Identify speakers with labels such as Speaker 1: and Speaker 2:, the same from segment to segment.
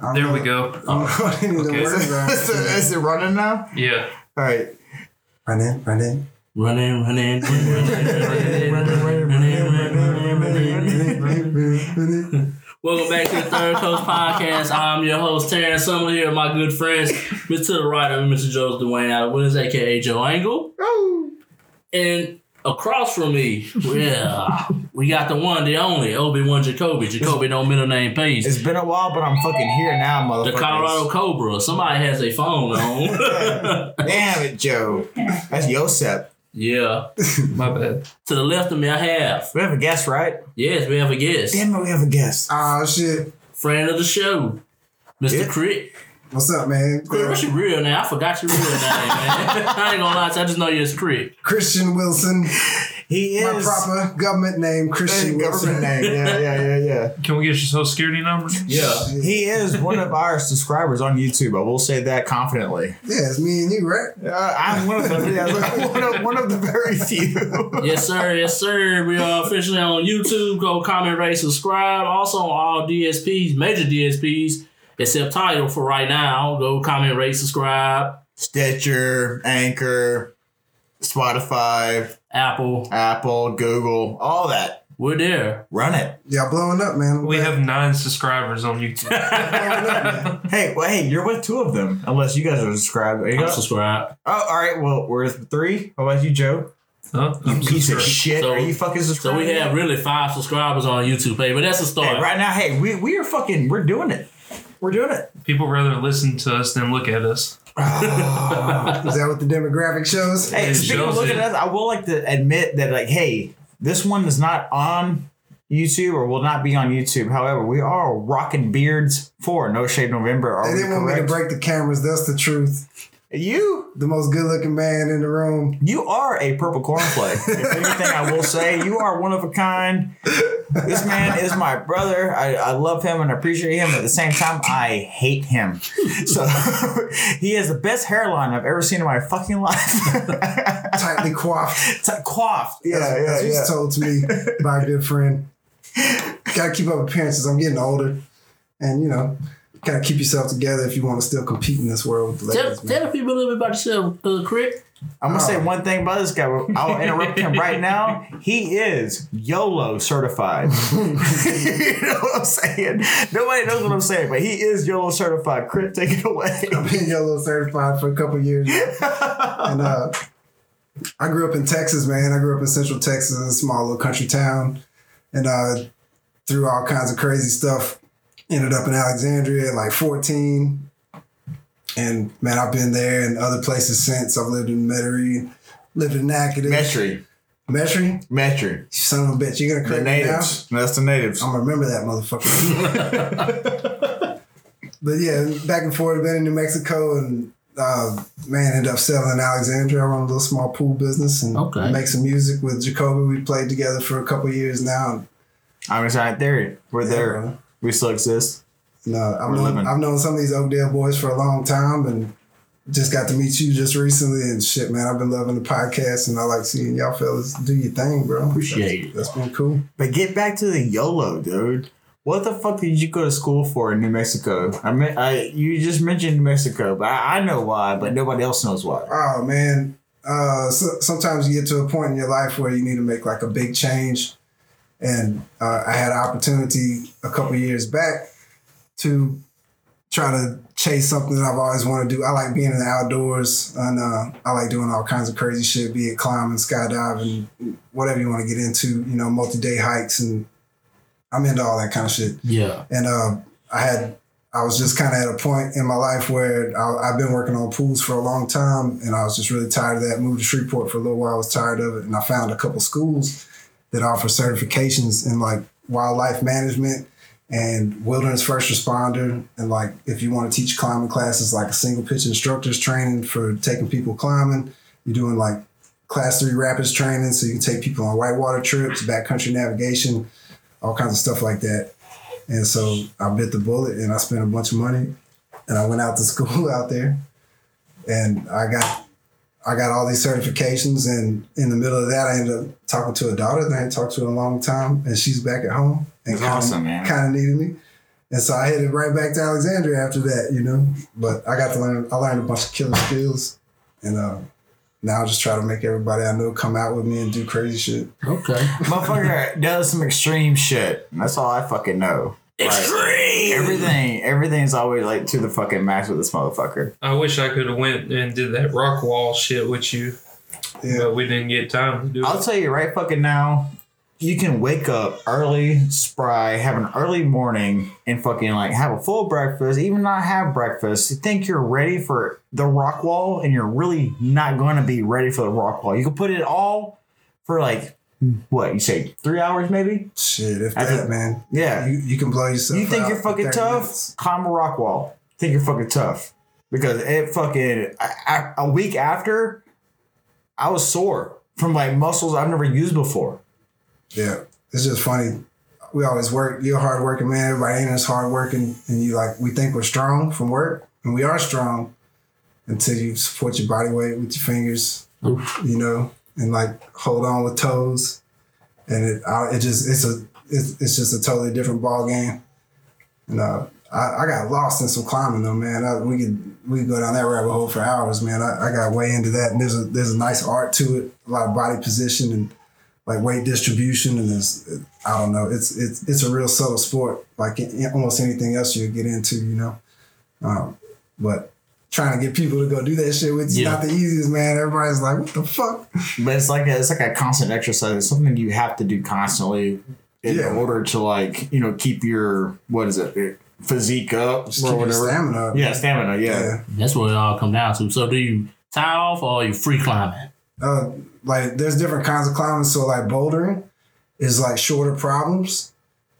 Speaker 1: I'm
Speaker 2: there
Speaker 3: Uh,
Speaker 2: we
Speaker 1: not-
Speaker 2: go.
Speaker 1: I'm not any of the
Speaker 2: Okay.
Speaker 1: words around.
Speaker 3: is, it, is it running now?
Speaker 2: yeah.
Speaker 3: All right.
Speaker 1: Run in, run in.
Speaker 4: Run in, run in, run in, run in, run in, run in, run in. Welcome back to the Third Coast Podcast. I'm your host, Terrence Summer, here with my good friends, Mr. to the right of me, Mr. Joe's Dwayne out of Winners, aka Joe Angle. And across from me, yeah, we got the one, the only, Obi-Wan Jacoby. Jacoby, no middle name, please.
Speaker 3: It's been a while, but I'm fucking here now,
Speaker 4: The
Speaker 3: motherfucker.
Speaker 4: Colorado Cobra. Somebody has a phone on.
Speaker 3: Damn it, Joe. That's Yosep.
Speaker 4: yeah.
Speaker 2: My bad.
Speaker 4: To the left of me, I have.
Speaker 3: We have a guest, right?
Speaker 4: Yes, we have a guest.
Speaker 3: Damn it, we have a guest.
Speaker 1: Ah, shit.
Speaker 4: Friend of the show, Mr.
Speaker 3: Yeah.
Speaker 4: Crit.
Speaker 1: What's up, man?
Speaker 4: Crit, what's your real name? I forgot your real name, man. I ain't gonna lie to you. I just know you're Crit.
Speaker 1: Christian Wilson.
Speaker 3: He is
Speaker 1: My proper government name, Christian
Speaker 3: Christian government
Speaker 1: Wilson.
Speaker 3: name. Yeah, yeah, yeah, yeah.
Speaker 2: Can we get your social security number?
Speaker 4: Yeah.
Speaker 3: He is one of our subscribers on YouTube. I will say that confidently.
Speaker 1: Yeah, it's me and you, right?
Speaker 3: Uh, I'm one of the yeah, one, of, one of the very few.
Speaker 4: Yes, sir. Yes, sir. We are officially on YouTube. Go comment, rate, subscribe. Also on all DSPs, major DSPs, except title for right now. Go comment, rate, subscribe.
Speaker 3: Stitcher, Anchor, Spotify,
Speaker 4: Apple.
Speaker 3: Apple, Google, all that.
Speaker 4: We're there.
Speaker 3: Run it.
Speaker 1: Y'all blowing up, man. I'm
Speaker 2: We
Speaker 1: glad.
Speaker 2: have nine subscribers on
Speaker 3: Oh,
Speaker 2: YouTube.
Speaker 1: Blowing up, man.
Speaker 3: Hey, well, hey, you're with two of them, unless you guys are subscribed. Are you
Speaker 4: I'm
Speaker 3: not?
Speaker 4: subscribed.
Speaker 3: oh, all right. Well, we're with three. How about you, Joe?
Speaker 2: Huh?
Speaker 3: You
Speaker 2: I'm
Speaker 3: piece of
Speaker 2: subscribed.
Speaker 3: shit.
Speaker 4: So-
Speaker 3: are you fucking subscribed?
Speaker 4: So we have really five subscribers on YouTube page, but that's a start.
Speaker 3: Hey, right now, hey, we, we are fucking, we're doing it. We're doing it.
Speaker 2: People rather listen to us than look at us.
Speaker 1: Is that what the demographic shows?
Speaker 3: Hey,
Speaker 2: It
Speaker 3: speaking of
Speaker 2: shows
Speaker 3: looking
Speaker 2: it.
Speaker 3: at us, I will like to admit that, like, hey, this one is not on YouTube or will not be on YouTube. However, we are rocking beards for No Shave November. Are
Speaker 1: They
Speaker 3: we
Speaker 1: didn't want me to
Speaker 3: correct?
Speaker 1: break the cameras. That's the truth.
Speaker 3: you,
Speaker 1: The most good looking man in the room.
Speaker 3: you are a purple cornflake. if anything, I will say you are one of a kind. This man is my brother. I, I love him and appreciate him. At the same time, I hate him. So he has the best hairline I've ever seen in my fucking life.
Speaker 1: Tightly coiffed.
Speaker 3: it's like coiffed. Yeah,
Speaker 1: That's, that's
Speaker 3: yeah, yeah.
Speaker 1: what's told to me by a good friend. Gotta keep up appearances. I'm getting older. And, you know, gotta keep yourself together if you want to still compete in this world. with the
Speaker 4: Tell,
Speaker 1: ladies, man.
Speaker 4: tell the people a little bit about yourself, uh, Crit.
Speaker 3: I'm gonna
Speaker 1: Oh.
Speaker 3: say one thing about this guy. I'll interrupt him right now. He is YOLO certified. you know what I'm saying? Nobody knows what I'm saying, but he is YOLO certified. Crit, take it away.
Speaker 1: I've been yellow certified for a couple years. and uh, I grew up in Texas, man. I grew up in Central Texas, a small little country town, and uh, through all kinds of crazy stuff, ended up in Alexandria at like 14. And man, I've been there and other places since. I've lived in Metairie, lived in Natchitoches.
Speaker 3: Metri,
Speaker 1: Metairie?
Speaker 3: Metri,
Speaker 1: Son of a bitch, you gonna
Speaker 3: the
Speaker 1: correct me now?
Speaker 3: natives. That's the natives.
Speaker 1: I'm gonna remember that motherfucker. but yeah, back and forth, been in New Mexico and uh, man ended up selling in Alexandria. I run a little small pool business and
Speaker 4: Okay.
Speaker 1: make some music with Jacoby. We played together for a couple years now.
Speaker 3: I'm excited. There, we're
Speaker 1: Yeah.
Speaker 3: there. We still exist.
Speaker 1: And, uh, I've,
Speaker 3: We're
Speaker 1: known,
Speaker 3: living.
Speaker 1: I've known some of these Oakdale boys for a long time and just got to meet you just recently and shit, man. I've been loving the podcast and I like seeing y'all fellas do your thing, bro.
Speaker 4: Appreciate
Speaker 1: That's- That's been cool.
Speaker 3: But get back to the YOLO, dude. What the fuck did you go to school for in New Mexico? I mean, I you just mentioned New Mexico, but I, I know why, but nobody else knows why.
Speaker 1: Oh man, uh, so, sometimes you get to a point in your life where you need to make like a big change, and uh, I had an opportunity a couple years back to try to chase something that I've always wanted to do. I like being in the outdoors, and uh, I like doing all kinds of crazy shit, be it climbing, skydiving, whatever you want to get into. You know, multi-day hikes, and I'm into all that kind of shit
Speaker 4: Yeah.
Speaker 1: and uh, I had I was just kind of at a point in my life where I, I've been working on pools for a long time, and I was just really tired of that. Moved to Shreveport for a little while, I was tired of it, and I found a couple schools that offer certifications in like wildlife management and wilderness first responder, and like if you want to teach climbing classes, like a single pitch instructors training for taking people climbing, you're doing like class three rapids training, so you can take people on whitewater trips, backcountry navigation, all kinds of stuff like that. And so I bit the bullet and I spent a bunch of money and I went out to school out there and I got I got all these certifications and in the middle of that I ended up talking to a daughter that I hadn't talked to in a long time and she's back at home and
Speaker 3: That's awesome, man.
Speaker 1: kind of needed me. And so I headed right back to Alexandria after that, you know. But I got to learn. I learned a bunch of killer skills, and uh, now I just try to make everybody I know come out with me and do crazy shit.
Speaker 4: Okay.
Speaker 3: Motherfucker does some extreme shit. That's all I fucking know. Like, everything, everything's always like to the fucking max with this motherfucker.
Speaker 2: I wish I could have went and did that rock wall shit with you,
Speaker 1: Yeah,
Speaker 2: but we didn't get time to do
Speaker 3: I'll
Speaker 2: it.
Speaker 3: tell you right fucking now, you can wake up early, spry, have an early morning, and fucking like have a full breakfast, even not have breakfast. You think you're ready for the rock wall, and you're really not going to be ready for the rock wall. You can put it all for like, what, you say three hours maybe?
Speaker 1: shit. If
Speaker 3: I
Speaker 1: that
Speaker 3: think-
Speaker 1: man,
Speaker 3: Yeah.
Speaker 1: you, you can blow yourself.
Speaker 3: You think
Speaker 1: out
Speaker 3: you're
Speaker 1: in
Speaker 3: fucking
Speaker 1: 30
Speaker 3: tough?
Speaker 1: minutes.
Speaker 3: Climb a rock wall. Think you're fucking tough because it fucking I, I, a week after, I was sore from like muscles I've never used before.
Speaker 1: Yeah, it's just funny. We always work. You're a hardworking man. Everybody ain't as hardworking, and you like we think we're strong from work, and we are strong until you support your body weight with your fingers, you know, and like hold on with toes, and it I, it just it's a it's, it's just a totally different ball game. And uh, I, I got lost in some climbing though, man. I, we could we could go down that rabbit hole for hours, man. I, I got way into that, and there's a there's a nice art to it, a lot of body position and like weight distribution and there's I don't know it's it's it's a real subtle sport like in, in almost anything else you get into you know um, but trying to get people to go do that shit which is
Speaker 4: Yeah.
Speaker 1: not the easiest man everybody's like what the fuck
Speaker 3: But it's like a, it's like a constant exercise. It's something you have to do constantly in
Speaker 1: Yeah.
Speaker 3: order to like you know keep your what is it physique up
Speaker 1: just
Speaker 3: or
Speaker 1: keep your
Speaker 3: whatever.
Speaker 1: stamina up.
Speaker 3: Yeah, stamina. Yeah.
Speaker 1: Yeah.
Speaker 4: That's what it all come down to. So do you tie off or are you free climbing?
Speaker 1: uh, like there's different kinds of climbing. So like bouldering is like shorter problems,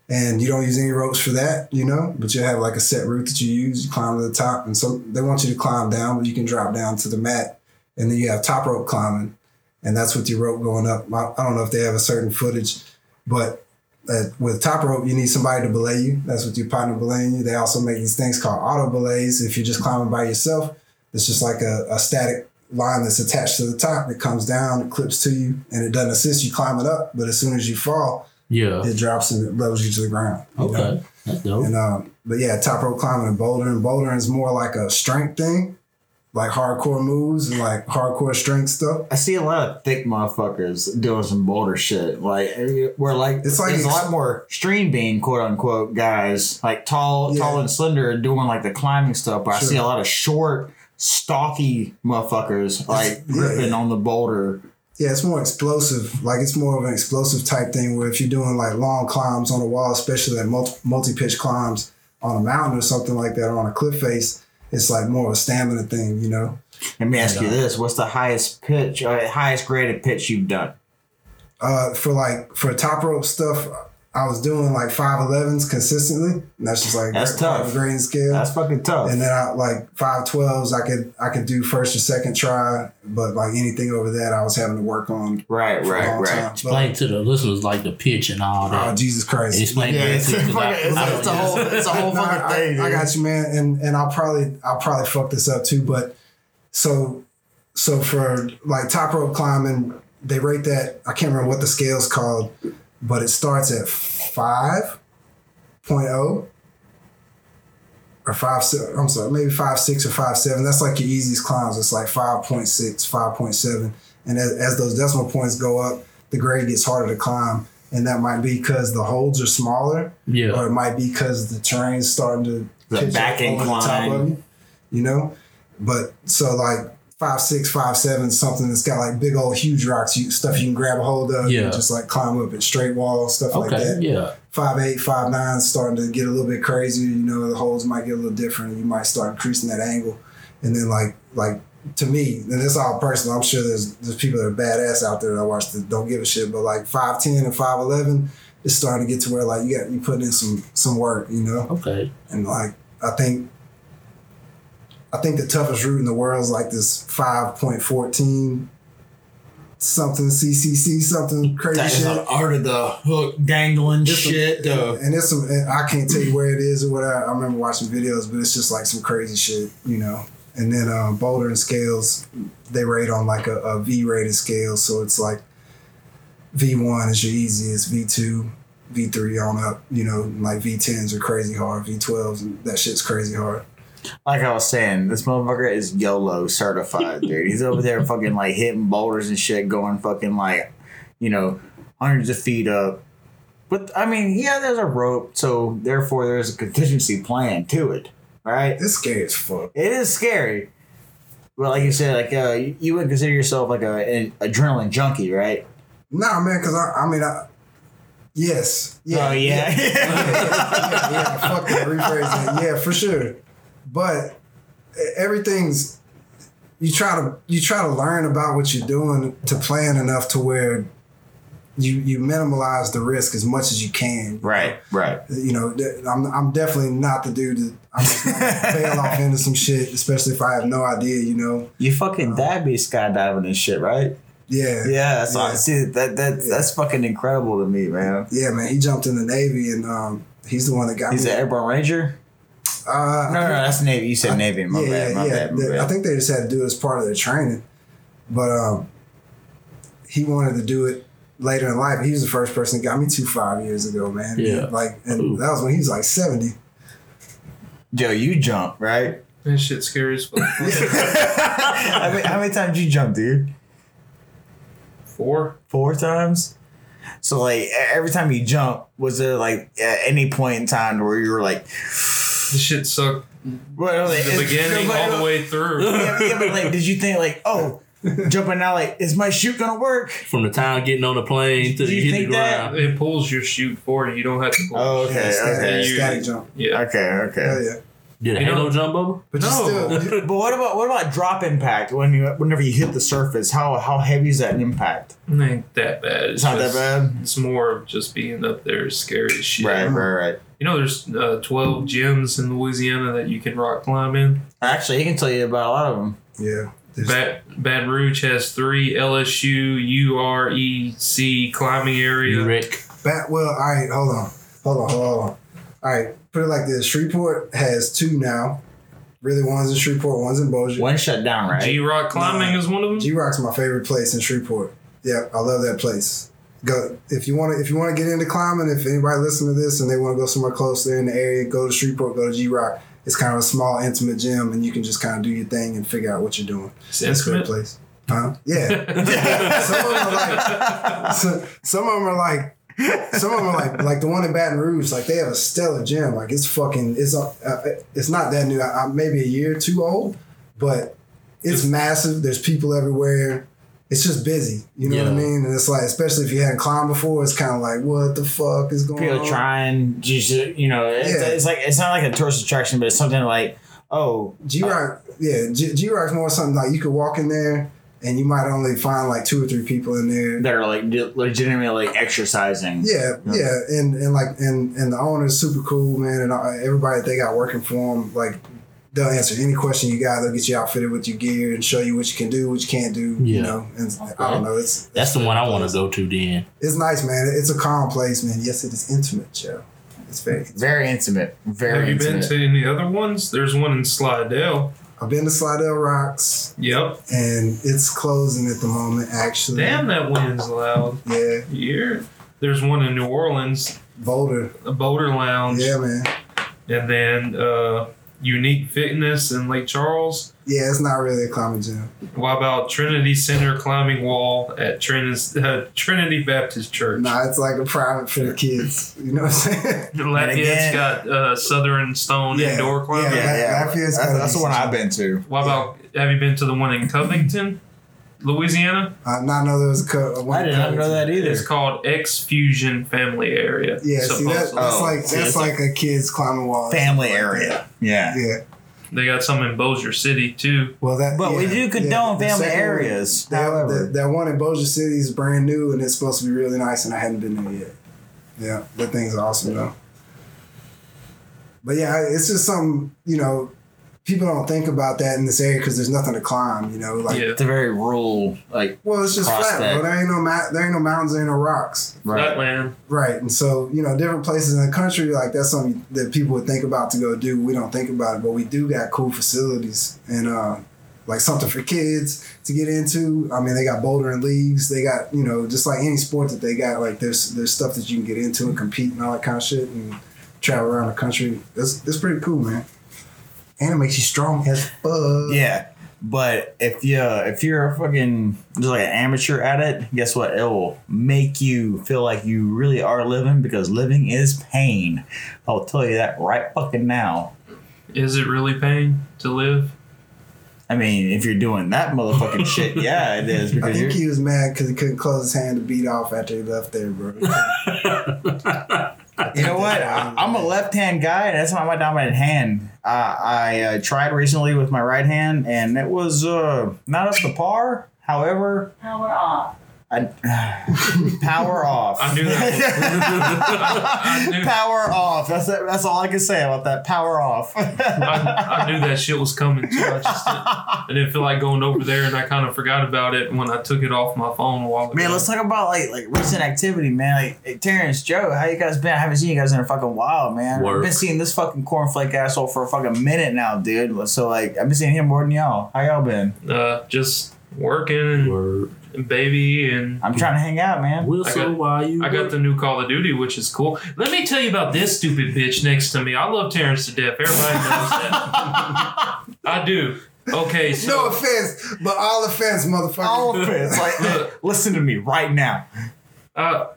Speaker 1: and you don't use any ropes for that, you know. But you have like a set route that you use. You climb to the top, and so they want you to climb down, but you can drop down to the mat, and then you have top rope climbing, and that's with your rope going up. I, I don't know if they have a certain footage, but. Uh, with top rope, you need somebody to belay you. That's what your partner belaying you. They also make these things called auto belays. If you're just climbing by yourself, it's just like a, a static line that's attached to the top that comes down, it clips to you, and it doesn't assist you climbing up. But as soon as you fall,
Speaker 4: Yeah.
Speaker 1: it drops and it levels you to the ground. you know?
Speaker 4: Okay. That's dope.
Speaker 1: And um, but yeah, top rope climbing and bouldering. Bouldering is more like a strength thing, like hardcore moves and like hardcore strength stuff.
Speaker 3: I see a lot of thick motherfuckers doing some boulder shit. Like we're like
Speaker 1: It's like-
Speaker 3: there's a lot more stream bean quote unquote guys, like tall,
Speaker 1: Yeah.
Speaker 3: tall and slender doing like the climbing stuff, but I
Speaker 1: Sure.
Speaker 3: see a lot of short, stocky motherfuckers like
Speaker 1: yeah,
Speaker 3: gripping
Speaker 1: yeah.
Speaker 3: on the boulder.
Speaker 1: Yeah, it's more explosive. Like it's more of an explosive type thing where if you're doing like long climbs on a wall, especially like multi pitch climbs on a mountain or something like that, or on a cliff face, it's like more of a stamina thing, you know.
Speaker 3: Let me ask you
Speaker 1: uh,
Speaker 3: this: What's the highest pitch, or highest graded pitch you've done?
Speaker 1: uh, for like for top rope stuff, I was doing like five elevens consistently, and that's just like
Speaker 3: That's tough.
Speaker 1: of green scale.
Speaker 3: That's fucking tough.
Speaker 1: and uh, then I like five twelves, I could I could do first or second try, but like anything over that, I was having to work on.
Speaker 3: right,
Speaker 1: for a
Speaker 3: right,
Speaker 1: long
Speaker 3: right.
Speaker 1: time. But,
Speaker 4: Explain to the listeners like the pitch and all
Speaker 1: oh
Speaker 4: that.
Speaker 1: Jesus Christ!
Speaker 4: Explain
Speaker 3: Yeah,
Speaker 4: that
Speaker 3: it's,
Speaker 4: to them, 'cause I-
Speaker 3: fucking- it's,
Speaker 4: I
Speaker 3: it's a
Speaker 4: don't
Speaker 3: whole, it's a whole
Speaker 1: No,
Speaker 3: fucking
Speaker 1: I,
Speaker 3: thing.
Speaker 1: I
Speaker 3: dude.
Speaker 1: got you, man, and and I'll probably I'll probably fuck this up too, but so so for like top rope climbing, they rate that I can't remember what the scale's called, but it starts at five oh or five se- I'm sorry, maybe five six or five seven. That's like your easiest climbs. It's like 5.6, 5.7. And as, as those decimal points go up, the grade gets harder to climb. And that might be because the holds are smaller or
Speaker 3: Oh.
Speaker 4: Yeah.
Speaker 1: it might be because the terrain's starting to
Speaker 3: The
Speaker 1: pitch
Speaker 3: back
Speaker 1: up over
Speaker 3: incline.
Speaker 1: you, you know. But so like five six, five seven, something that's got like big old huge rocks, you stuff you can grab a hold of,
Speaker 4: Yeah.
Speaker 1: and just like climb up at straight walls, stuff like
Speaker 4: Okay.
Speaker 1: that.
Speaker 4: Yeah.
Speaker 1: Five eight, five nine, starting to get a little bit crazier. You know, the holes might get a little different. You might start increasing that angle, and then like like. To me, and it's all personal. I'm sure there's there's people that are badass out there that I watch that don't give a shit. But like five ten and five eleven, it's starting to get to where like you got you putting in some some work, you know
Speaker 4: Okay.
Speaker 1: and like I think I think the toughest route in the world is like this five point fourteen something CCC something crazy
Speaker 3: That is
Speaker 1: shit.
Speaker 3: the art of the hook dangling
Speaker 1: It's a-
Speaker 3: shit. though.
Speaker 1: and it's some and I can't tell you where it is or whatever. I remember watching videos, but it's just like some crazy shit, you know. And then um, Boulder and Scales, they rate on like a, a V rated scale, so it's like V one is your easiest, V two V3 on up, you know, like V10s are crazy hard, V12s, and that shit's crazy hard.
Speaker 3: Like I was saying, this motherfucker is YOLO certified, dude. He's over there fucking like hitting boulders and shit, going fucking like, you know, hundreds of feet up. But I mean, yeah, there's a rope, so therefore there's a contingency plan to it, right?
Speaker 1: It's scary as fuck.
Speaker 3: It is scary. But like you said, like uh, you- you wouldn't consider yourself like a, an adrenaline junkie, right?
Speaker 1: Nah, man, because I, I mean, I, yes.
Speaker 3: oh yeah.
Speaker 1: yeah, yeah, fuck that. Rephrase that. Yeah, for sure. But everything's you try to you try to learn about what you're doing to plan enough to where you you minimize the risk as much as you can.
Speaker 3: right. Right.
Speaker 1: You know, th- I'm I'm definitely not the dude that I'm just gonna fail off into some shit, especially if I have no idea. You know,
Speaker 3: You fucking dad be skydiving and shit, right?
Speaker 1: yeah,
Speaker 3: Yeah, that's
Speaker 1: Yeah.
Speaker 3: all- see that that that's fucking incredible to me, man.
Speaker 1: yeah, man. He jumped in the Navy, and um, he's the one that got
Speaker 3: He's
Speaker 1: me.
Speaker 3: an airborne ranger.
Speaker 1: uh,
Speaker 3: No, no, that's navy. You said navy. My bad. My bad. My
Speaker 1: They- I
Speaker 3: bad.
Speaker 1: think they just had to do it as part of their training. But um, he wanted to do it later in life. He was the first person that got me two five years ago, man.
Speaker 4: Yeah.
Speaker 1: Like, and
Speaker 4: Ooh.
Speaker 1: that was when he was like 70.
Speaker 3: Joe, you jump right.
Speaker 2: That shit's scary as fuck.
Speaker 3: how, many, how many times you jump, dude?
Speaker 2: Four.
Speaker 3: Four times. So like e- every time you jump, was there like at any point in time where you were like,
Speaker 2: The shit sucked
Speaker 3: well,
Speaker 2: from
Speaker 3: like,
Speaker 2: the
Speaker 3: it's-
Speaker 2: beginning all the way through.
Speaker 3: Yeah, yeah, but like, did you think like, oh, jumping out like, is my shoot gonna work?
Speaker 4: From the time getting on the plane to
Speaker 3: Do you
Speaker 4: you hit
Speaker 3: think
Speaker 4: the
Speaker 3: that-
Speaker 4: ground.
Speaker 2: It pulls your shoot forward. You don't have to pull.
Speaker 3: Oh,
Speaker 1: Yeah,
Speaker 3: okay,
Speaker 1: static,
Speaker 3: okay,
Speaker 2: you-
Speaker 1: static jump.
Speaker 2: Yeah.
Speaker 3: okay, okay.
Speaker 1: Hell yeah.
Speaker 4: Did a
Speaker 2: You know-
Speaker 4: halo jump over?
Speaker 1: But you
Speaker 2: No.
Speaker 1: still, you-
Speaker 3: But what about what about drop impact when you whenever you hit the surface? How how heavy is that impact?
Speaker 2: It ain't that bad.
Speaker 3: It's not that
Speaker 2: just-
Speaker 3: bad.
Speaker 2: It's more of just being up there is scary as shit.
Speaker 3: Right, right, right.
Speaker 2: You know, there's uh, 12 gyms in Louisiana that you can rock climb in.
Speaker 3: Actually, he can tell you about a lot of them.
Speaker 1: yeah. There's-
Speaker 2: Bat, Baton Rouge has three LSU, UREC E climbing
Speaker 4: You
Speaker 2: area.
Speaker 4: Rick.
Speaker 1: Bat, well, all right, hold on. Hold on, hold on. All right, put it like this Shreveport has two now. Really, one's in Shreveport, one's in Bossier.
Speaker 3: One shut down, right?
Speaker 2: G Rock climbing is one of them.
Speaker 1: G Rock's my favorite place in Shreveport. Yeah, I love that place. Go if you want to if you want to get into climbing. If anybody listen to this and they want to go somewhere close, they're in the area. Go to Shreveport. Go to G Rock. It's kind of a small, intimate gym, and you can just kind of do your thing and figure out what you're doing.
Speaker 2: It's
Speaker 1: That's a great
Speaker 2: intimate.
Speaker 1: place. Huh? Yeah. some of them are like so- some of them are like some of them are like like the one in Baton Rouge. Like they have a stellar gym. Like it's fucking it's uh, uh, it's not that new. I, I, maybe a year or two old, but it's massive. There's people everywhere. It's just busy. You know what I
Speaker 4: Yeah.
Speaker 1: mean? And it's like especially if you hadn't climbed before, it's kind of like what the fuck is going
Speaker 3: People
Speaker 1: on?
Speaker 3: trying, just you know, it's,
Speaker 1: Yeah.
Speaker 3: it's like it's not like a tourist attraction, but it's something like, oh,
Speaker 1: G Rock, yeah, G Rock's more something like you could walk in there and you might only find like two or three people in there.
Speaker 3: that are like le- legitimately like exercising.
Speaker 1: Yeah,
Speaker 3: Yeah.
Speaker 1: yeah, and and like and and the owner's super cool, man, and uh, everybody that they got working for them, like they'll answer any question you got. They'll get you outfitted with your gear and show you what you can do, what you can't do. You
Speaker 4: Yeah.
Speaker 1: know, and I don't know, it's
Speaker 4: That's the one I want to go to then.
Speaker 1: it's nice, man. It's a calm place, man. Yes, it is intimate, Joe. It's very.
Speaker 3: Very intimate. Very
Speaker 2: Have you been
Speaker 3: intimate.
Speaker 2: to any other ones? There's one in Slidell.
Speaker 1: I've been to Slidell Rocks,
Speaker 2: Yep.
Speaker 1: and it's closing at the moment. Actually,
Speaker 2: Damn, that wind's loud.
Speaker 1: yeah,
Speaker 2: Yeah. There's one in New Orleans,
Speaker 1: Boulder,
Speaker 2: a Boulder
Speaker 3: Um,
Speaker 2: Lounge,
Speaker 1: yeah, man.
Speaker 2: and then uh, Unique Fitness in Lake Charles.
Speaker 1: Yeah, it's not really a climbing gym.
Speaker 2: What about Trinity Center Climbing Wall at Trinity, uh, Trinity Baptist Church?
Speaker 1: Nah, it's like a private for the kids. You know what I'm saying?
Speaker 2: Lafayette's
Speaker 3: again-
Speaker 2: got uh, Southern Stone
Speaker 1: Yeah,
Speaker 2: Indoor Climbing.
Speaker 3: yeah, yeah.
Speaker 1: That feels
Speaker 3: that's,
Speaker 1: kinda
Speaker 3: that's the one
Speaker 1: decent.
Speaker 3: I've been to.
Speaker 2: What about have you been to the one in Covington, Louisiana?
Speaker 1: I did not know there was a co- a one
Speaker 3: I did not know that either.
Speaker 2: It's called X Fusion Family Area.
Speaker 1: Yeah, see that, uh, that's
Speaker 2: supposedly.
Speaker 3: Oh,
Speaker 1: like
Speaker 3: see,
Speaker 1: that's
Speaker 3: it's
Speaker 1: like a kid's climbing wall.
Speaker 3: Family
Speaker 1: Oh, Like that.
Speaker 3: area. Yeah.
Speaker 1: Yeah.
Speaker 2: they got some in Bossier City too.
Speaker 1: Well, that.
Speaker 3: But we
Speaker 1: yeah,
Speaker 3: do
Speaker 1: yeah.
Speaker 3: condone
Speaker 1: The
Speaker 3: family
Speaker 1: second one-
Speaker 3: areas,
Speaker 1: that,
Speaker 3: however.
Speaker 1: that, that one in Bossier City is brand new and it's supposed to be really nice, and I hadn't been there yet. Yeah, that thing's awesome though. But yeah, it's just something you know. People don't think about that in this area because there's nothing to climb. You know, like
Speaker 2: yeah,
Speaker 3: It's a very rural, like
Speaker 1: well, it's just flat.
Speaker 3: Prospect.
Speaker 1: But there ain't no ma- there ain't no mountains, there ain't no rocks.
Speaker 2: Flatland.
Speaker 1: Right. And so, you know, different places in the country, like that's something that people would think about to go do. We don't think about it, but we do got cool facilities. And uh like something for kids to get into. I mean, they got bouldering leagues. They got you know just like any sport that they got. Like there's there's stuff that you can get into and compete and all that kind of shit and travel around the country. That's that's pretty cool, man. And it makes you strong as fuck.
Speaker 3: Yeah. But if you if you're a fucking just like an amateur at it, guess what? It will make you feel like you really are living because living is pain. I'll tell you that right fucking now.
Speaker 2: Is it really pain to live?
Speaker 3: I mean, if you're doing that motherfucking shit, yeah, it is
Speaker 1: I
Speaker 3: because
Speaker 1: think
Speaker 3: you're,
Speaker 1: he was mad because he couldn't close his hand to beat off after he left there, bro.
Speaker 3: You know what? I, I'm a left hand guy, and that's not my dominant hand. Uh, I uh, tried recently with my right hand, and it was uh, not up to par. However,
Speaker 5: Power off.
Speaker 3: I, power off.
Speaker 2: I knew that. was- I, I, knew,
Speaker 3: Power off. That's it. That's all I can say about that. Power off.
Speaker 2: I, I knew that shit was coming too. I just didn't, I didn't feel like going over there, and I kind of forgot about it when I took it off my phone a while ago.
Speaker 3: Man, let's talk about like like recent activity, man. Like hey, Terrence, Joe, how you guys been? I haven't seen you guys in a fucking while, man. I've
Speaker 4: Work.
Speaker 3: been seeing this fucking cornflake asshole for a fucking minute now, dude. So like, I've been seeing him more than y'all. How y'all been?
Speaker 2: uh, just working
Speaker 4: Word.
Speaker 2: and baby and
Speaker 3: I'm trying to hang out, man.
Speaker 4: We'll
Speaker 2: I
Speaker 4: so
Speaker 2: got-
Speaker 4: why you.
Speaker 2: I got the new Call of Duty, which is cool. Let me tell you about this stupid bitch next to me. I love Terrence to death. Everybody knows that. I do. Okay, so
Speaker 1: no offense, but all offense, motherfucker.
Speaker 3: All of it. It's like, look, listen to me right now.
Speaker 2: uh,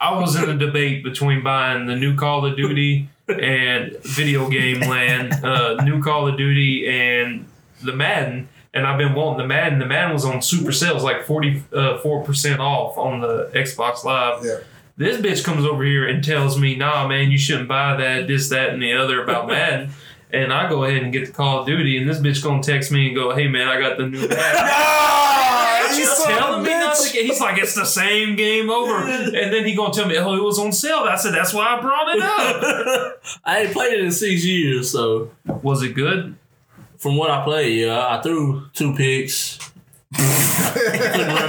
Speaker 2: I was in a debate between buying the new Call of Duty and video game land, uh, new Call of Duty and the Madden. And I've been wanting the Madden. The Madden was on super sales, like 44% off on the Xbox Live.
Speaker 1: Yeah.
Speaker 2: This bitch comes over here and tells me, nah, man, you shouldn't buy that, this, that, and the other about Madden. And I go ahead and get the Call of Duty, and this bitch gonna text me and go, hey, man, I got the new Madden.
Speaker 3: Ah, you
Speaker 2: He's
Speaker 3: son of a
Speaker 2: telling me
Speaker 3: bitch.
Speaker 2: not to get. He's like, it's the same game over, and then he gonna tell me, oh, it was on sale. I said, that's why I brought it up.
Speaker 4: I ain't played it in six years, so
Speaker 2: was it good?
Speaker 4: from what I played, yeah, I threw two picks.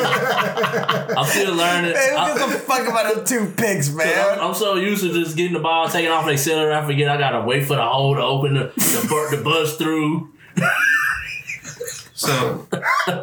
Speaker 4: I'm still learning.
Speaker 3: Hey, who
Speaker 4: I-
Speaker 3: gives a fuck about them two pigs,
Speaker 4: I'm,
Speaker 3: man?
Speaker 4: I'm so used to just getting the ball, taking off the accelerator. I forget I gotta wait for the hole to open the the, bu- the bus through.
Speaker 2: So,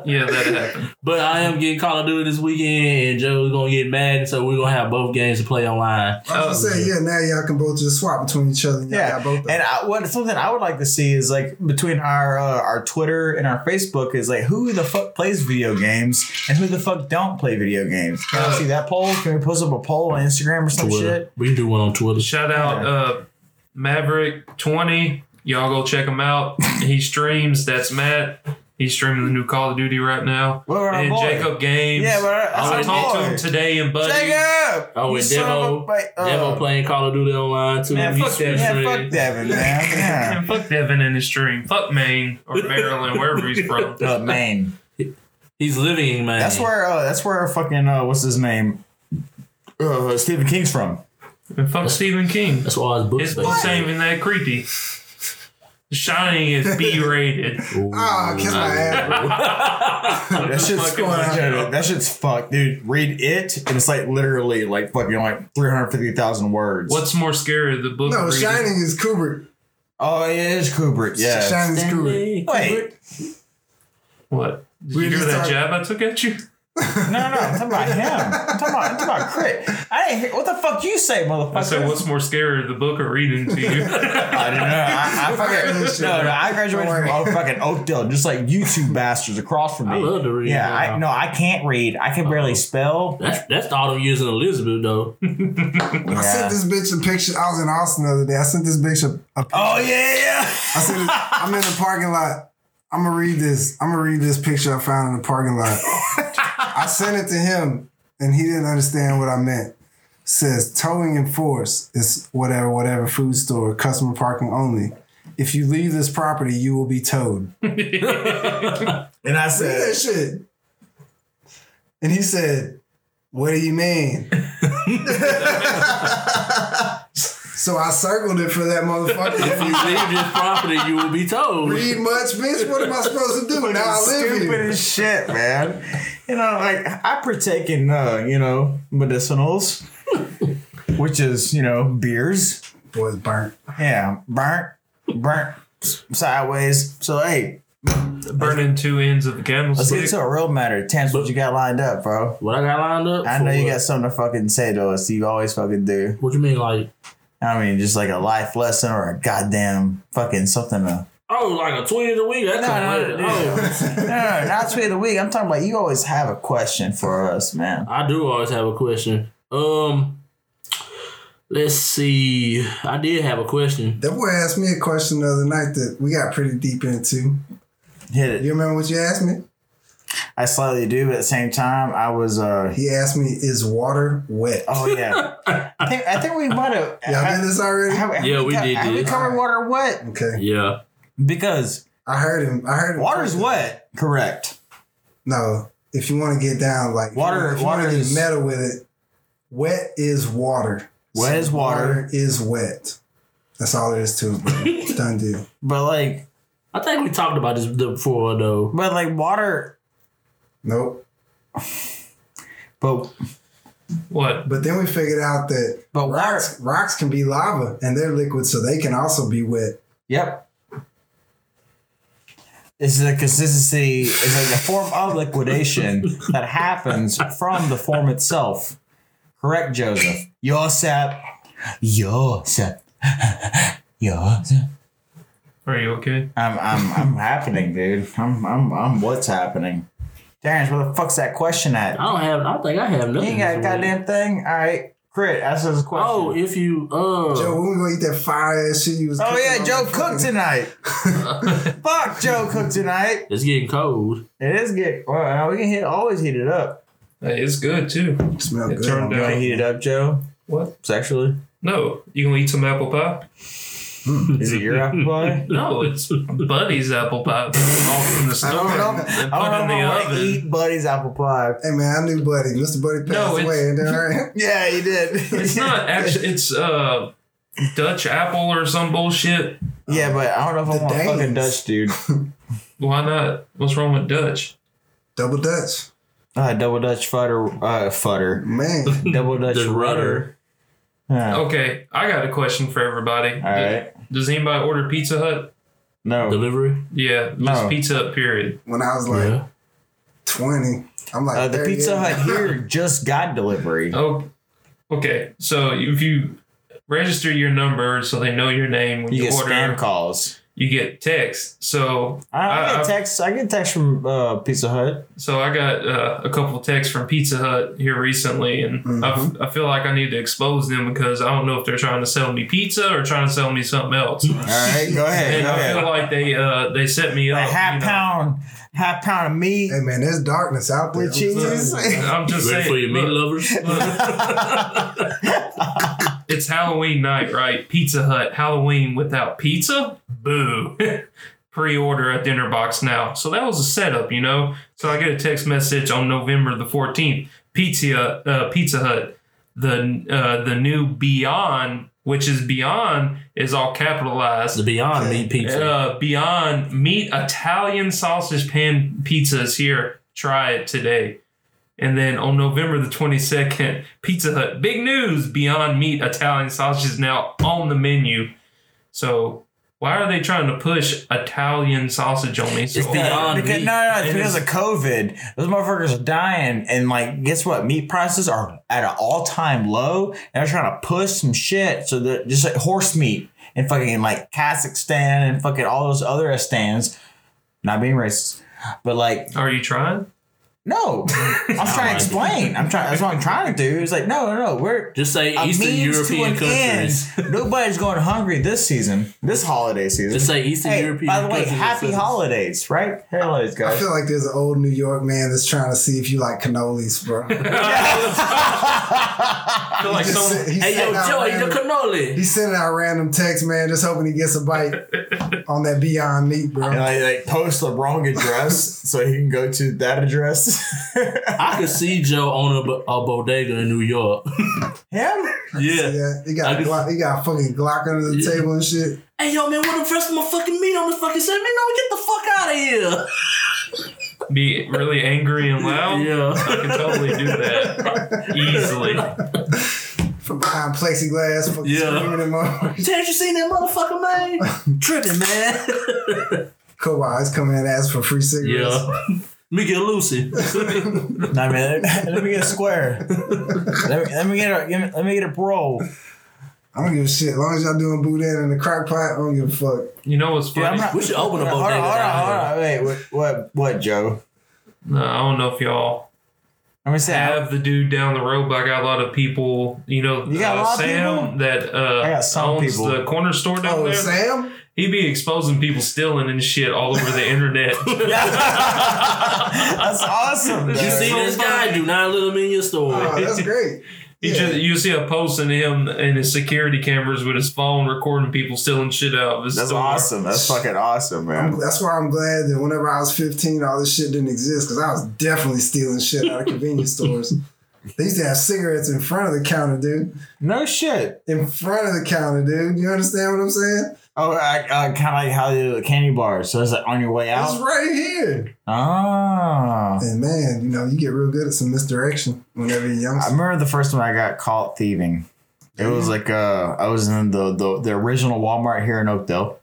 Speaker 2: yeah, that happened.
Speaker 4: But I am getting Call of Duty this weekend, and Joe's gonna get mad, so we're gonna have both games to play online.
Speaker 1: I was gonna say, yeah, now y'all can both just swap between each other. And y'all
Speaker 3: Yeah,
Speaker 1: got both of
Speaker 3: and I, what something I would like to see is like between our uh, our Twitter and our Facebook is like who the fuck plays video games and who the fuck don't play video games. Can I see that poll? Can we post up a poll on Instagram or some Oh, shit?
Speaker 4: We can do one on Twitter.
Speaker 2: Shout out uh, Maverick Twenty. Y'all go check him out. He streams. That's Matt. He's streaming the new Call of Duty right now.
Speaker 3: Where are our
Speaker 2: and
Speaker 3: boy?
Speaker 2: Jacob Games.
Speaker 3: Yeah, but
Speaker 2: I
Speaker 3: that's
Speaker 2: want
Speaker 3: our
Speaker 2: to talk to
Speaker 3: boy.
Speaker 2: him today and buddy.
Speaker 3: Jacob.
Speaker 4: Oh,
Speaker 3: You
Speaker 4: and
Speaker 3: son of a
Speaker 4: Devo,
Speaker 3: bi- uh,
Speaker 4: Devo playing Call of Duty online too.
Speaker 3: Man,
Speaker 4: He's
Speaker 3: fuck,
Speaker 4: still
Speaker 3: man,
Speaker 4: streaming.
Speaker 3: fuck Devin, man. Yeah.
Speaker 2: Man, fuck Devin in his stream. Fuck Maine or Maryland, wherever he's from.
Speaker 3: Uh, Maine.
Speaker 4: He's living, man.
Speaker 3: That's where. Uh, that's where. Fucking. Uh, what's his name? Uh, Stephen King's from.
Speaker 2: And fuck Stephen King.
Speaker 4: That's where all his
Speaker 2: His
Speaker 4: books.
Speaker 2: books ain't even that creepy. Shining is B rated.
Speaker 1: Ah, kiss my ass.
Speaker 3: That shit's
Speaker 2: fucking
Speaker 3: going
Speaker 2: watch
Speaker 3: on.
Speaker 2: out.
Speaker 3: That shit's fucked, dude. Read it, and it's like literally like fucking like three hundred fifty thousand words.
Speaker 2: What's more scary, the book?
Speaker 1: No,
Speaker 2: reading?
Speaker 1: Shining is Kubrick.
Speaker 3: Oh, yeah, it is Kubrick. Yeah.
Speaker 1: Shining is Kubrick.
Speaker 3: Wait.
Speaker 2: What? Did
Speaker 1: We
Speaker 2: you hear
Speaker 1: just
Speaker 2: that
Speaker 1: talked-
Speaker 2: jab I took at you?
Speaker 3: No, no, I'm talking about him. I'm talking about, I'm talking about Crit. I didn't hear what the fuck you say, motherfucker.
Speaker 2: I said, what's more scary, the book or reading to you?
Speaker 3: I don't know. I, I fucking no, no. I graduated from oh, fucking Oakdale, just like you two bastards across from me.
Speaker 4: I love to read.
Speaker 3: yeah,
Speaker 4: man.
Speaker 3: I no, I can't read. I can barely spell.
Speaker 4: That's that's all them years in Elizabeth though.
Speaker 1: I
Speaker 3: Yeah.
Speaker 1: sent this bitch a picture. I was in Austin the other day. I sent this bitch a. a
Speaker 3: Oh yeah, yeah.
Speaker 1: I sent it, I'm in the parking lot. I'm gonna read this. I'm gonna read this picture I found in the parking lot. I sent it to him, and he didn't understand what I meant. Says towing in force is whatever, whatever food store, customer parking only. If you leave this property, you will be towed.
Speaker 3: And I
Speaker 1: Look at
Speaker 3: said,
Speaker 1: that shit. And he said, What do you mean? so I circled it for that motherfucker.
Speaker 4: If you leave this property, you will be told.
Speaker 1: Read much, bitch. What am I supposed to do? Now I live
Speaker 3: stupid
Speaker 1: here.
Speaker 3: as shit, man. You know, like I partake in uh, you know, medicinals, which is, you know, beers.
Speaker 1: Boy's burnt.
Speaker 3: Yeah, burnt, burnt s- sideways. So hey,
Speaker 2: burning two ends of the
Speaker 3: Let's
Speaker 2: candlestick.
Speaker 3: get to a real matter. Tans, what you got lined up, bro?
Speaker 4: What I got lined up?
Speaker 3: I know
Speaker 4: For
Speaker 3: you
Speaker 4: what?
Speaker 3: got something to fucking say to us. You always fucking do.
Speaker 4: What you mean, like?
Speaker 3: I mean, just like a life lesson or a goddamn fucking something. To,
Speaker 4: Oh, like a tweet of the week? That's
Speaker 3: No, no,
Speaker 4: no,
Speaker 3: no, no, no, not tweet of the week. I'm talking about you always have a question for us, man.
Speaker 4: Oh, I do always have a question. Um, let's see. I did have a question.
Speaker 1: That boy asked me a question the other night that we got pretty deep into.
Speaker 3: Hit it.
Speaker 1: You remember what you asked me?
Speaker 3: I slightly do, but at the same time, I was. uh
Speaker 1: He asked me, "Is water wet?"
Speaker 3: Oh yeah, I think I think we might have.
Speaker 1: Y'all did this already?
Speaker 3: Have- have
Speaker 4: Yeah, we
Speaker 3: co-
Speaker 4: did
Speaker 3: Have we
Speaker 4: this.
Speaker 3: covered water wet?
Speaker 1: Okay,
Speaker 4: Yeah.
Speaker 3: Because
Speaker 1: I heard him. I heard him.
Speaker 3: water's wet. Correct.
Speaker 1: No, if you want to get down, like if you
Speaker 3: Water-
Speaker 1: wanna- if you
Speaker 3: water
Speaker 1: wanna get
Speaker 3: is-
Speaker 1: meta with it. Wet is water.
Speaker 3: Wet is water.
Speaker 1: is wet. That's all there is to it. Bro. Done deal.
Speaker 3: But like,
Speaker 4: I think we talked about this before, though.
Speaker 3: but like water.
Speaker 1: Nope.
Speaker 3: But
Speaker 2: what?
Speaker 1: But then we figured out that
Speaker 3: but water.
Speaker 1: rocks, rocks can be lava and they're liquid, so they can also be wet.
Speaker 3: Yep. It's the consistency. It's like the form of liquidation that happens from the form itself. Correct, Joseph. Joseph. Joseph. Joseph.
Speaker 2: Are you okay?
Speaker 3: I'm I'm I'm happening, dude. I'm I'm I'm what's happening. Darren, where the fuck's that question
Speaker 4: I
Speaker 3: at?
Speaker 4: don't have. I don't think I have
Speaker 3: You
Speaker 4: nothing.
Speaker 3: ain't got a
Speaker 4: for
Speaker 3: goddamn thing? Alright. Crit, ask us a question.
Speaker 4: Oh, if you uh,
Speaker 2: Oh.
Speaker 1: Joe, when we gonna eat that fire ass shit you was
Speaker 3: Oh
Speaker 1: cooking
Speaker 3: yeah,
Speaker 1: on
Speaker 3: Joe
Speaker 1: that
Speaker 3: cooked
Speaker 1: fucking-
Speaker 3: tonight. Fuck Joe cooked tonight.
Speaker 4: it's getting cold.
Speaker 3: It is good. Well, we can hit, always heat it up.
Speaker 2: It's good too.
Speaker 1: Smell
Speaker 2: It
Speaker 1: good. on
Speaker 2: turned out-
Speaker 1: me.
Speaker 3: Can I heat it up, Joe?
Speaker 2: What?
Speaker 3: Sexually?
Speaker 2: No, you gonna eat some apple pie?
Speaker 3: Is it your apple pie?
Speaker 2: No, it's Buddy's apple pie. that was Off from the
Speaker 1: I
Speaker 2: store.
Speaker 1: don't know.
Speaker 3: I
Speaker 2: and put in the
Speaker 3: don't know if I want
Speaker 2: oven.
Speaker 3: to eat Buddy's apple pie.
Speaker 1: Hey man, I knew Buddy. Mr. Buddy passed
Speaker 2: No, it's-
Speaker 1: away. And then, all right.
Speaker 3: Yeah, you did.
Speaker 2: It's not actually. It's uh, Dutch apple or some bullshit.
Speaker 3: Yeah, but I don't know if
Speaker 1: The
Speaker 3: I want
Speaker 1: Danes.
Speaker 3: fucking Dutch, dude.
Speaker 2: Why not? What's wrong with Dutch?
Speaker 1: Double Dutch.
Speaker 3: Uh, double Dutch fudder. Uh, fudder.
Speaker 1: Man.
Speaker 3: Double Dutch
Speaker 4: The rudder.
Speaker 3: Yeah.
Speaker 2: Okay, I got a question for everybody.
Speaker 3: All right.
Speaker 2: Does anybody order Pizza Hut?
Speaker 3: No.
Speaker 4: Delivery.
Speaker 2: Yeah, just
Speaker 3: No.
Speaker 2: Pizza Hut. Period.
Speaker 1: When I was like
Speaker 4: yeah.
Speaker 1: 20, I'm like,
Speaker 3: Uh, the
Speaker 1: 38.
Speaker 3: Pizza Hut here just got delivery.
Speaker 2: Oh, okay. So if you register your number, so they know your name when
Speaker 3: You
Speaker 2: you,
Speaker 3: get
Speaker 2: order, Uh,
Speaker 3: spam calls.
Speaker 2: you get text. So
Speaker 3: I, I
Speaker 2: I-
Speaker 3: get
Speaker 2: I-
Speaker 3: text. I get text from uh, Pizza Hut.
Speaker 2: So I got uh, a couple of texts from Pizza Hut here recently, and I f-
Speaker 4: Mm-hmm.
Speaker 2: I feel like I need to expose them because I don't know if they're trying to sell me pizza or trying to sell me something else.
Speaker 3: All right, go ahead.
Speaker 2: and
Speaker 3: Go
Speaker 2: I feel
Speaker 3: ahead.
Speaker 2: like they uh, they set me up.
Speaker 3: A half
Speaker 2: you know.
Speaker 3: pound, half pound of meat
Speaker 1: Hey man, there's darkness out there.
Speaker 3: with cheese.
Speaker 2: I'm just
Speaker 4: Ready
Speaker 2: saying.
Speaker 4: for your meat
Speaker 2: look,
Speaker 4: lovers?
Speaker 2: it's Halloween night, right? Pizza Hut Halloween without pizza? Boo. Pre-order a dinner box now. So that was a setup, you know. So I get a text message on November the 14th. Pizza uh, Pizza Hut, the uh, the new Beyond, which is Beyond, is all capitalized.
Speaker 4: the Beyond Meat pizza.
Speaker 2: Uh, Beyond Meat Italian sausage pan pizza is here. Try it today. And then on November the 22nd, Pizza Hut. Big news Beyond Meat Italian sausage is now on the menu. So why are they trying to push Italian sausage on me? So
Speaker 4: It's Beyond
Speaker 3: because,
Speaker 4: meat.
Speaker 3: No, no, it's
Speaker 2: It
Speaker 3: because
Speaker 2: is-
Speaker 3: of COVID. Those motherfuckers are dying, and like, guess what? Meat prices are at an all time low, and they're trying to push some shit. So they're just like horse meat and fucking like Kazakhstan and fucking all those other stands. Not being racist, but like,
Speaker 2: Are you trying?
Speaker 3: no, I'm trying to explain. I'm trying. That's what I'm trying to do. It's like, no, no, no. We're
Speaker 4: Just say
Speaker 3: a
Speaker 4: Eastern
Speaker 3: means
Speaker 4: European
Speaker 3: to an end.
Speaker 4: countries.
Speaker 3: Nobody's going hungry this season, this holiday season.
Speaker 4: Just say Eastern
Speaker 3: hey,
Speaker 4: European.
Speaker 3: by the way,
Speaker 4: countries.
Speaker 3: happy holidays, right? Happy holidays,
Speaker 1: I
Speaker 3: guys.
Speaker 1: feel like there's an old New York man that's trying to see if you like cannolis, bro.
Speaker 2: I feel like
Speaker 1: He just
Speaker 2: someone.
Speaker 1: sent- he
Speaker 4: Hey yo,
Speaker 1: sent out
Speaker 4: Joey,
Speaker 1: random-
Speaker 4: the cannoli.
Speaker 1: He's sending out random text, man, just hoping he gets a bite on that Beyond Meat, bro.
Speaker 3: and I like post the wrong address so he can go to that address.
Speaker 4: I could see Joe on a, bo- a bodega in New York.
Speaker 3: Him?
Speaker 4: yeah.
Speaker 1: Yeah, he got
Speaker 4: I just-
Speaker 1: Glock, he got fucking Glock under the
Speaker 4: Yeah.
Speaker 1: table and shit.
Speaker 4: Hey yo, man, what the rest of my fucking meat on the fucking sandwich? No, get the fuck out of here.
Speaker 2: be really angry and loud. I
Speaker 4: Yeah.
Speaker 2: can totally do that easily.
Speaker 1: From behind plexiglass, fucking
Speaker 4: Yeah.
Speaker 1: screaming at my
Speaker 4: Terrence, you seen that motherfucker, man? Tripping, man.
Speaker 1: Kawhi's coming and asking for free cigarettes.
Speaker 4: Yeah. Me get Lucy.
Speaker 3: Nah, man. Let, let me get a square. let, me, let me get a give me- let me get a bro.
Speaker 1: I don't give a shit. As long as y'all doing boudin in the crock pot, I don't give a fuck.
Speaker 2: You know what's
Speaker 3: Dude, I'm
Speaker 2: funny?
Speaker 3: not-
Speaker 4: We should open
Speaker 3: Hold
Speaker 4: a
Speaker 3: on, hold on,
Speaker 4: bodega
Speaker 3: hold
Speaker 4: down here.
Speaker 3: on, hold on. Wait, what, what, what, Joe?
Speaker 2: No, I don't know if y'all
Speaker 3: I'm gonna say I,
Speaker 2: have the dude down the road, but I got a lot of people. You know,
Speaker 3: You got a
Speaker 2: uh,
Speaker 3: lot of
Speaker 2: Sam
Speaker 3: people?
Speaker 2: that uh,
Speaker 3: I got some
Speaker 2: owns
Speaker 3: people.
Speaker 2: the corner store down
Speaker 1: Oh,
Speaker 2: there.
Speaker 1: Sam?
Speaker 2: He be exposing people stealing and shit all over the internet.
Speaker 3: that's awesome.
Speaker 2: You
Speaker 3: though.
Speaker 4: You see
Speaker 2: so
Speaker 4: this guy?
Speaker 2: funny.
Speaker 4: Do not let him in your store.
Speaker 1: Oh, that's great.
Speaker 2: He
Speaker 1: Yeah.
Speaker 2: just, you see a post in him and his security cameras with his phone recording people stealing shit out of his
Speaker 3: That's
Speaker 2: store.
Speaker 3: awesome. That's fucking awesome,
Speaker 1: I'm-
Speaker 3: man.
Speaker 1: that's why I'm glad that whenever I was 15, all this shit didn't exist because I was definitely stealing shit out of convenience stores. They used to have cigarettes in front of the counter, dude.
Speaker 3: No shit.
Speaker 1: In front of the counter, dude. You understand what I'm saying?
Speaker 3: Oh, I, uh, kind of like how they do the candy bars. So it's like on your way
Speaker 1: It's
Speaker 3: out.
Speaker 1: right here.
Speaker 3: Ah.
Speaker 1: And man, you know, you get real good at some misdirection whenever you're young.
Speaker 3: I remember the first time I got caught thieving. It was like uh, I was in the, the the original Walmart here in Oakdale,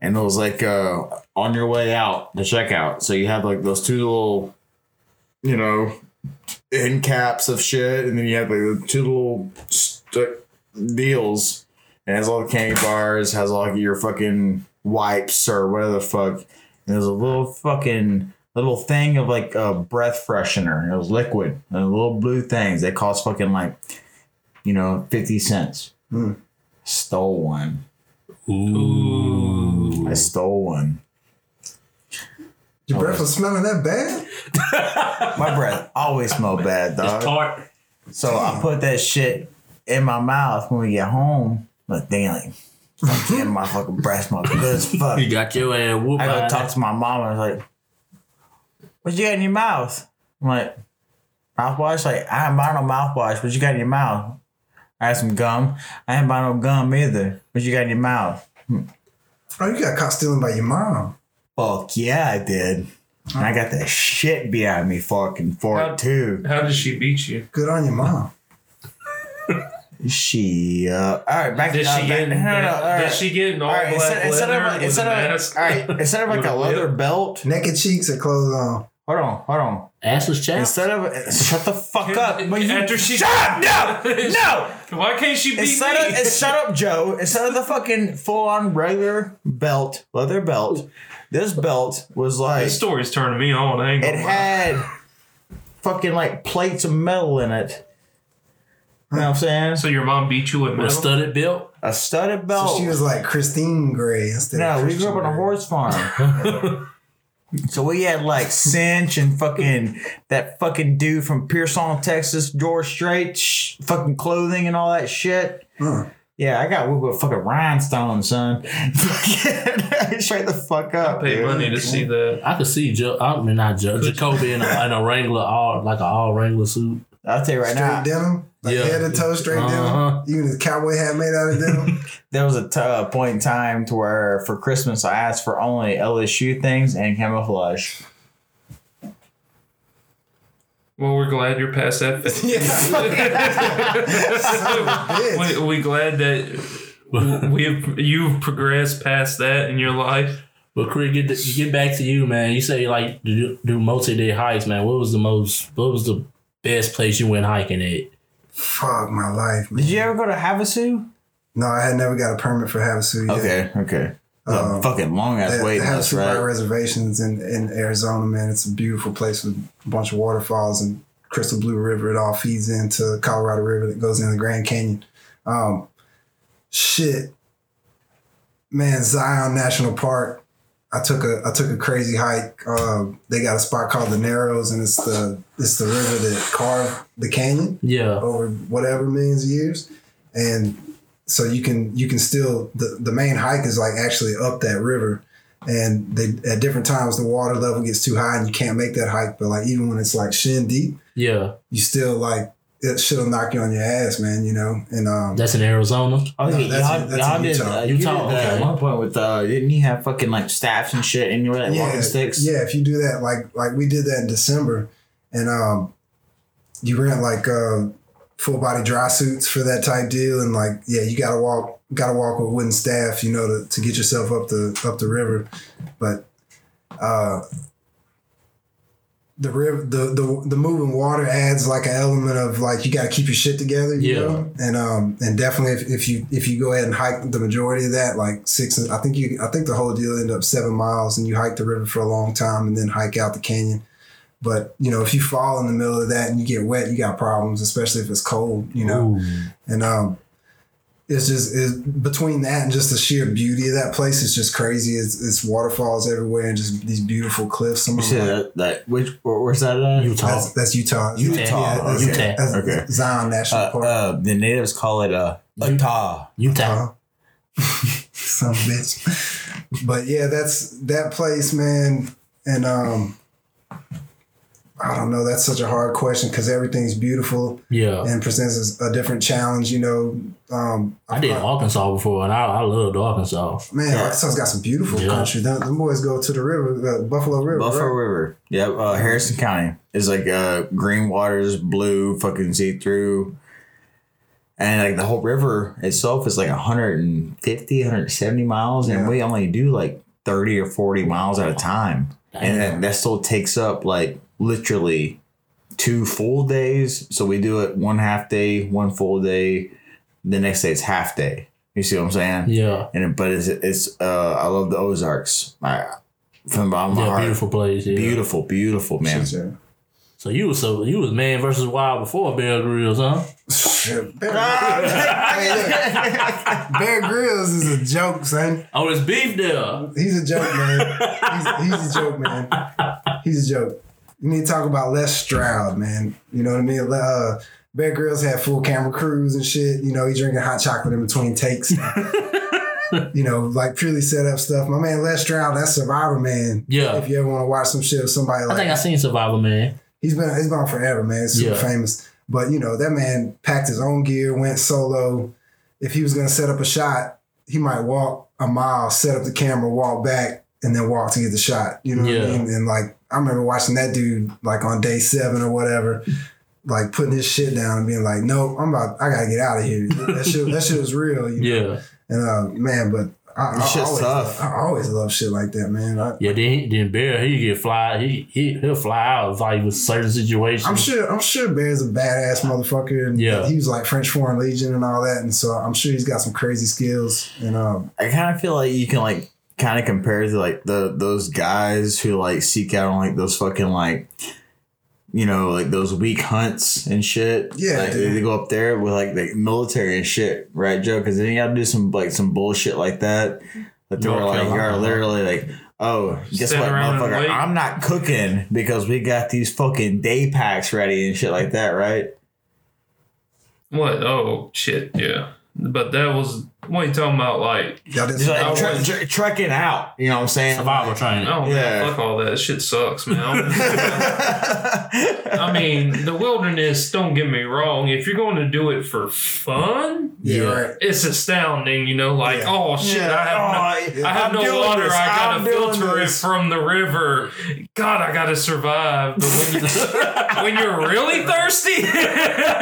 Speaker 3: and it was like uh, on your way out the checkout. So you have like those two little, you know, end caps of shit, and then you have like the two little st- deals, and it has all the candy bars, has all your fucking wipes or whatever the fuck. And there's a little fucking little thing of like a breath freshener. It was liquid. And little blue things. They cost fucking like, you know, 50 cents.
Speaker 1: Hmm.
Speaker 3: Stole one.
Speaker 4: Ooh.
Speaker 3: I stole one.
Speaker 1: Your breath was smelling that bad?
Speaker 3: My breath always smell bad,
Speaker 4: It's
Speaker 3: dog.
Speaker 4: tart.
Speaker 3: So I put that shit in my mouth when we get home. But damn, fuck damn, my fucking breath smell good as fuck.
Speaker 4: You got your ass whooped.
Speaker 3: I
Speaker 4: by
Speaker 3: go talk to my mom and I was like, What you got in your mouth? I'm like, Mouthwash? Like, I didn't buy no mouthwash. What you got in your mouth? I had some gum. I didn't buy no gum either. What you got in your mouth?
Speaker 1: Oh, you got caught stealing by your mom.
Speaker 3: Fuck yeah, I did. And I got the shit beat out of me fucking for
Speaker 2: How-
Speaker 3: it too.
Speaker 2: How did she beat you?
Speaker 1: Good on your mom.
Speaker 3: She, uh, all right, back
Speaker 2: Did
Speaker 3: uh,
Speaker 2: she
Speaker 3: back-
Speaker 2: get?
Speaker 3: no, no, no, all right.
Speaker 2: Did she get an all,
Speaker 3: All
Speaker 2: black
Speaker 3: right, instead, instead
Speaker 2: leather
Speaker 3: of,
Speaker 2: with
Speaker 3: instead
Speaker 2: a
Speaker 3: of,
Speaker 2: mask?
Speaker 3: all right, instead of like
Speaker 2: With
Speaker 3: a
Speaker 2: a
Speaker 3: leather
Speaker 2: whip?
Speaker 3: belt.
Speaker 1: Naked cheeks and clothes on.
Speaker 3: Hold on, hold on.
Speaker 4: Assless chap.
Speaker 3: Instead of, shut the fuck up. But you-
Speaker 2: After she-
Speaker 3: shut up, no, no.
Speaker 2: Why can't she beat
Speaker 3: Instead
Speaker 2: me?
Speaker 3: of it's, shut up, Joe. Instead of the fucking full on regular belt, leather belt, this belt was like
Speaker 2: this story's turning me on. I ain't
Speaker 3: it
Speaker 2: gonna lie.
Speaker 3: had fucking like plates of metal in it. You know what I'm saying?
Speaker 2: So your mom beat you with
Speaker 4: With a
Speaker 2: metal?
Speaker 4: studded belt.
Speaker 3: a studded
Speaker 1: So
Speaker 3: belt.
Speaker 1: she was like Christine Gray instead of
Speaker 3: no, we grew
Speaker 1: Christian
Speaker 3: up on a
Speaker 1: Grey.
Speaker 3: horse farm. So we had like cinch and fucking that fucking dude from Pearson, Texas, George Strait, sh- fucking clothing and all that shit.
Speaker 1: Huh.
Speaker 3: Yeah, I got whipped with fucking rhinestone, son. Straight the fuck up.
Speaker 2: Pay
Speaker 3: dude.
Speaker 2: money to see that.
Speaker 4: I could see Joe. I mean, not Joe. Jacoby in a, in a Wrangler, all like an all Wrangler suit.
Speaker 3: I'll tell you right
Speaker 1: Straight
Speaker 3: now,
Speaker 1: denim, like
Speaker 4: Yeah.
Speaker 1: head to toe straight
Speaker 4: Uh-huh.
Speaker 1: denim. Even his cowboy hat made out of denim.
Speaker 3: there was a t- uh, point in time to where for Christmas I asked for only LSU things and camouflage.
Speaker 2: Well, we're glad you're past that.
Speaker 1: Bitch.
Speaker 2: we, we glad that we've you've progressed past that in your life.
Speaker 4: But Chris, get the, get back to you, man. You say like to do, do multi-day hikes, man. What was the most? What was the best place you went hiking at?
Speaker 1: Fuck my life, man.
Speaker 3: Did you ever go to Havasu?
Speaker 1: No, I had never got a permit for Havasu yet.
Speaker 3: Okay, okay. That's a
Speaker 1: Um,
Speaker 3: fucking long
Speaker 1: They,
Speaker 3: ass
Speaker 1: they
Speaker 3: wait.
Speaker 1: have
Speaker 3: That's
Speaker 1: super high
Speaker 3: right.
Speaker 1: reservations in, in Arizona, man. It's a beautiful place with a bunch of waterfalls and crystal blue river. It all feeds into the Colorado River that goes into the Grand Canyon. Um, shit, man, Zion National Park. I took a I took a crazy hike. Uh, they got a spot called the Narrows, and it's the it's the river that carved the canyon
Speaker 4: Yeah,
Speaker 1: over whatever millions of years and so you can you can still the, the main hike is like actually up that river and they at different times the water level gets too high and you can't make that hike but like even when it's like shin deep
Speaker 4: yeah.
Speaker 1: you still like it shit'll knock you on your ass man you know and um
Speaker 4: That's in Arizona.
Speaker 3: Oh,
Speaker 1: No,
Speaker 3: yeah,
Speaker 1: that's
Speaker 3: y'all,
Speaker 1: in- that's
Speaker 3: y'all
Speaker 1: in
Speaker 3: did.
Speaker 1: Utah.
Speaker 3: Uh, you
Speaker 4: Utah,
Speaker 3: did that
Speaker 4: okay.
Speaker 3: at one point with uh, didn't he have fucking like staffs and shit and you were like walking sticks?
Speaker 1: Yeah, if you do that, like like we did that in December, and um, you rent like uh, full body dry suits for that type deal, and like yeah, you got to walk got to walk with wooden staff, you know, to, to get yourself up the up the river. But uh, the river, the, the the moving water adds like an element of like you got to keep your shit together, you
Speaker 4: Yeah.
Speaker 1: know. And um and definitely if, if you if you go ahead and hike the majority of that, like six, I think you I think the whole deal ended up seven miles, and you hike the river for a long time, and then hike out the canyon. But you know, if you fall in the middle of that and you get wet, you got problems, especially if it's cold, you know. And um, it's just it's, between that and just the sheer beauty of that place, it's just crazy. It's, it's waterfalls everywhere and just these beautiful cliffs. Some
Speaker 3: You
Speaker 1: of them.
Speaker 3: said that, that which where- where's that at?
Speaker 4: Utah.
Speaker 1: That's, that's Utah.
Speaker 3: Utah.
Speaker 1: that's,
Speaker 4: Utah.
Speaker 1: that's
Speaker 3: Okay.
Speaker 1: Zion
Speaker 3: Uh,
Speaker 1: National Park.
Speaker 3: uh, the natives call it uh, Utah.
Speaker 4: Utah.
Speaker 1: Uh-huh. Some bitch. But yeah, that's that place, man. And um, I don't know. That's such a hard question because everything's beautiful
Speaker 3: Oh.
Speaker 4: Yeah.
Speaker 1: and presents a different challenge. You know, um,
Speaker 4: I did Arkansas before, and I, I loved Arkansas.
Speaker 1: Man,
Speaker 3: Yeah.
Speaker 1: Arkansas's got some beautiful
Speaker 4: Yeah.
Speaker 1: country. Them, them boys go to the river, uh, Buffalo River.
Speaker 3: Buffalo
Speaker 1: right?
Speaker 3: River. Yep. Uh, Harrison County is like uh, green waters, blue, fucking see through. And like the whole river itself is like 150, 170 miles. And
Speaker 1: Yeah.
Speaker 3: we only do like 30 or 40 miles at a time. And that, that still takes up like literally two full days. So we do it one half day, one full day. The next day it's half day. You see what I'm saying?
Speaker 4: Yeah.
Speaker 3: And it- but it's it's uh I love the Ozarks. I from the bottom of my
Speaker 4: Yeah,
Speaker 3: heart.
Speaker 4: beautiful place. Yeah.
Speaker 3: Beautiful, beautiful, man.
Speaker 1: Shit,
Speaker 4: So you was so you was man versus wild before Bear Grylls, huh?
Speaker 1: yeah. Shit, Bear, Hey, look, Bear Grylls is a joke, son.
Speaker 4: Oh, it's beef there.
Speaker 1: He's a joke, man. He's, he's a joke, man. He's a joke. You need to talk about Les Stroud, man. You know what I mean? Le- Uh, Bear Grylls had full camera crews and shit. You know, he drinking hot chocolate in between takes. you know, like purely set up stuff. My man Les Stroud, that's Survivor Man.
Speaker 4: Yeah.
Speaker 1: If you ever want to watch some shit with somebody
Speaker 4: I
Speaker 1: like
Speaker 4: think I seen Survivor Man.
Speaker 1: he's been he's been on forever, man. He's super
Speaker 4: Yeah.
Speaker 1: famous. But you know, that man packed his own gear, went solo. If he was gonna set up a shot, he might walk a mile, set up the camera, walk back, and then walk to get the shot. You know what
Speaker 4: Yeah.
Speaker 1: I mean? And like I remember watching that dude like on day seven or whatever, like putting his shit down and being like, Nope, I'm about I gotta get out of here. That shit that shit was real. You know?
Speaker 4: Yeah.
Speaker 1: And uh man, but I,
Speaker 3: This
Speaker 1: I,
Speaker 3: shit's
Speaker 1: always,
Speaker 3: tough.
Speaker 1: I always love shit like that, man. I,
Speaker 4: Yeah, then he- then Bear he get fly he he he'll fly out of like with certain situations.
Speaker 1: I'm sure. I'm sure Bear's a badass motherfucker, and
Speaker 4: Yeah.
Speaker 1: he was like French Foreign Legion and all that, and so I'm sure he's got some crazy skills. And um,
Speaker 3: I kind of feel like you can like kind of compare it to like the those guys who like seek out on like those fucking like you know like those weak hunts and shit.
Speaker 1: Yeah,
Speaker 3: like,
Speaker 1: dude.
Speaker 3: they go up there with like the military and shit, right, Joe? Because then you got to do some like some bullshit like that. That they
Speaker 4: North
Speaker 3: were like, you are
Speaker 4: Carolina.
Speaker 3: literally like. Oh, guess
Speaker 2: Sit
Speaker 3: what,
Speaker 2: around and
Speaker 3: motherfucker?
Speaker 2: wait.
Speaker 3: I'm not cooking because we got these fucking day packs ready and shit like that, right?
Speaker 2: What? Oh shit! Yeah, but that was what you talking about? Like,
Speaker 1: y'all did
Speaker 3: Just
Speaker 1: some,
Speaker 3: like
Speaker 2: I
Speaker 3: tre-
Speaker 2: was-
Speaker 3: tre- trekking out, you know what I'm saying?
Speaker 4: Survival training.
Speaker 2: oh
Speaker 3: Yeah.
Speaker 2: man, fuck all that. that shit sucks, man. I don't- I mean, the wilderness. Don't get me wrong. If you're going to do it for fun,
Speaker 1: yeah,
Speaker 4: Yeah.
Speaker 1: right.
Speaker 2: it's astounding. You know, like,
Speaker 1: Yeah.
Speaker 2: oh shit, I have no. I have no water. I gotta filter it from the river. God, I gotta survive. But when, you, when you're really thirsty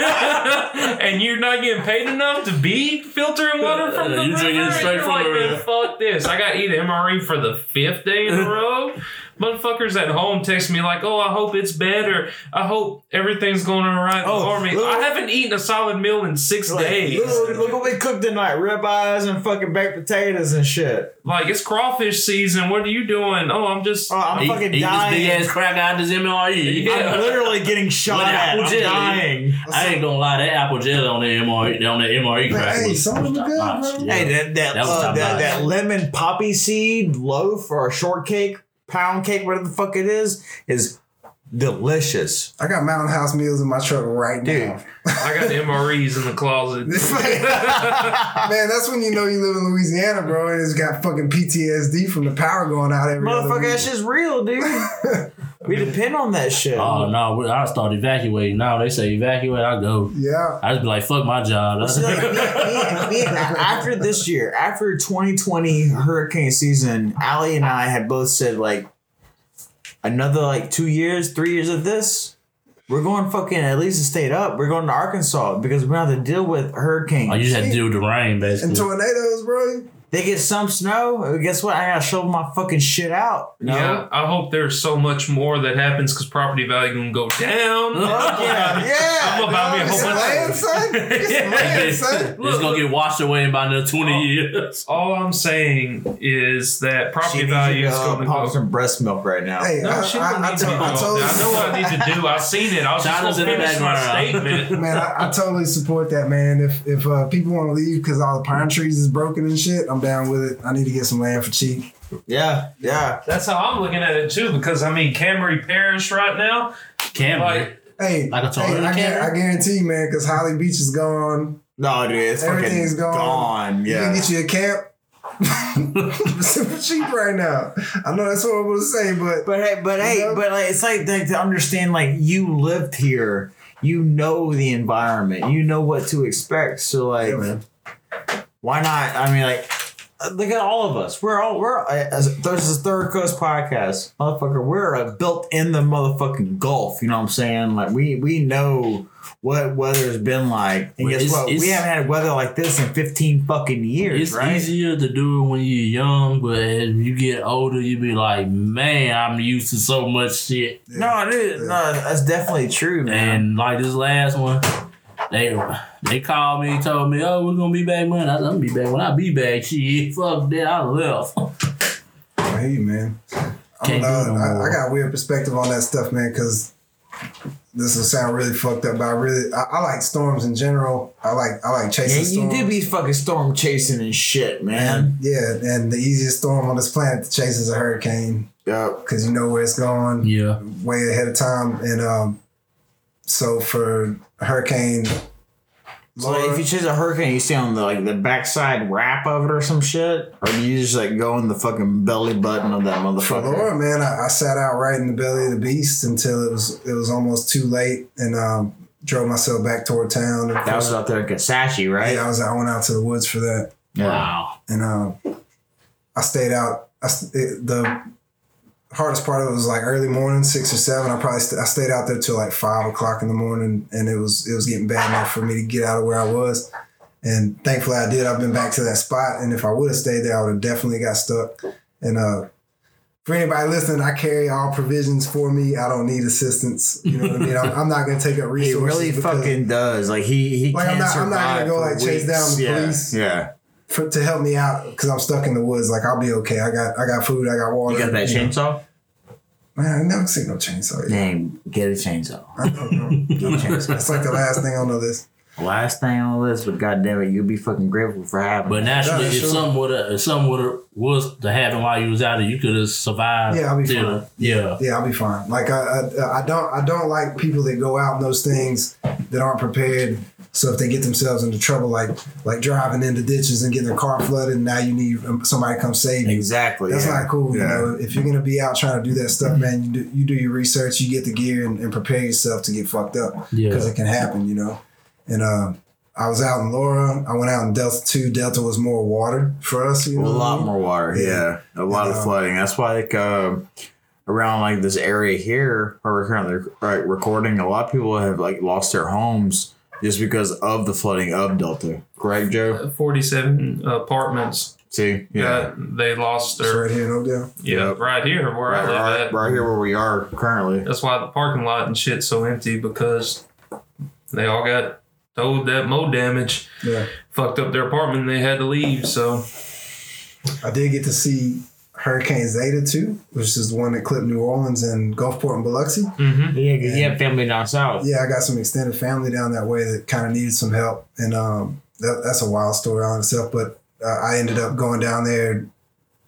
Speaker 2: and you're not getting paid enough to be filtering water from the
Speaker 4: Uh, you
Speaker 2: river,
Speaker 4: drinking
Speaker 2: and
Speaker 4: straight
Speaker 2: you're
Speaker 4: from
Speaker 2: like,
Speaker 4: the
Speaker 2: "Man,
Speaker 4: river."
Speaker 2: Fuck this! I got to eat MRE E for the fifth day in a row. Motherfuckers at home text me like, "Oh, I hope it's better. I hope everything's going all right."
Speaker 3: Oh,
Speaker 2: for me.
Speaker 3: look-
Speaker 2: I haven't eaten a solid meal in six days.
Speaker 3: Look, look what we cooked tonight: ribeyes and fucking baked potatoes and shit.
Speaker 2: Like it's crawfish season. What are you doing? Oh, I'm just.
Speaker 3: Oh, I'm
Speaker 4: Eat,
Speaker 3: fucking
Speaker 4: eat
Speaker 3: dying.
Speaker 4: this big ass crack out this MRE.
Speaker 2: Yeah.
Speaker 3: I'm literally getting shot
Speaker 4: With
Speaker 3: at.
Speaker 4: apple
Speaker 3: I'm
Speaker 4: jelly.
Speaker 3: dying.
Speaker 4: I ain't gonna lie, that apple jelly on the MRE on the
Speaker 1: Man,
Speaker 4: MRE crack
Speaker 1: hey,
Speaker 4: was,
Speaker 1: some of
Speaker 4: was
Speaker 1: them good,
Speaker 4: top notch.
Speaker 1: bro.
Speaker 4: Yeah.
Speaker 3: Hey, that that
Speaker 4: That was
Speaker 3: uh,
Speaker 4: top
Speaker 3: that,
Speaker 4: notch.
Speaker 3: that lemon poppy seed loaf or shortcake, pound cake, whatever the fuck it is, is delicious.
Speaker 1: I got Mountain House meals in my truck right
Speaker 3: Dude.
Speaker 1: now.
Speaker 2: I got the MREs in the closet.
Speaker 1: It's like- man, that's when you know you live in Louisiana, bro, and it's got fucking PTSD from the power going out every other
Speaker 3: Motherfucker,
Speaker 1: week.
Speaker 3: that shit's real, dude. we depend on that shit.
Speaker 4: Oh no, we- I start evacuating. Now they say evacuate, I go.
Speaker 1: Yeah.
Speaker 4: I just be like, fuck my job.
Speaker 3: See, like, me- me- me- after this year, after 2020 hurricane season, Allie and I had both said like another like two years, three years of this, We're going fucking at least to state up. We're going to Arkansas because we don't have to deal with hurricanes.
Speaker 4: Oh, you just had to deal with the rain,
Speaker 1: And
Speaker 4: basically.
Speaker 1: tornadoes, bro.
Speaker 3: they get some snow. Guess what? I gotta shovel my fucking shit out. No?
Speaker 2: Yeah, I hope there's so much more that happens because property value gonna go down.
Speaker 4: Fuck
Speaker 3: Oh, Yeah. yeah
Speaker 2: I'm about to be a whole
Speaker 3: dog.
Speaker 1: It's
Speaker 2: bunch
Speaker 1: land, son. It's land, son. Oh.
Speaker 4: it's gonna get washed away in about another 20 years.
Speaker 2: All I'm saying is that
Speaker 3: She
Speaker 2: property
Speaker 3: needs
Speaker 2: value
Speaker 3: you
Speaker 2: is
Speaker 3: to, uh,
Speaker 2: gonna
Speaker 3: pop
Speaker 2: go.
Speaker 3: some breast milk right now.
Speaker 1: Hey, I,
Speaker 2: No, she don't
Speaker 1: I, I,
Speaker 2: need to
Speaker 1: to-
Speaker 2: be
Speaker 1: I
Speaker 2: involved.
Speaker 1: told
Speaker 2: I know what I need to do. I've seen it. I was
Speaker 4: China's
Speaker 2: just
Speaker 4: in the
Speaker 2: gonna finish my
Speaker 4: background.
Speaker 2: statement.
Speaker 1: Man, I, I totally support that, man. If if uh, people want to leave because all the pine trees is broken and shit, I'm down with it. I need to get some land for cheap.
Speaker 3: Yeah, yeah.
Speaker 2: That's how I'm looking at it too, because I mean Camry Parish right now,
Speaker 4: Cameron.
Speaker 2: like
Speaker 1: Hey,
Speaker 4: Like a
Speaker 1: hey
Speaker 4: tornado
Speaker 1: I, gu-
Speaker 4: cannon?
Speaker 1: I guarantee, man, because Holly Beach is gone.
Speaker 3: No, dude, it's
Speaker 1: Everything's
Speaker 3: fucking
Speaker 1: gone.
Speaker 3: gone.
Speaker 1: You can
Speaker 3: Yeah.
Speaker 1: get you a camp. Super cheap right now. I know that's horrible to say, but
Speaker 3: But hey, but hey,
Speaker 1: You know?
Speaker 3: but like, it's like, like to understand like you lived here, you know the environment, you know what to expect. So like,
Speaker 1: Yeah, man.
Speaker 3: why not? I mean, like, uh, look at all of us. We're all we're uh, as this is Third Coast Podcast, motherfucker. We're uh, built in the motherfucking Gulf. You know what I'm saying? Like we we know what weather's been like, and
Speaker 4: Well,
Speaker 3: guess
Speaker 4: it's-
Speaker 3: what? We
Speaker 4: it's-
Speaker 3: haven't had weather like this in 15 fucking years,
Speaker 4: It's
Speaker 3: right?
Speaker 4: easier to do it when you're young, but as you get older, you be like, man, I'm used to so much shit.
Speaker 3: No, dude, no, that's definitely true, man.
Speaker 4: And like this last one, they they called me, told me, oh, we're gonna be back when I said, I'm gonna be back when I be back. Shit, fuck that, I left.
Speaker 1: hey, man, I'm
Speaker 4: Can't do
Speaker 1: not,
Speaker 4: no
Speaker 1: I,
Speaker 4: more.
Speaker 1: I got a weird perspective on that stuff, man, because this will sound really fucked up, but I really I, I like storms in general. I like I like
Speaker 3: Yeah,
Speaker 1: chasing
Speaker 3: you
Speaker 1: storms.
Speaker 3: did be fucking storm chasing and shit, man.
Speaker 1: yeah, and the easiest storm on this planet to chase is a hurricane
Speaker 3: Yep.
Speaker 1: because you know where it's going.
Speaker 4: Yeah,
Speaker 1: way ahead of time. And um, so for Hurricane
Speaker 3: So like, if you chase a hurricane, you stay on the like the backside wrap of it or some shit, or do you just like go in the fucking belly button of that
Speaker 1: for
Speaker 3: motherfucker?
Speaker 1: Laura, man, I, I sat out right in the belly of the beast until it was it was almost too late, and um, drove myself back toward town. And
Speaker 3: That was out there in Kasashi, right?
Speaker 1: yeah, I was I went out to the woods for that,
Speaker 4: wow.
Speaker 1: and um, I stayed out. I, st- it, the hardest part of it was like early morning, six or seven. I probably st- I stayed out there till like five o'clock in the morning, and it was it was getting bad enough for me to get out of where I was. And thankfully, I did. I've been back to that spot, and if I would have stayed there, I would have definitely got stuck. And uh, for anybody listening, I carry all provisions for me. I don't need assistance. You know what I mean? I'm, I'm not going to take up
Speaker 3: He
Speaker 1: resources.
Speaker 3: really
Speaker 1: because-
Speaker 3: fucking does. Like he he
Speaker 1: Like, I'm
Speaker 3: can't
Speaker 1: not- I'm
Speaker 3: survive
Speaker 1: not gonna go,
Speaker 3: for
Speaker 1: like, chase
Speaker 3: weeks.
Speaker 1: down the
Speaker 3: yeah.
Speaker 1: police.
Speaker 3: Yeah,
Speaker 1: for, to help me out because I'm stuck in the woods. Like I'll be okay. I got I got food. I got water.
Speaker 3: you got that
Speaker 1: You know.
Speaker 3: chainsaw?
Speaker 1: Man, I never seen no chainsaw. Yet.
Speaker 3: Dang, get a chainsaw.
Speaker 1: I don't know.
Speaker 3: Get a chainsaw.
Speaker 1: It's like the last thing on the list.
Speaker 3: Last thing on the list, but goddamn it, you'll be fucking grateful for having. it.
Speaker 4: But naturally,
Speaker 1: Yeah,
Speaker 4: if
Speaker 1: sure.
Speaker 4: something would have, if something would have was to happen while you was out there, you could have survived.
Speaker 1: Yeah, I'll be
Speaker 4: till-
Speaker 1: fine.
Speaker 4: Yeah,
Speaker 1: Yeah, I'll be fine. Like I, I I don't I don't like people that go out in those things that aren't prepared. So if they get themselves into trouble, like like driving into ditches and getting their car flooded, and now you need um, somebody to come save you.
Speaker 3: exactly,
Speaker 1: That's
Speaker 3: yeah.
Speaker 1: not cool.
Speaker 3: Yeah. Mm-hmm.
Speaker 1: You know, if you're gonna be out trying to do that stuff, man, you do you do your research, you get the gear, and, and prepare yourself to get fucked up
Speaker 4: Yeah.
Speaker 1: because it can happen. You know, and uh, I was out in Laura. I went out in Delta Two. Delta was more water for us. You know
Speaker 3: a
Speaker 1: what I
Speaker 3: lot
Speaker 1: mean?
Speaker 3: more water.
Speaker 1: Yeah.
Speaker 3: Yeah, a lot
Speaker 1: Yeah.
Speaker 3: of flooding. That's why like um, around like this area here where we're currently like, recording, a lot of people have like lost their homes just because of the flooding of Delta. Correct, Joe?
Speaker 2: forty-seven apartments.
Speaker 3: See, yeah,
Speaker 2: Yeah, they lost
Speaker 1: It's
Speaker 2: their
Speaker 1: right here in Oakdale.
Speaker 2: yeah
Speaker 3: Yep.
Speaker 2: right here where
Speaker 3: right,
Speaker 2: I live
Speaker 3: right,
Speaker 2: at.
Speaker 3: right here where we are currently.
Speaker 2: That's why the parking lot and shit's so empty because they all got told that mold damage
Speaker 1: Yeah,
Speaker 2: fucked up their apartment. and They had to leave. So
Speaker 1: I did get to see Hurricane Zeta too, which is the one that clipped New Orleans and Gulfport and Biloxi.
Speaker 2: Mhm.
Speaker 3: Yeah,
Speaker 1: 'cause you have
Speaker 3: family down south.
Speaker 1: Yeah, I got some extended family down that way that kind of needed some help, and um, that, that's a wild story on itself. But uh, I ended up going down there,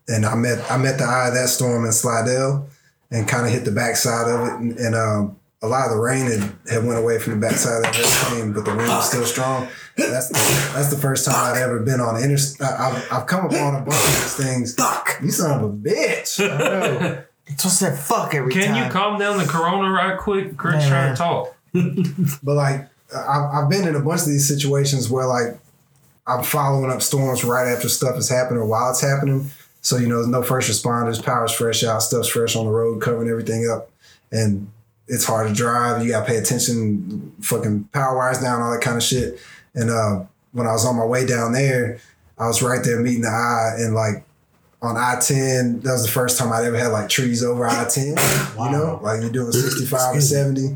Speaker 1: and I met I met the eye of that storm in Slidell, and kind of hit the backside of it, and, and um, a lot of the rain had, had went away from the backside of that hurricane, but the wind was still strong. That's the, that's the first time I've ever been on inter. I- I've, I've come upon a bunch of these things.
Speaker 3: Fuck.
Speaker 1: You son of a bitch. I know.
Speaker 3: It's just that fuck every
Speaker 2: can
Speaker 3: time.
Speaker 2: you calm down the corona right quick? Chris trying to
Speaker 3: Man.
Speaker 2: talk.
Speaker 1: But like, I- I've been in a bunch of these situations where like I'm following up storms right after stuff is happening or while it's happening. So you know, there's no first responders, power's fresh out, stuff's fresh on the road, covering everything up, and it's hard to drive. You got to pay attention. Fucking power wires down, all that kind of shit. And uh, when I was on my way down there, I was right there meeting the eye and like on I ten. That was the first time I'd ever had like trees over I ten. You know, like you're doing sixty five or seventy.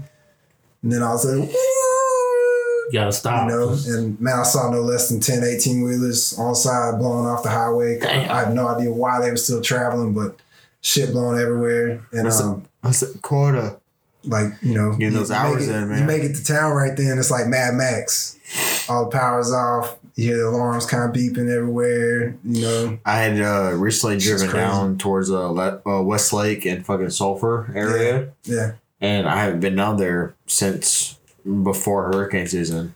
Speaker 1: And then I was like,
Speaker 4: You gotta stop.
Speaker 3: Ah,
Speaker 1: you know, and man, I saw no less than 10, 18 wheelers on side blowing off the highway.
Speaker 4: Damn.
Speaker 1: I have no idea why they were still traveling, but shit blowing everywhere. And
Speaker 3: That's a-
Speaker 1: um,
Speaker 3: I said quarter.
Speaker 1: like, you know,
Speaker 3: Getting those
Speaker 1: you
Speaker 3: hours
Speaker 1: make it,
Speaker 3: in, man.
Speaker 1: You make it to town right then, it's like Mad Max. All the power's off. You hear the alarms kind of beeping everywhere, you know.
Speaker 3: I had uh, recently
Speaker 1: Shit's
Speaker 3: driven
Speaker 1: crazy.
Speaker 3: down towards uh, Le- uh, Westlake and fucking Sulphur area.
Speaker 1: Yeah.
Speaker 3: and I haven't been down there since before hurricane season.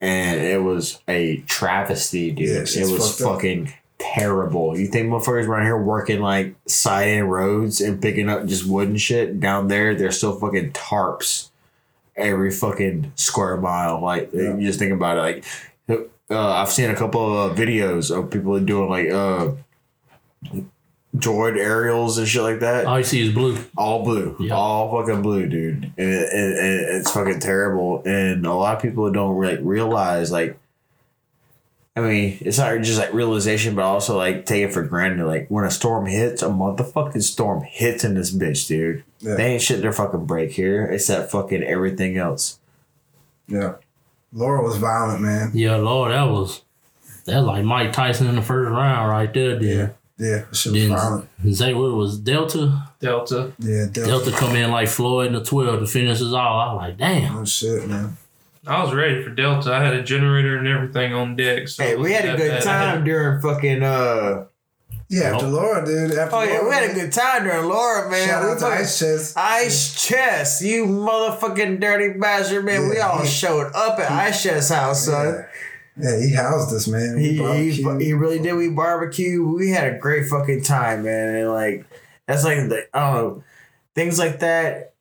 Speaker 3: And it was a travesty, dude.
Speaker 1: Yeah,
Speaker 3: it
Speaker 1: shit's
Speaker 3: was
Speaker 1: fucked up.
Speaker 3: fucking terrible. You think motherfuckers around here working like side end roads and picking up just wood and shit? Down there, there's still fucking tarps every fucking square mile. Like
Speaker 1: Yeah.
Speaker 3: you just think about it. Like uh, I've seen a couple of videos of people doing like uh, droid aerials and shit like
Speaker 1: Uh,
Speaker 3: that
Speaker 4: All you see is blue.
Speaker 3: all blue,
Speaker 4: Yeah.
Speaker 3: all fucking blue, dude, and, it, and, and it's fucking terrible. And a lot of people don't like realize, like, I mean, it's not just like realization, but also like take it for granted. Like when a storm hits, a motherfucking storm hits in this bitch, dude.
Speaker 1: Yeah.
Speaker 3: They ain't shit their fucking break here. It's that fucking everything else.
Speaker 1: Yeah. Laura was violent, man.
Speaker 4: Yeah, Lord, that was that was like Mike Tyson in the first round right there. Then,
Speaker 1: Yeah. She was
Speaker 4: then
Speaker 1: violent.
Speaker 4: Zay Wood was Delta.
Speaker 2: Delta.
Speaker 1: Yeah.
Speaker 4: Delta
Speaker 1: Definitely.
Speaker 4: come in like Floyd in the twelve to finish us all. I was like, damn.
Speaker 1: Oh, shit, man.
Speaker 2: I was ready for Delta. I had a generator and everything on deck. So
Speaker 3: Hey, we had a good time during fucking. uh
Speaker 1: Yeah.
Speaker 4: Nope.
Speaker 1: After Laura, dude. After
Speaker 3: Oh yeah,
Speaker 1: Laura,
Speaker 3: we had a
Speaker 1: man.
Speaker 3: good time during Laura, man.
Speaker 1: Shout
Speaker 3: We
Speaker 1: out to
Speaker 3: fucking-
Speaker 1: Ice Chest.
Speaker 3: Ice Chess, you motherfucking dirty bastard, man. we
Speaker 1: Yeah,
Speaker 3: all
Speaker 1: he-
Speaker 3: showed up at Ice Chess house, son.
Speaker 1: Yeah, he housed us, man. We
Speaker 3: He,
Speaker 1: barbecued.
Speaker 3: he, he really did. We barbecue. We had a great fucking time, man. And like, that's like, the, I don't know, things like that.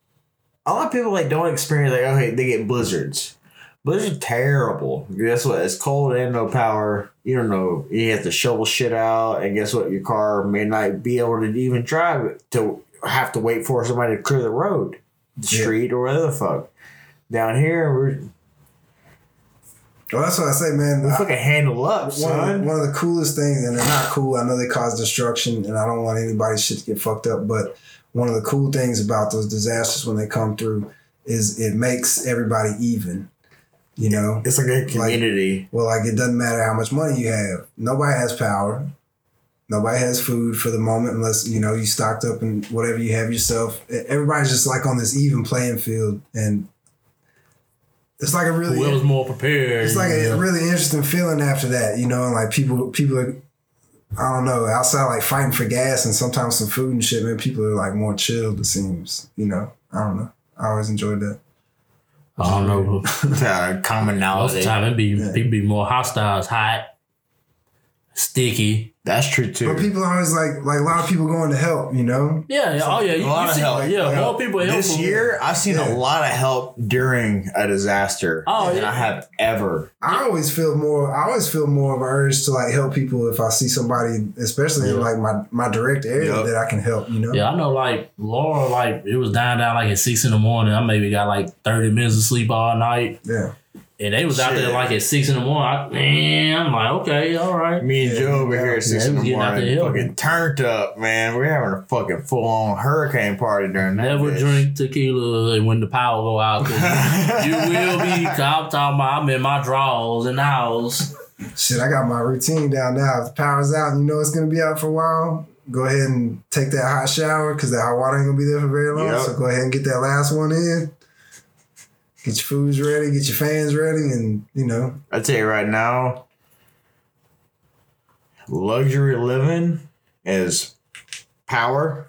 Speaker 3: A lot of people like don't experience like, okay, they get blizzards. Blizzards are terrible. Guess what? It's cold and no power. You don't know. You have to shovel shit out, and guess what? Your car may not be able to even drive it to have to wait for somebody to clear the road, the
Speaker 1: Yeah.
Speaker 3: street, or whatever the fuck. Down here, we're,
Speaker 1: Well, that's what I say, man.
Speaker 3: we
Speaker 1: I-
Speaker 3: fucking handle up,
Speaker 1: one, of the,
Speaker 3: son.
Speaker 1: one of the coolest things, and they're not cool. I know they cause destruction, and I don't want anybody's shit to get fucked up. But one of the cool things about those disasters when they come through is it makes everybody even. You know,
Speaker 3: It's like a community.
Speaker 1: well, like it doesn't matter how much money you have. Nobody has power. Nobody has food for the moment, unless you know you stocked up and whatever you have yourself. E- Everybody's just like on this even playing field, and it's like a really
Speaker 4: Whoever's more prepared.
Speaker 1: it's like
Speaker 4: yeah.
Speaker 1: a really interesting feeling after that, you know, and like people people are I don't know, outside like fighting for gas and sometimes some food and shit, man, people are like more chilled, it seems, you know. I don't know. I always enjoyed that.
Speaker 4: I don't know. but
Speaker 3: uh,
Speaker 4: Most of the
Speaker 3: commonality.
Speaker 4: time, it be
Speaker 1: Yeah.
Speaker 4: people be more hostile. It's hot, sticky.
Speaker 3: That's true too.
Speaker 1: But people are always like like a lot of people going to help, you know?
Speaker 4: Yeah. yeah, oh yeah. You,
Speaker 3: a lot
Speaker 4: you
Speaker 3: of
Speaker 4: see,
Speaker 3: help.
Speaker 4: Yeah.
Speaker 3: Like,
Speaker 4: More people helpful.
Speaker 3: this year, I've seen
Speaker 1: Yeah.
Speaker 3: a lot of help during a disaster
Speaker 4: Oh,
Speaker 3: than
Speaker 4: yeah.
Speaker 3: I have ever.
Speaker 1: I always feel more I always feel more of an urge to like help people if I see somebody, especially in
Speaker 4: Yeah.
Speaker 1: like my, my direct area
Speaker 3: Yup.
Speaker 1: that I can help, you know?
Speaker 4: Yeah, I know. Like Laura, like it was dying down like at six in the morning. I maybe got like thirty minutes of sleep all night,
Speaker 1: Yeah.
Speaker 4: and they was out there
Speaker 3: Shit.
Speaker 4: like at six in the morning. I, man, I'm like, okay, all right.
Speaker 3: Me and
Speaker 1: Yeah.
Speaker 3: Joe over here at six
Speaker 4: Yeah,
Speaker 3: in
Speaker 4: we
Speaker 3: the
Speaker 4: getting out the
Speaker 3: morning,
Speaker 4: hill.
Speaker 3: fucking turned up, man. We're having a fucking full on hurricane party during that.
Speaker 4: Never
Speaker 3: bitch.
Speaker 4: drink tequila when the power go out. 'cause you will be. Cause I'm talking about. I'm in my drawers in the house.
Speaker 1: Shit, I got my routine down now. If the power's out and you know it's gonna be out for a while, go ahead and take that hot shower because that hot water ain't gonna be there for very long.
Speaker 3: Yep.
Speaker 1: So go ahead and get that last one in. Get your foods ready, get your fans ready, and you know,
Speaker 3: I tell you right now, luxury living is power,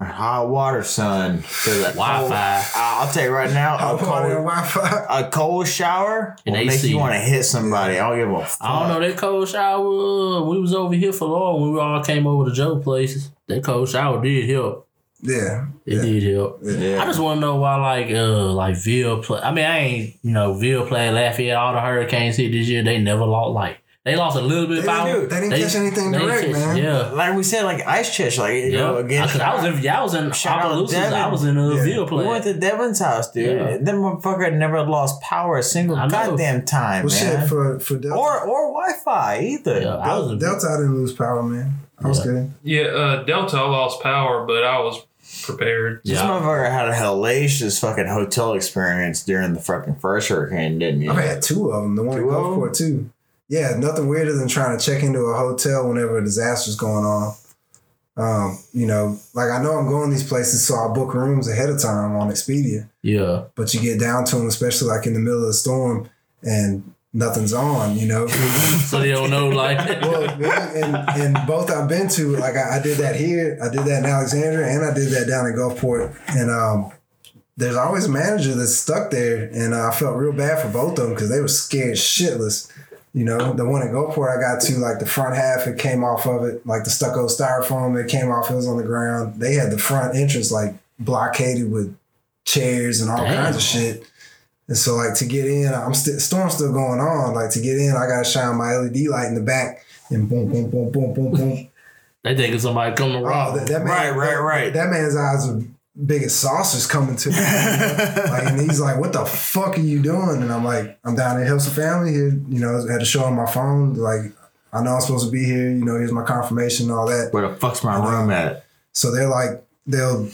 Speaker 3: and hot water, son. 'Cause a cold-
Speaker 4: Wi-Fi.
Speaker 3: I'll tell you right now,
Speaker 1: hot
Speaker 3: a cold-
Speaker 1: water and Wi-Fi.
Speaker 3: a cold shower
Speaker 4: And
Speaker 3: will
Speaker 4: they
Speaker 3: make
Speaker 4: see
Speaker 3: you
Speaker 4: you.
Speaker 3: want to hit somebody. I don't give a fuck.
Speaker 4: I don't know that cold shower. We was over here for long when we all came over to Joe places. That cold shower did help.
Speaker 1: Yeah.
Speaker 4: It
Speaker 1: Yeah.
Speaker 4: did help.
Speaker 3: Yeah.
Speaker 4: I just want to know why, like, uh, like Ville play. I mean, I ain't you know Ville played Lafayette. All the Hurricanes hit this year. They never lost. Like They lost a little bit
Speaker 1: They
Speaker 4: of power.
Speaker 1: didn't, they didn't catch anything
Speaker 4: they
Speaker 1: direct,
Speaker 4: catch-
Speaker 1: man.
Speaker 4: Yeah.
Speaker 3: Like we said, like ice chest, like you know,
Speaker 4: Yeah,
Speaker 3: again.
Speaker 4: I, I was in, yeah, I
Speaker 1: uh,
Speaker 4: was in
Speaker 3: Shout out
Speaker 4: Opelousas.
Speaker 3: Devin.
Speaker 4: I was in a
Speaker 1: Yeah.
Speaker 4: video
Speaker 3: we
Speaker 4: play.
Speaker 3: went to Devin's house, dude.
Speaker 4: Yeah.
Speaker 3: That motherfucker never lost power a single
Speaker 4: I know.
Speaker 3: goddamn time,
Speaker 1: Well,
Speaker 3: man.
Speaker 1: shit for for Delta.
Speaker 3: or or Wi-Fi either.
Speaker 4: Yeah, I was in,
Speaker 1: Delta, I didn't lose power, man. I was
Speaker 4: Yeah.
Speaker 1: kidding.
Speaker 2: Yeah, uh, Delta, I lost power, but I was prepared.
Speaker 3: This
Speaker 4: yeah,
Speaker 3: motherfucker had a hellacious fucking hotel experience during the fucking first hurricane, didn't you?
Speaker 1: I've had two of them. The one
Speaker 3: Two
Speaker 1: in
Speaker 3: of them?
Speaker 1: Gulfport too. Yeah, nothing weirder than trying to check into a hotel whenever a disaster's going on. Um, you know, like I know I'm going these places, so I book rooms ahead of time on Expedia.
Speaker 4: yeah.
Speaker 1: But you get down to them, especially like in the middle of the storm, and nothing's on. You know.
Speaker 4: So they don't know, like,
Speaker 1: well, and, and both I've been to, like I, I did that here, I did that in Alexandria, and I did that down in Gulfport. And um, there's always a manager that's stuck there, and uh, I felt real bad for both of them because they were scared shitless. You know, the one in Gulfport I got to, like the front half, it came off of it, like the stucco styrofoam that came off, it was on the ground. They had the front entrance like blockaded with chairs and all
Speaker 4: Damn.
Speaker 1: kinds of shit. And so, like to get in, I'm still storm's still going on. Like to get in, I gotta shine my LED light in the back, and boom, boom, boom, boom, boom, boom.
Speaker 4: they think it's somebody coming to rob.
Speaker 1: Oh,
Speaker 4: them.
Speaker 1: that, that man,
Speaker 3: Right, right, right.
Speaker 1: That man's eyes are big as saucers coming to me. like, and he's like, "What the fuck are you doing?" And I'm like, "I'm down here helps the family here. You know, had to show him my phone. Like, I know I'm supposed to be here. You know, here's my confirmation, and all that."
Speaker 3: Where the fuck's my room at?
Speaker 1: So they're like, they'll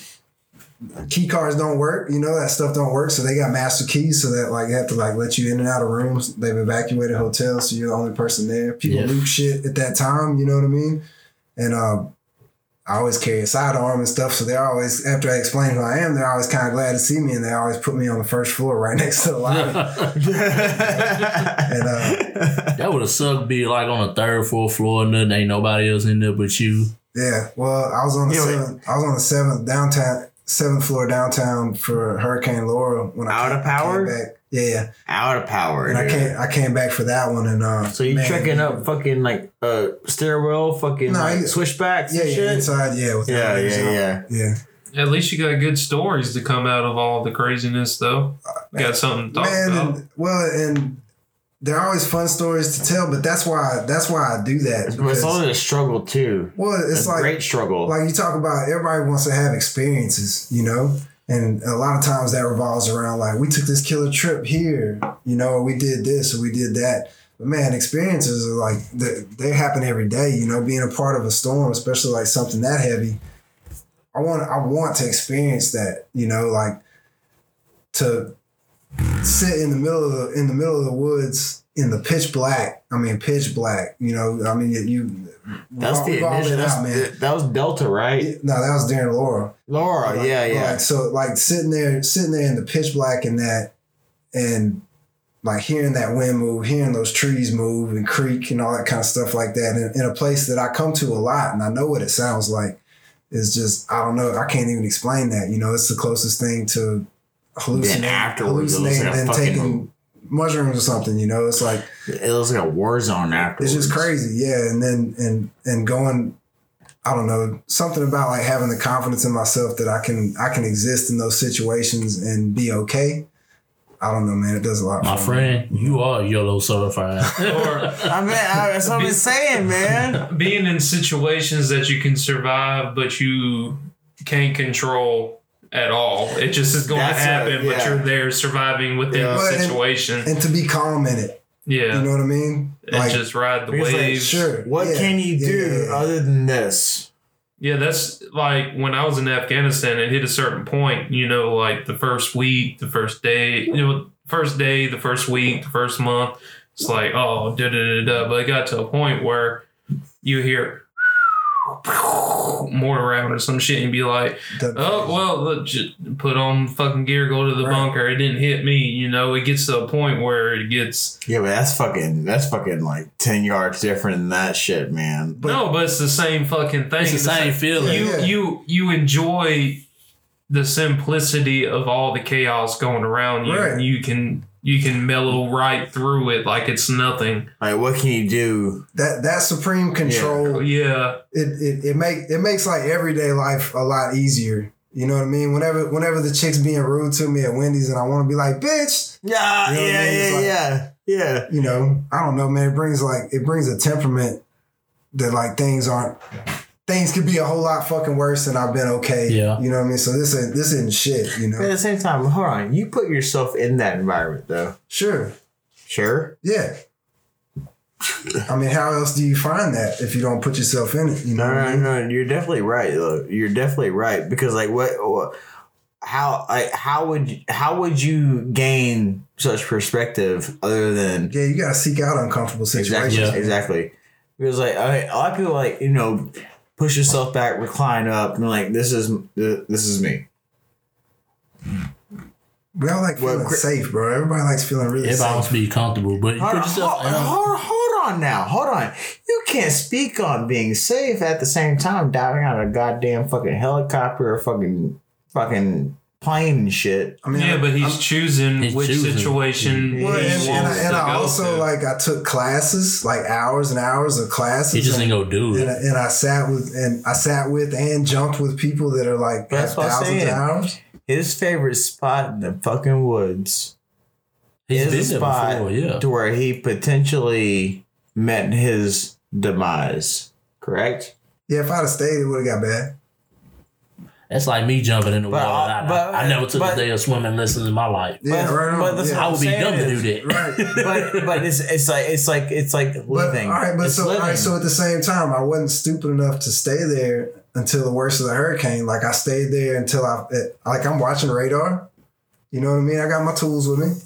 Speaker 1: key cards don't work, you know, that stuff don't work. So they got master keys so that like they have to like let you in and out of rooms. They've evacuated hotels, so you're the only person there. People
Speaker 4: Yeah.
Speaker 1: loot shit at that time, you know what I mean? And um I always carry a sidearm and stuff, so they're always after I explain who I am, they're always kind of glad to see me, and they always put me on the first floor right next to the lobby. and uh,
Speaker 4: That would have sucked. Be like on the third, fourth floor, and nothing. Ain't nobody else in there but you.
Speaker 1: Yeah, well, I was on the
Speaker 3: Yeah, wait.
Speaker 1: seventh, I was on the seventh downtown, seventh floor downtown for Hurricane Laura when I
Speaker 3: Out
Speaker 1: came,
Speaker 3: of power?
Speaker 1: I came back. Yeah, yeah,
Speaker 3: Out of power.
Speaker 1: and I
Speaker 3: dude.
Speaker 1: came I came back for that one and uh.
Speaker 3: So you
Speaker 1: man,
Speaker 3: trekking up fucking like uh stairwell, fucking
Speaker 1: No,
Speaker 3: like,
Speaker 1: you-
Speaker 3: switchbacks
Speaker 1: Yeah,
Speaker 3: and
Speaker 1: yeah,
Speaker 3: shit.
Speaker 1: inside, yeah, with
Speaker 3: Yeah,
Speaker 1: the-
Speaker 3: yeah, yeah.
Speaker 1: yeah.
Speaker 2: At least you got good stories to come out of all the craziness, though.
Speaker 3: Uh,
Speaker 2: You got something to talk
Speaker 1: Man,
Speaker 2: about.
Speaker 1: and, well, and they're always fun stories to tell, but that's why that's why I do that.
Speaker 3: But it's
Speaker 1: because-
Speaker 3: always a struggle too.
Speaker 1: well, it's
Speaker 3: It's a
Speaker 1: like
Speaker 3: great struggle.
Speaker 1: like you talk about everybody wants to have experiences you know and a lot of times that revolves around like we took this killer trip here you know or we did this or we did that but man experiences are like they, they happen every day you know being a part of a storm especially like something that heavy i want i want to experience that you know like to sit in the middle of the in the middle of the woods in the pitch black i mean pitch black you know i mean you, you
Speaker 3: that's the
Speaker 1: we've all
Speaker 3: initial.
Speaker 1: been
Speaker 3: That's,
Speaker 1: out, man.
Speaker 3: That was Delta, right?
Speaker 1: no that was darren laura
Speaker 3: Laura,
Speaker 1: like,
Speaker 3: Oh, yeah, yeah.
Speaker 1: like, so like sitting there, sitting there in the pitch black and that, and like hearing that wind move, hearing those trees move and creak and all that kind of stuff like that, in, in a place that I come to a lot and I know what it sounds like. It's just I don't know. I can't even explain that. You know, it's the closest thing to hallucinating,
Speaker 3: afterwards, it looks
Speaker 1: hallucinating
Speaker 3: like a
Speaker 1: than
Speaker 3: fucking-
Speaker 1: taking mushrooms or something. You know, it's like
Speaker 3: it looks like a war zone afterwards.
Speaker 1: it's just crazy, yeah. And then and and going, I don't know, something about like having the confidence in myself that I can I can exist in those situations and be okay. I don't know, man. It does a lot.
Speaker 4: My
Speaker 1: for me.
Speaker 4: friend, you are YOLO certified.
Speaker 2: or
Speaker 3: I mean, I, that's what I've been saying, man.
Speaker 2: being in situations that you can survive, but you can't control at all. It just is going to
Speaker 3: That's a-
Speaker 2: happen, but
Speaker 3: yeah.
Speaker 2: you're there surviving within
Speaker 3: Yeah.
Speaker 2: the
Speaker 1: Well, and-
Speaker 2: situation.
Speaker 1: And to be calm in it,
Speaker 2: yeah.
Speaker 1: you know what I mean?
Speaker 2: and just ride the
Speaker 3: Because, like,
Speaker 2: waves.
Speaker 1: sure.
Speaker 3: What
Speaker 1: yeah,
Speaker 3: can you
Speaker 1: yeah,
Speaker 3: do Uh,
Speaker 1: yeah, yeah.
Speaker 3: other than this?
Speaker 2: Yeah, that's like when I was in Afghanistan, it hit a certain point, you know, like the first week, the first day, you know, first day, the first week, the first month. It's like, oh, da da da da. But it got to a point where you hear mortar round or some shit and be like,
Speaker 1: The-
Speaker 2: oh, well, look, j- put on fucking gear, go to the
Speaker 1: Right.
Speaker 2: bunker. It didn't hit me. You know, it gets to a point where it gets.
Speaker 3: Yeah, but that's fucking that's fucking like ten yards different than that shit, man.
Speaker 1: But-
Speaker 2: no, but it's the same fucking thing.
Speaker 4: it's the same feeling.
Speaker 2: you
Speaker 1: Yeah.
Speaker 2: you you enjoy the simplicity of all the chaos going around you.
Speaker 1: Right.
Speaker 2: You can you can mellow right through it like it's nothing.
Speaker 3: Like, what can you do?
Speaker 1: that that supreme control.
Speaker 2: Yeah,
Speaker 1: It it it make it makes like everyday life a lot easier. You know what I mean? Whenever whenever the chick's being rude to me at Wendy's and I want to be like, bitch,
Speaker 3: Yeah,
Speaker 1: You know what I
Speaker 3: yeah,
Speaker 1: mean? It's
Speaker 3: yeah,
Speaker 1: like-
Speaker 3: yeah. Yeah.
Speaker 1: you know, I don't know, man. It brings like it brings a temperament that like things aren't things could be a whole lot fucking worse and I've been okay.
Speaker 4: Yeah.
Speaker 1: You know what I mean? So this ain't this isn't shit, you
Speaker 3: But at
Speaker 1: know.
Speaker 3: the same time, hold on. You put yourself in that environment, though.
Speaker 1: Sure.
Speaker 3: Sure.
Speaker 1: Yeah. I mean, how else do you find that if you don't put yourself in it? You know
Speaker 3: No,
Speaker 1: what I
Speaker 3: no,
Speaker 1: mean?
Speaker 3: no. You're definitely right. Though. You're definitely right because, like, what, what how, like, how would you, how would you gain such perspective other than
Speaker 1: Yeah, you gotta seek out uncomfortable situations.
Speaker 3: Exactly.
Speaker 4: Yeah.
Speaker 3: Exactly. Because like I, a lot of people like you know push yourself back, recline up, and like this is this is me.
Speaker 1: We all like
Speaker 3: Well,
Speaker 1: feeling
Speaker 3: cri-
Speaker 1: safe, bro. Everybody likes feeling really
Speaker 4: Everybody wants
Speaker 1: safe.
Speaker 4: to be comfortable, but you
Speaker 3: Hold
Speaker 4: put
Speaker 3: on,
Speaker 4: yourself.
Speaker 3: hold, hold, hold on now, hold on. You can't speak on being safe at the same time diving out of a goddamn fucking helicopter or fucking fucking plane and shit.
Speaker 1: I mean,
Speaker 2: yeah, but he's
Speaker 1: I'm-
Speaker 2: choosing
Speaker 4: He's
Speaker 2: which
Speaker 4: choosing.
Speaker 2: situation
Speaker 1: well,
Speaker 2: he
Speaker 1: and,
Speaker 2: wants
Speaker 1: and I, and
Speaker 2: to
Speaker 1: I
Speaker 2: go
Speaker 1: also
Speaker 2: to.
Speaker 1: like I took classes, like hours and hours of classes.
Speaker 4: He just
Speaker 1: and-
Speaker 4: ain't gonna do
Speaker 1: and I,
Speaker 4: it.
Speaker 1: and I sat with and I sat with and jumped with people that are like
Speaker 3: That's
Speaker 1: have
Speaker 3: what I'm
Speaker 1: thousands of
Speaker 3: saying.
Speaker 1: hours.
Speaker 3: His favorite spot in the fucking woods
Speaker 4: He's
Speaker 3: is a
Speaker 4: been there
Speaker 3: spot
Speaker 4: before. Yeah.
Speaker 3: to where he potentially met his demise. Correct.
Speaker 1: Yeah, if I'd have stayed, it would have got bad.
Speaker 4: That's like me jumping in the
Speaker 3: But,
Speaker 4: water.
Speaker 3: uh,
Speaker 4: I,
Speaker 3: but-
Speaker 4: I never took
Speaker 3: but-
Speaker 4: a day of swimming lessons in my life.
Speaker 1: Yeah,
Speaker 3: But-
Speaker 1: right. on.
Speaker 3: but this-
Speaker 1: yeah.
Speaker 4: I would be
Speaker 3: saying
Speaker 4: dumb to do
Speaker 3: is-
Speaker 4: that.
Speaker 1: right.
Speaker 3: but but it's it's like it's like it's like
Speaker 1: But
Speaker 3: living.
Speaker 1: all right, but
Speaker 3: It's
Speaker 1: so all
Speaker 3: living.
Speaker 1: right, so at the same time, I wasn't stupid enough to stay there until the worst of the hurricane. Like I stayed there until I it, like I'm watching radar. You know what I mean? I got my tools with me.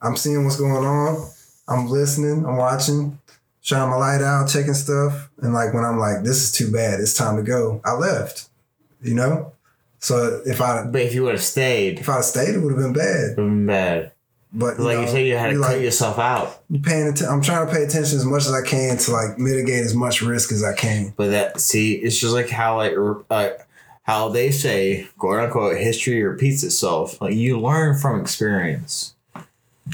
Speaker 1: I'm seeing what's going on. I'm listening. I'm watching. Shine my light out, checking stuff, and like when I'm like, this is too bad. It's time to go. I left. You know. So if I
Speaker 3: but if you would have stayed,
Speaker 1: if I'd have stayed, it would have been bad.
Speaker 3: been bad.
Speaker 1: But you
Speaker 3: Like
Speaker 1: know,
Speaker 3: you said, you had to
Speaker 1: you
Speaker 3: cut
Speaker 1: like-
Speaker 3: yourself out.
Speaker 1: you paying attention. I'm trying to pay attention as much as I can to like mitigate as much risk as I can.
Speaker 3: But that see, it's just like how like r- uh, how they say quote unquote history repeats itself. Like you learn from experience.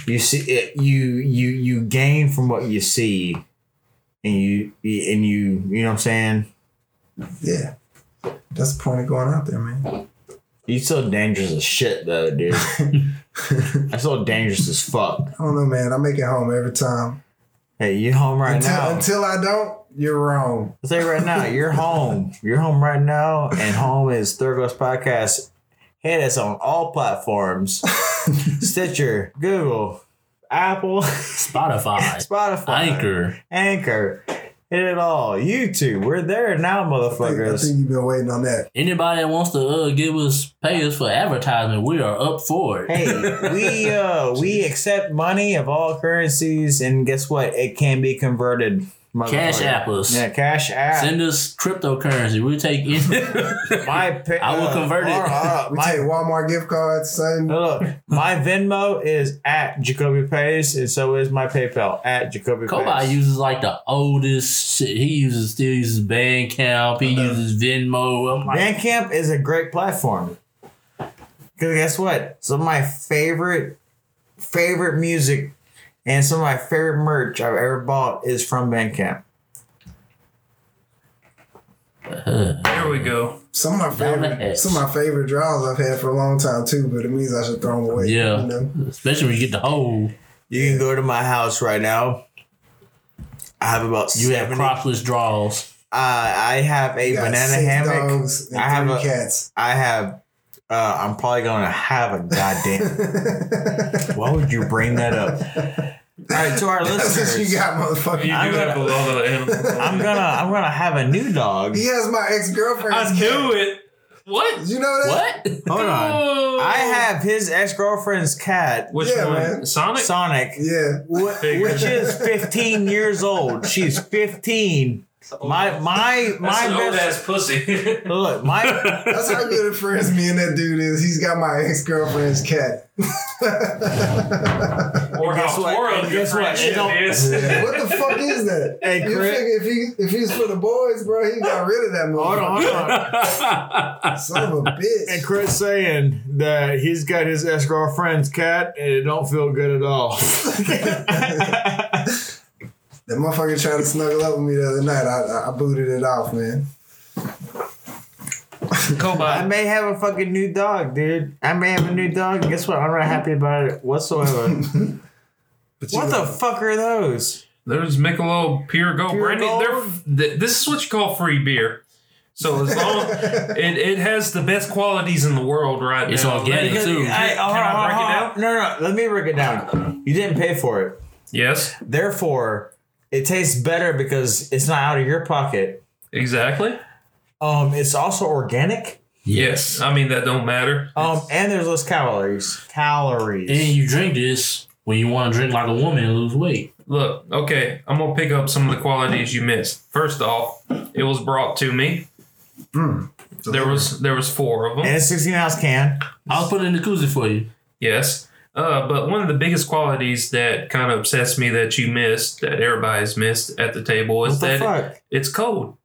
Speaker 3: You see it. You you you gain from what you see, and you you- and you you know what I'm saying.
Speaker 1: Yeah. That's the point of going out there, man.
Speaker 3: You so dangerous as shit though, dude. I'm so dangerous as fuck.
Speaker 1: I don't know, man. I make it home every time.
Speaker 3: Hey, you home right
Speaker 1: until,
Speaker 3: now?
Speaker 1: until I don't, you're wrong.
Speaker 3: I'll tell you right now, you're home. You're home right now, and home is Third Ghost Podcast. Hit us on all platforms Stitcher, Google, Apple,
Speaker 4: Spotify,
Speaker 3: Spotify,
Speaker 4: Anchor.
Speaker 3: Anchor. Hit it all. YouTube. We're there now,
Speaker 1: I think, I
Speaker 3: motherfuckers.
Speaker 1: think you've been waiting on that.
Speaker 4: Anybody that wants to uh, give us pay us for advertisement, we are up for it.
Speaker 3: Hey, we uh we accept money of all currencies, and guess what? It can be converted.
Speaker 4: Cash
Speaker 3: motherfucker.
Speaker 4: app us.
Speaker 3: Yeah, cash app.
Speaker 4: Send us cryptocurrency. We'll take it.
Speaker 3: my pa-
Speaker 4: I will
Speaker 3: uh,
Speaker 4: convert it.
Speaker 3: hold on, hold on.
Speaker 1: We
Speaker 3: My
Speaker 1: take Walmart gift cards, same.
Speaker 3: Look, my Venmo is at Jacoby Pays, and so is my PayPal at Jacoby
Speaker 4: Kobai
Speaker 3: Pays.
Speaker 4: uses like the oldest shit. He uses still uses Bandcamp.
Speaker 3: Uh-huh.
Speaker 4: He uses Venmo. I'm like,
Speaker 3: Bandcamp is a great platform. Because guess what? Some of my favorite, favorite music and some of my favorite merch I've ever bought is from Bandcamp.
Speaker 2: There we go.
Speaker 1: Some of my favorite
Speaker 4: Dumbass.
Speaker 1: some of my favorite draws I've had for a long time too, but it means I should throw them away.
Speaker 4: yeah,
Speaker 1: You know?
Speaker 4: especially when you get the whole
Speaker 3: You can go to my house right now. I have about
Speaker 4: you have
Speaker 3: 70.
Speaker 4: crossless draws.
Speaker 3: I I have a
Speaker 1: You got
Speaker 3: banana
Speaker 1: six
Speaker 3: hammock.
Speaker 1: dogs and
Speaker 3: I have
Speaker 1: three
Speaker 3: a-
Speaker 1: cats.
Speaker 3: I have. Uh, I'm probably gonna have a goddamn. Why would you bring that up? All right, to our
Speaker 1: That's what
Speaker 3: listeners,
Speaker 1: you got, motherfucker.
Speaker 2: You
Speaker 3: I'm
Speaker 2: do have a
Speaker 3: gonna-
Speaker 2: lot of animals.
Speaker 3: I'm gonna I'm gonna have a new dog.
Speaker 1: He has my ex
Speaker 2: I
Speaker 1: girlfriend's cat.
Speaker 2: knew it. What?
Speaker 1: You know that?
Speaker 4: What?
Speaker 3: Hold on,
Speaker 2: Oh.
Speaker 3: I have his ex girlfriend's cat,
Speaker 2: Which
Speaker 1: Yeah,
Speaker 2: one?
Speaker 1: man.
Speaker 2: Sonic?
Speaker 3: Sonic,
Speaker 1: Yeah.
Speaker 3: wh- which is 15 years old. She's 15. My my
Speaker 2: That's
Speaker 3: my
Speaker 2: an old
Speaker 3: best
Speaker 2: ass pussy.
Speaker 3: look my
Speaker 1: That's how good of friends me and that dude is. He's got my ex girlfriend's cat.
Speaker 2: or
Speaker 3: guess
Speaker 2: how
Speaker 3: what?
Speaker 2: moral
Speaker 3: And
Speaker 2: your
Speaker 3: guess what?
Speaker 2: friendship
Speaker 3: It don't-
Speaker 2: is.
Speaker 1: What the fuck is that?
Speaker 3: Hey,
Speaker 1: you
Speaker 3: Chris.
Speaker 1: figure if he if he's for the boys, bro, he got rid of that
Speaker 3: hold on
Speaker 1: motherfucker.
Speaker 3: hold on.
Speaker 1: Son of a
Speaker 3: And
Speaker 1: bitch.
Speaker 3: Chris saying that he's got his ex girlfriend's cat and it don't feel good at all.
Speaker 1: That motherfucker tried to snuggle up with me the other night. I, I, I booted it off, man.
Speaker 3: I may have a fucking new dog, dude. I may have a new dog. Guess what? I'm not happy about it whatsoever.
Speaker 1: But
Speaker 3: What
Speaker 1: you
Speaker 3: the
Speaker 1: know,
Speaker 3: fuck are those?
Speaker 2: There's Michelob Pure Gold.
Speaker 3: Pure
Speaker 2: Brandy,
Speaker 3: Gold?
Speaker 2: They're, th- this is what you call free beer. So as long it, it has the best qualities in the world right
Speaker 4: It's
Speaker 2: now.
Speaker 4: organic.
Speaker 2: That-
Speaker 3: Because-
Speaker 4: too.
Speaker 3: I-
Speaker 2: Can
Speaker 3: oh, hold
Speaker 2: I
Speaker 3: on,
Speaker 2: break it
Speaker 3: hold on.
Speaker 2: down?
Speaker 3: No, no, no. Let me break it down. You didn't pay for it.
Speaker 2: Yes,
Speaker 3: Therefore, it tastes better because it's not out of your pocket.
Speaker 2: exactly.
Speaker 3: Um, it's also organic.
Speaker 2: Yes, I mean that don't matter.
Speaker 3: Um, and there's less calories. Calories.
Speaker 4: And you drink this when you want to drink like a woman and lose weight.
Speaker 2: Look, okay, I'm gonna pick up some of the qualities you missed. First off, it was brought to me.
Speaker 3: Hmm.
Speaker 1: so
Speaker 2: There was there was four of them.
Speaker 3: and a 16 ounce can.
Speaker 4: I'll put it in the koozie for you.
Speaker 2: Yes. Uh, but one of the biggest qualities that kind of upsets me that you missed, that everybody's missed at the table, is
Speaker 3: What the
Speaker 2: that
Speaker 3: fuck?
Speaker 2: it's cold.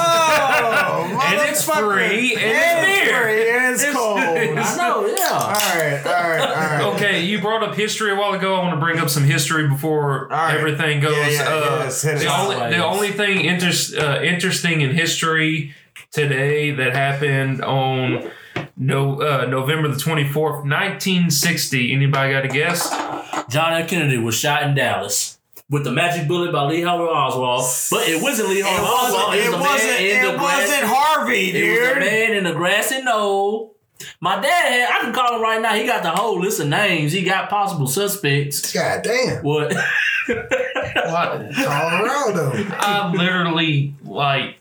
Speaker 3: Oh,
Speaker 2: And it's
Speaker 3: motherfucker.
Speaker 2: free, and
Speaker 3: And
Speaker 2: it's
Speaker 3: it's
Speaker 2: beer.
Speaker 3: free, and it's Uh-huh. cold.
Speaker 4: I know,
Speaker 3: All
Speaker 4: yeah.
Speaker 3: right, all right, all right.
Speaker 2: Okay, you brought up history a while ago. I want to bring up some history before
Speaker 3: All right.
Speaker 2: everything goes.
Speaker 3: Yeah, yeah,
Speaker 2: uh,
Speaker 3: yeah, let's hit it.
Speaker 2: the, only, the only thing inter- uh, interesting in history today that happened on no uh, November the twenty fourth, nineteen sixty. Anybody got a guess?
Speaker 4: John F. Kennedy was shot in Dallas with the magic bullet by Lee Howard Oswald. But it wasn't Lee
Speaker 3: It
Speaker 4: Howard Oswald.
Speaker 3: wasn't,
Speaker 4: It
Speaker 3: it
Speaker 4: was a man
Speaker 3: wasn't,
Speaker 4: in the
Speaker 3: it
Speaker 4: grass-
Speaker 3: wasn't Harvey,
Speaker 4: It was a
Speaker 3: dude.
Speaker 4: man in the grassy knoll. My dad had, I can call him right now. He got the whole list of names. He got possible suspects.
Speaker 1: God damn.
Speaker 4: What?
Speaker 2: What?
Speaker 1: Colorado. Oh,
Speaker 2: I literally like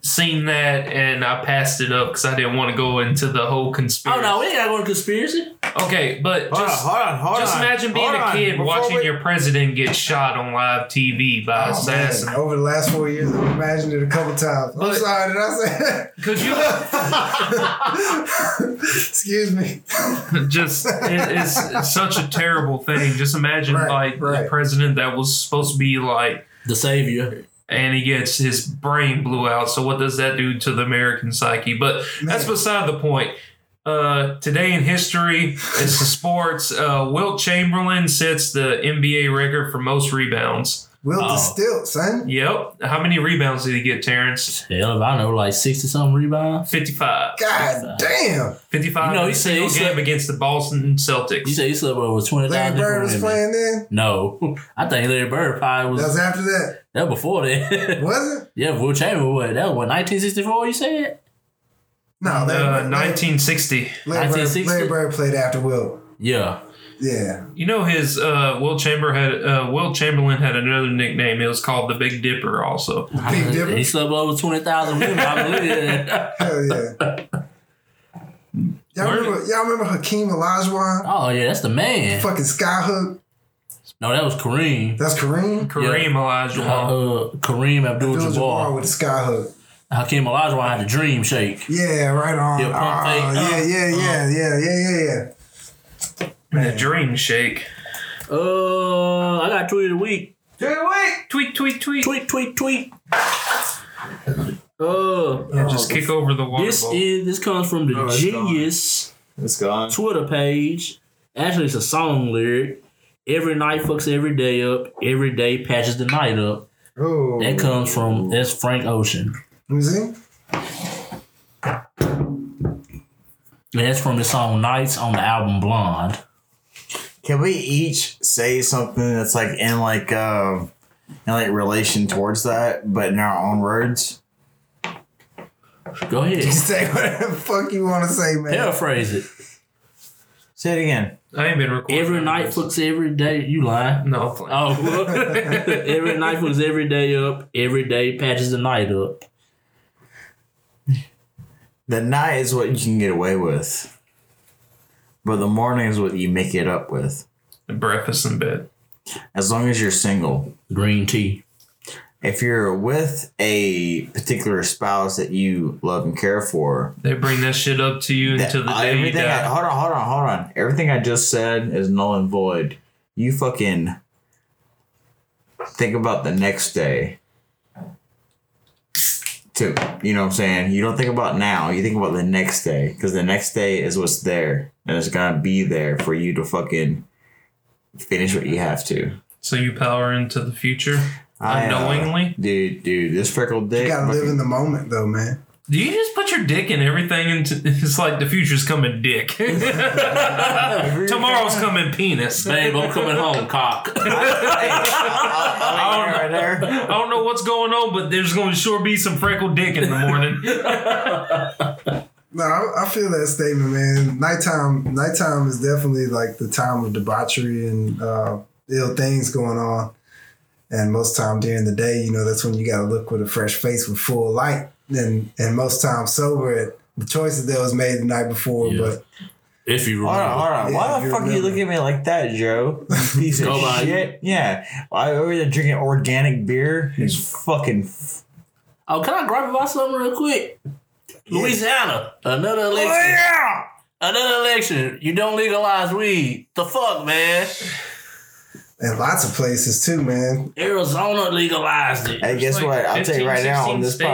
Speaker 2: seen that and I passed it up because I didn't want to go into the whole conspiracy.
Speaker 4: oh no, we ain't got to go to conspiracy.
Speaker 2: Okay, but
Speaker 3: Hold
Speaker 2: just.
Speaker 3: on, hold on, hold
Speaker 2: Just
Speaker 3: on.
Speaker 2: imagine being
Speaker 3: Hold
Speaker 2: a
Speaker 3: on.
Speaker 2: kid
Speaker 3: Before
Speaker 2: watching
Speaker 3: we-
Speaker 2: your president get shot on live TV by
Speaker 1: Oh,
Speaker 2: assassin.
Speaker 1: man. Over the last four years, I've imagined it a couple times. I'm
Speaker 2: But-
Speaker 1: sorry, did I say that?
Speaker 2: Could you
Speaker 1: Excuse me.
Speaker 2: just? It, it's, it's such a terrible thing. Just imagine
Speaker 1: Right,
Speaker 2: like the
Speaker 1: right.
Speaker 2: president that was supposed to be like,
Speaker 4: The savior.
Speaker 2: and he gets his brain blew out. So what does that do to the American psyche? But that's
Speaker 1: Man.
Speaker 2: beside the point. Uh, today in history, it's the sports. Uh, Wilt Chamberlain sets the NBA record for most rebounds.
Speaker 1: Will
Speaker 4: Oh.
Speaker 1: the stilt, son.
Speaker 2: Yep. How many rebounds did he get, Terrence?
Speaker 4: Hell, if I know, like sixty something rebounds.
Speaker 2: 55.
Speaker 1: God damn.
Speaker 2: 55
Speaker 4: You know,
Speaker 2: in
Speaker 4: he
Speaker 2: a
Speaker 4: said-
Speaker 2: single
Speaker 4: he
Speaker 2: game
Speaker 4: said-
Speaker 2: against the Boston Celtics.
Speaker 4: You say he slept with over twenty
Speaker 1: Larry
Speaker 4: thousand
Speaker 1: Bird was
Speaker 4: women.
Speaker 1: playing then?
Speaker 4: No, I think Larry Bird probably
Speaker 1: That
Speaker 4: was
Speaker 1: was after that.
Speaker 4: that was before that.
Speaker 1: Was it?
Speaker 4: yeah, Will Chamberlain. What that was nineteen sixty four? You said
Speaker 1: No, Larry,
Speaker 2: uh,
Speaker 1: Bird-
Speaker 2: 1960.
Speaker 1: Larry, Bird,
Speaker 4: 1960?
Speaker 1: Larry Bird played after Will.
Speaker 4: yeah.
Speaker 1: Yeah.
Speaker 2: You know his uh, Will Chamber had uh, Will Chamberlain had another nickname. It was called the Big Dipper. Also,
Speaker 1: Big
Speaker 4: He
Speaker 1: difference.
Speaker 4: slept with over twenty thousand women. I believe it.
Speaker 1: Hell yeah. Y'all
Speaker 2: Where-
Speaker 1: remember, y'all remember Hakeem Olajuwon?
Speaker 4: Oh yeah, that's the man.
Speaker 1: Fucking Skyhook.
Speaker 4: No, that was Kareem.
Speaker 1: That's Kareem.
Speaker 2: Kareem Olajuwon.
Speaker 4: Uh, Kareem
Speaker 1: Bill Jabbar
Speaker 4: Abdul-Jabbar.
Speaker 1: with the skyhook.
Speaker 4: Hakeem Olajuwon had the dream shake.
Speaker 1: Yeah, right on.
Speaker 4: Yeah, pump
Speaker 1: Ah,
Speaker 4: fake,
Speaker 1: yeah,
Speaker 4: uh,
Speaker 1: yeah, yeah, yeah, yeah, yeah, yeah.
Speaker 2: The Dream Shake.
Speaker 4: Uh, I got tweet of the week.
Speaker 2: Tweet, tweet, tweet,
Speaker 4: Tweet, tweet, tweet. Uh,
Speaker 2: And just kick over the water
Speaker 4: this
Speaker 2: bowl.
Speaker 4: is this comes from the
Speaker 3: Oh, it's
Speaker 4: genius
Speaker 3: It's gone.
Speaker 4: Twitter page. Actually, it's a song lyric. Every night fucks every day up. Every day patches the night up.
Speaker 1: Oh,
Speaker 4: That comes from that's Frank Ocean.
Speaker 1: you see?
Speaker 4: And that's from the song Nights on the album Blonde.
Speaker 3: Can we each say something that's like in like um in like relation towards that, but in our own words?
Speaker 4: Go ahead.
Speaker 1: Say whatever the fuck you want to say, man.
Speaker 4: Paraphrase it.
Speaker 3: Say it again.
Speaker 2: I ain't been recording
Speaker 4: Every night fucks every day. You lying.
Speaker 2: No, I'm playing.
Speaker 4: Oh, well, every night was every day up. Every day patches the night up.
Speaker 3: The night is what you can get away with, but the morning is what you make it up with.
Speaker 2: breakfast in bed.
Speaker 3: As long as you're single.
Speaker 4: Green tea.
Speaker 3: If you're with a particular spouse that you love and care for,
Speaker 2: They bring that shit up to you
Speaker 3: that-
Speaker 2: until the
Speaker 3: uh,
Speaker 2: day you
Speaker 3: everything I,
Speaker 2: die.
Speaker 3: hold on, hold on, hold on. Everything I just said is null and void. You fucking think about the next day. To you know what I'm saying? You don't think about now, you think about the next day. Because the next day is what's there. And it's gonna be there for you to fucking finish what you have to.
Speaker 2: So you power into the future
Speaker 3: I, uh,
Speaker 2: unknowingly.
Speaker 3: Dude, dude, this freckled dick.
Speaker 1: You gotta live
Speaker 3: fucking-
Speaker 1: in the moment, though, man.
Speaker 2: Do you just put your dick in everything? And t- it's like the future's coming dick. Tomorrow's coming penis.
Speaker 4: Babe, I'm coming home, cock.
Speaker 3: I right there.
Speaker 2: I don't know what's going on, but there's going to sure be some freckled dick in the morning.
Speaker 1: No, I, I feel that statement, man. Nighttime, nighttime is definitely like the time of debauchery and uh, ill things going on. And most time during the day, you know, that's when you got to look with a fresh face with full light. And and most times sober, it, the choices that was made the night before.
Speaker 4: Yeah.
Speaker 1: But
Speaker 4: If you
Speaker 3: Hold on,
Speaker 4: remember.
Speaker 3: hold on.
Speaker 1: Yeah,
Speaker 3: Why
Speaker 1: you
Speaker 3: the fuck are you
Speaker 1: remember.
Speaker 3: looking at me like that, Joe? You Piece of
Speaker 4: Nobody.
Speaker 3: shit. Yeah. I over there drinking organic beer. It's fucking. f-
Speaker 4: Oh, can I grab about something real quick? Louisiana, another election.
Speaker 3: Oh, yeah.
Speaker 4: Another election. You don't legalize weed. The fuck, man.
Speaker 1: and lots of places too, man.
Speaker 4: Arizona legalized it.
Speaker 3: Hey, guess
Speaker 2: like
Speaker 3: what? I'll tell
Speaker 2: 15,
Speaker 3: you right now
Speaker 2: 16
Speaker 3: on this
Speaker 2: states.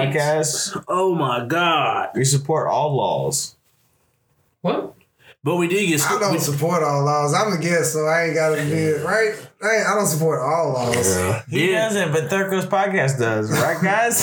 Speaker 3: podcast,
Speaker 4: Oh my god.
Speaker 3: we support all laws.
Speaker 2: What?
Speaker 4: But we did get.
Speaker 1: I don't support all laws. I'm a guest, so I ain't got to be right. I, ain't, I don't support all laws.
Speaker 4: we
Speaker 3: He
Speaker 4: did-
Speaker 3: doesn't, but Thurko's podcast does, right, guys?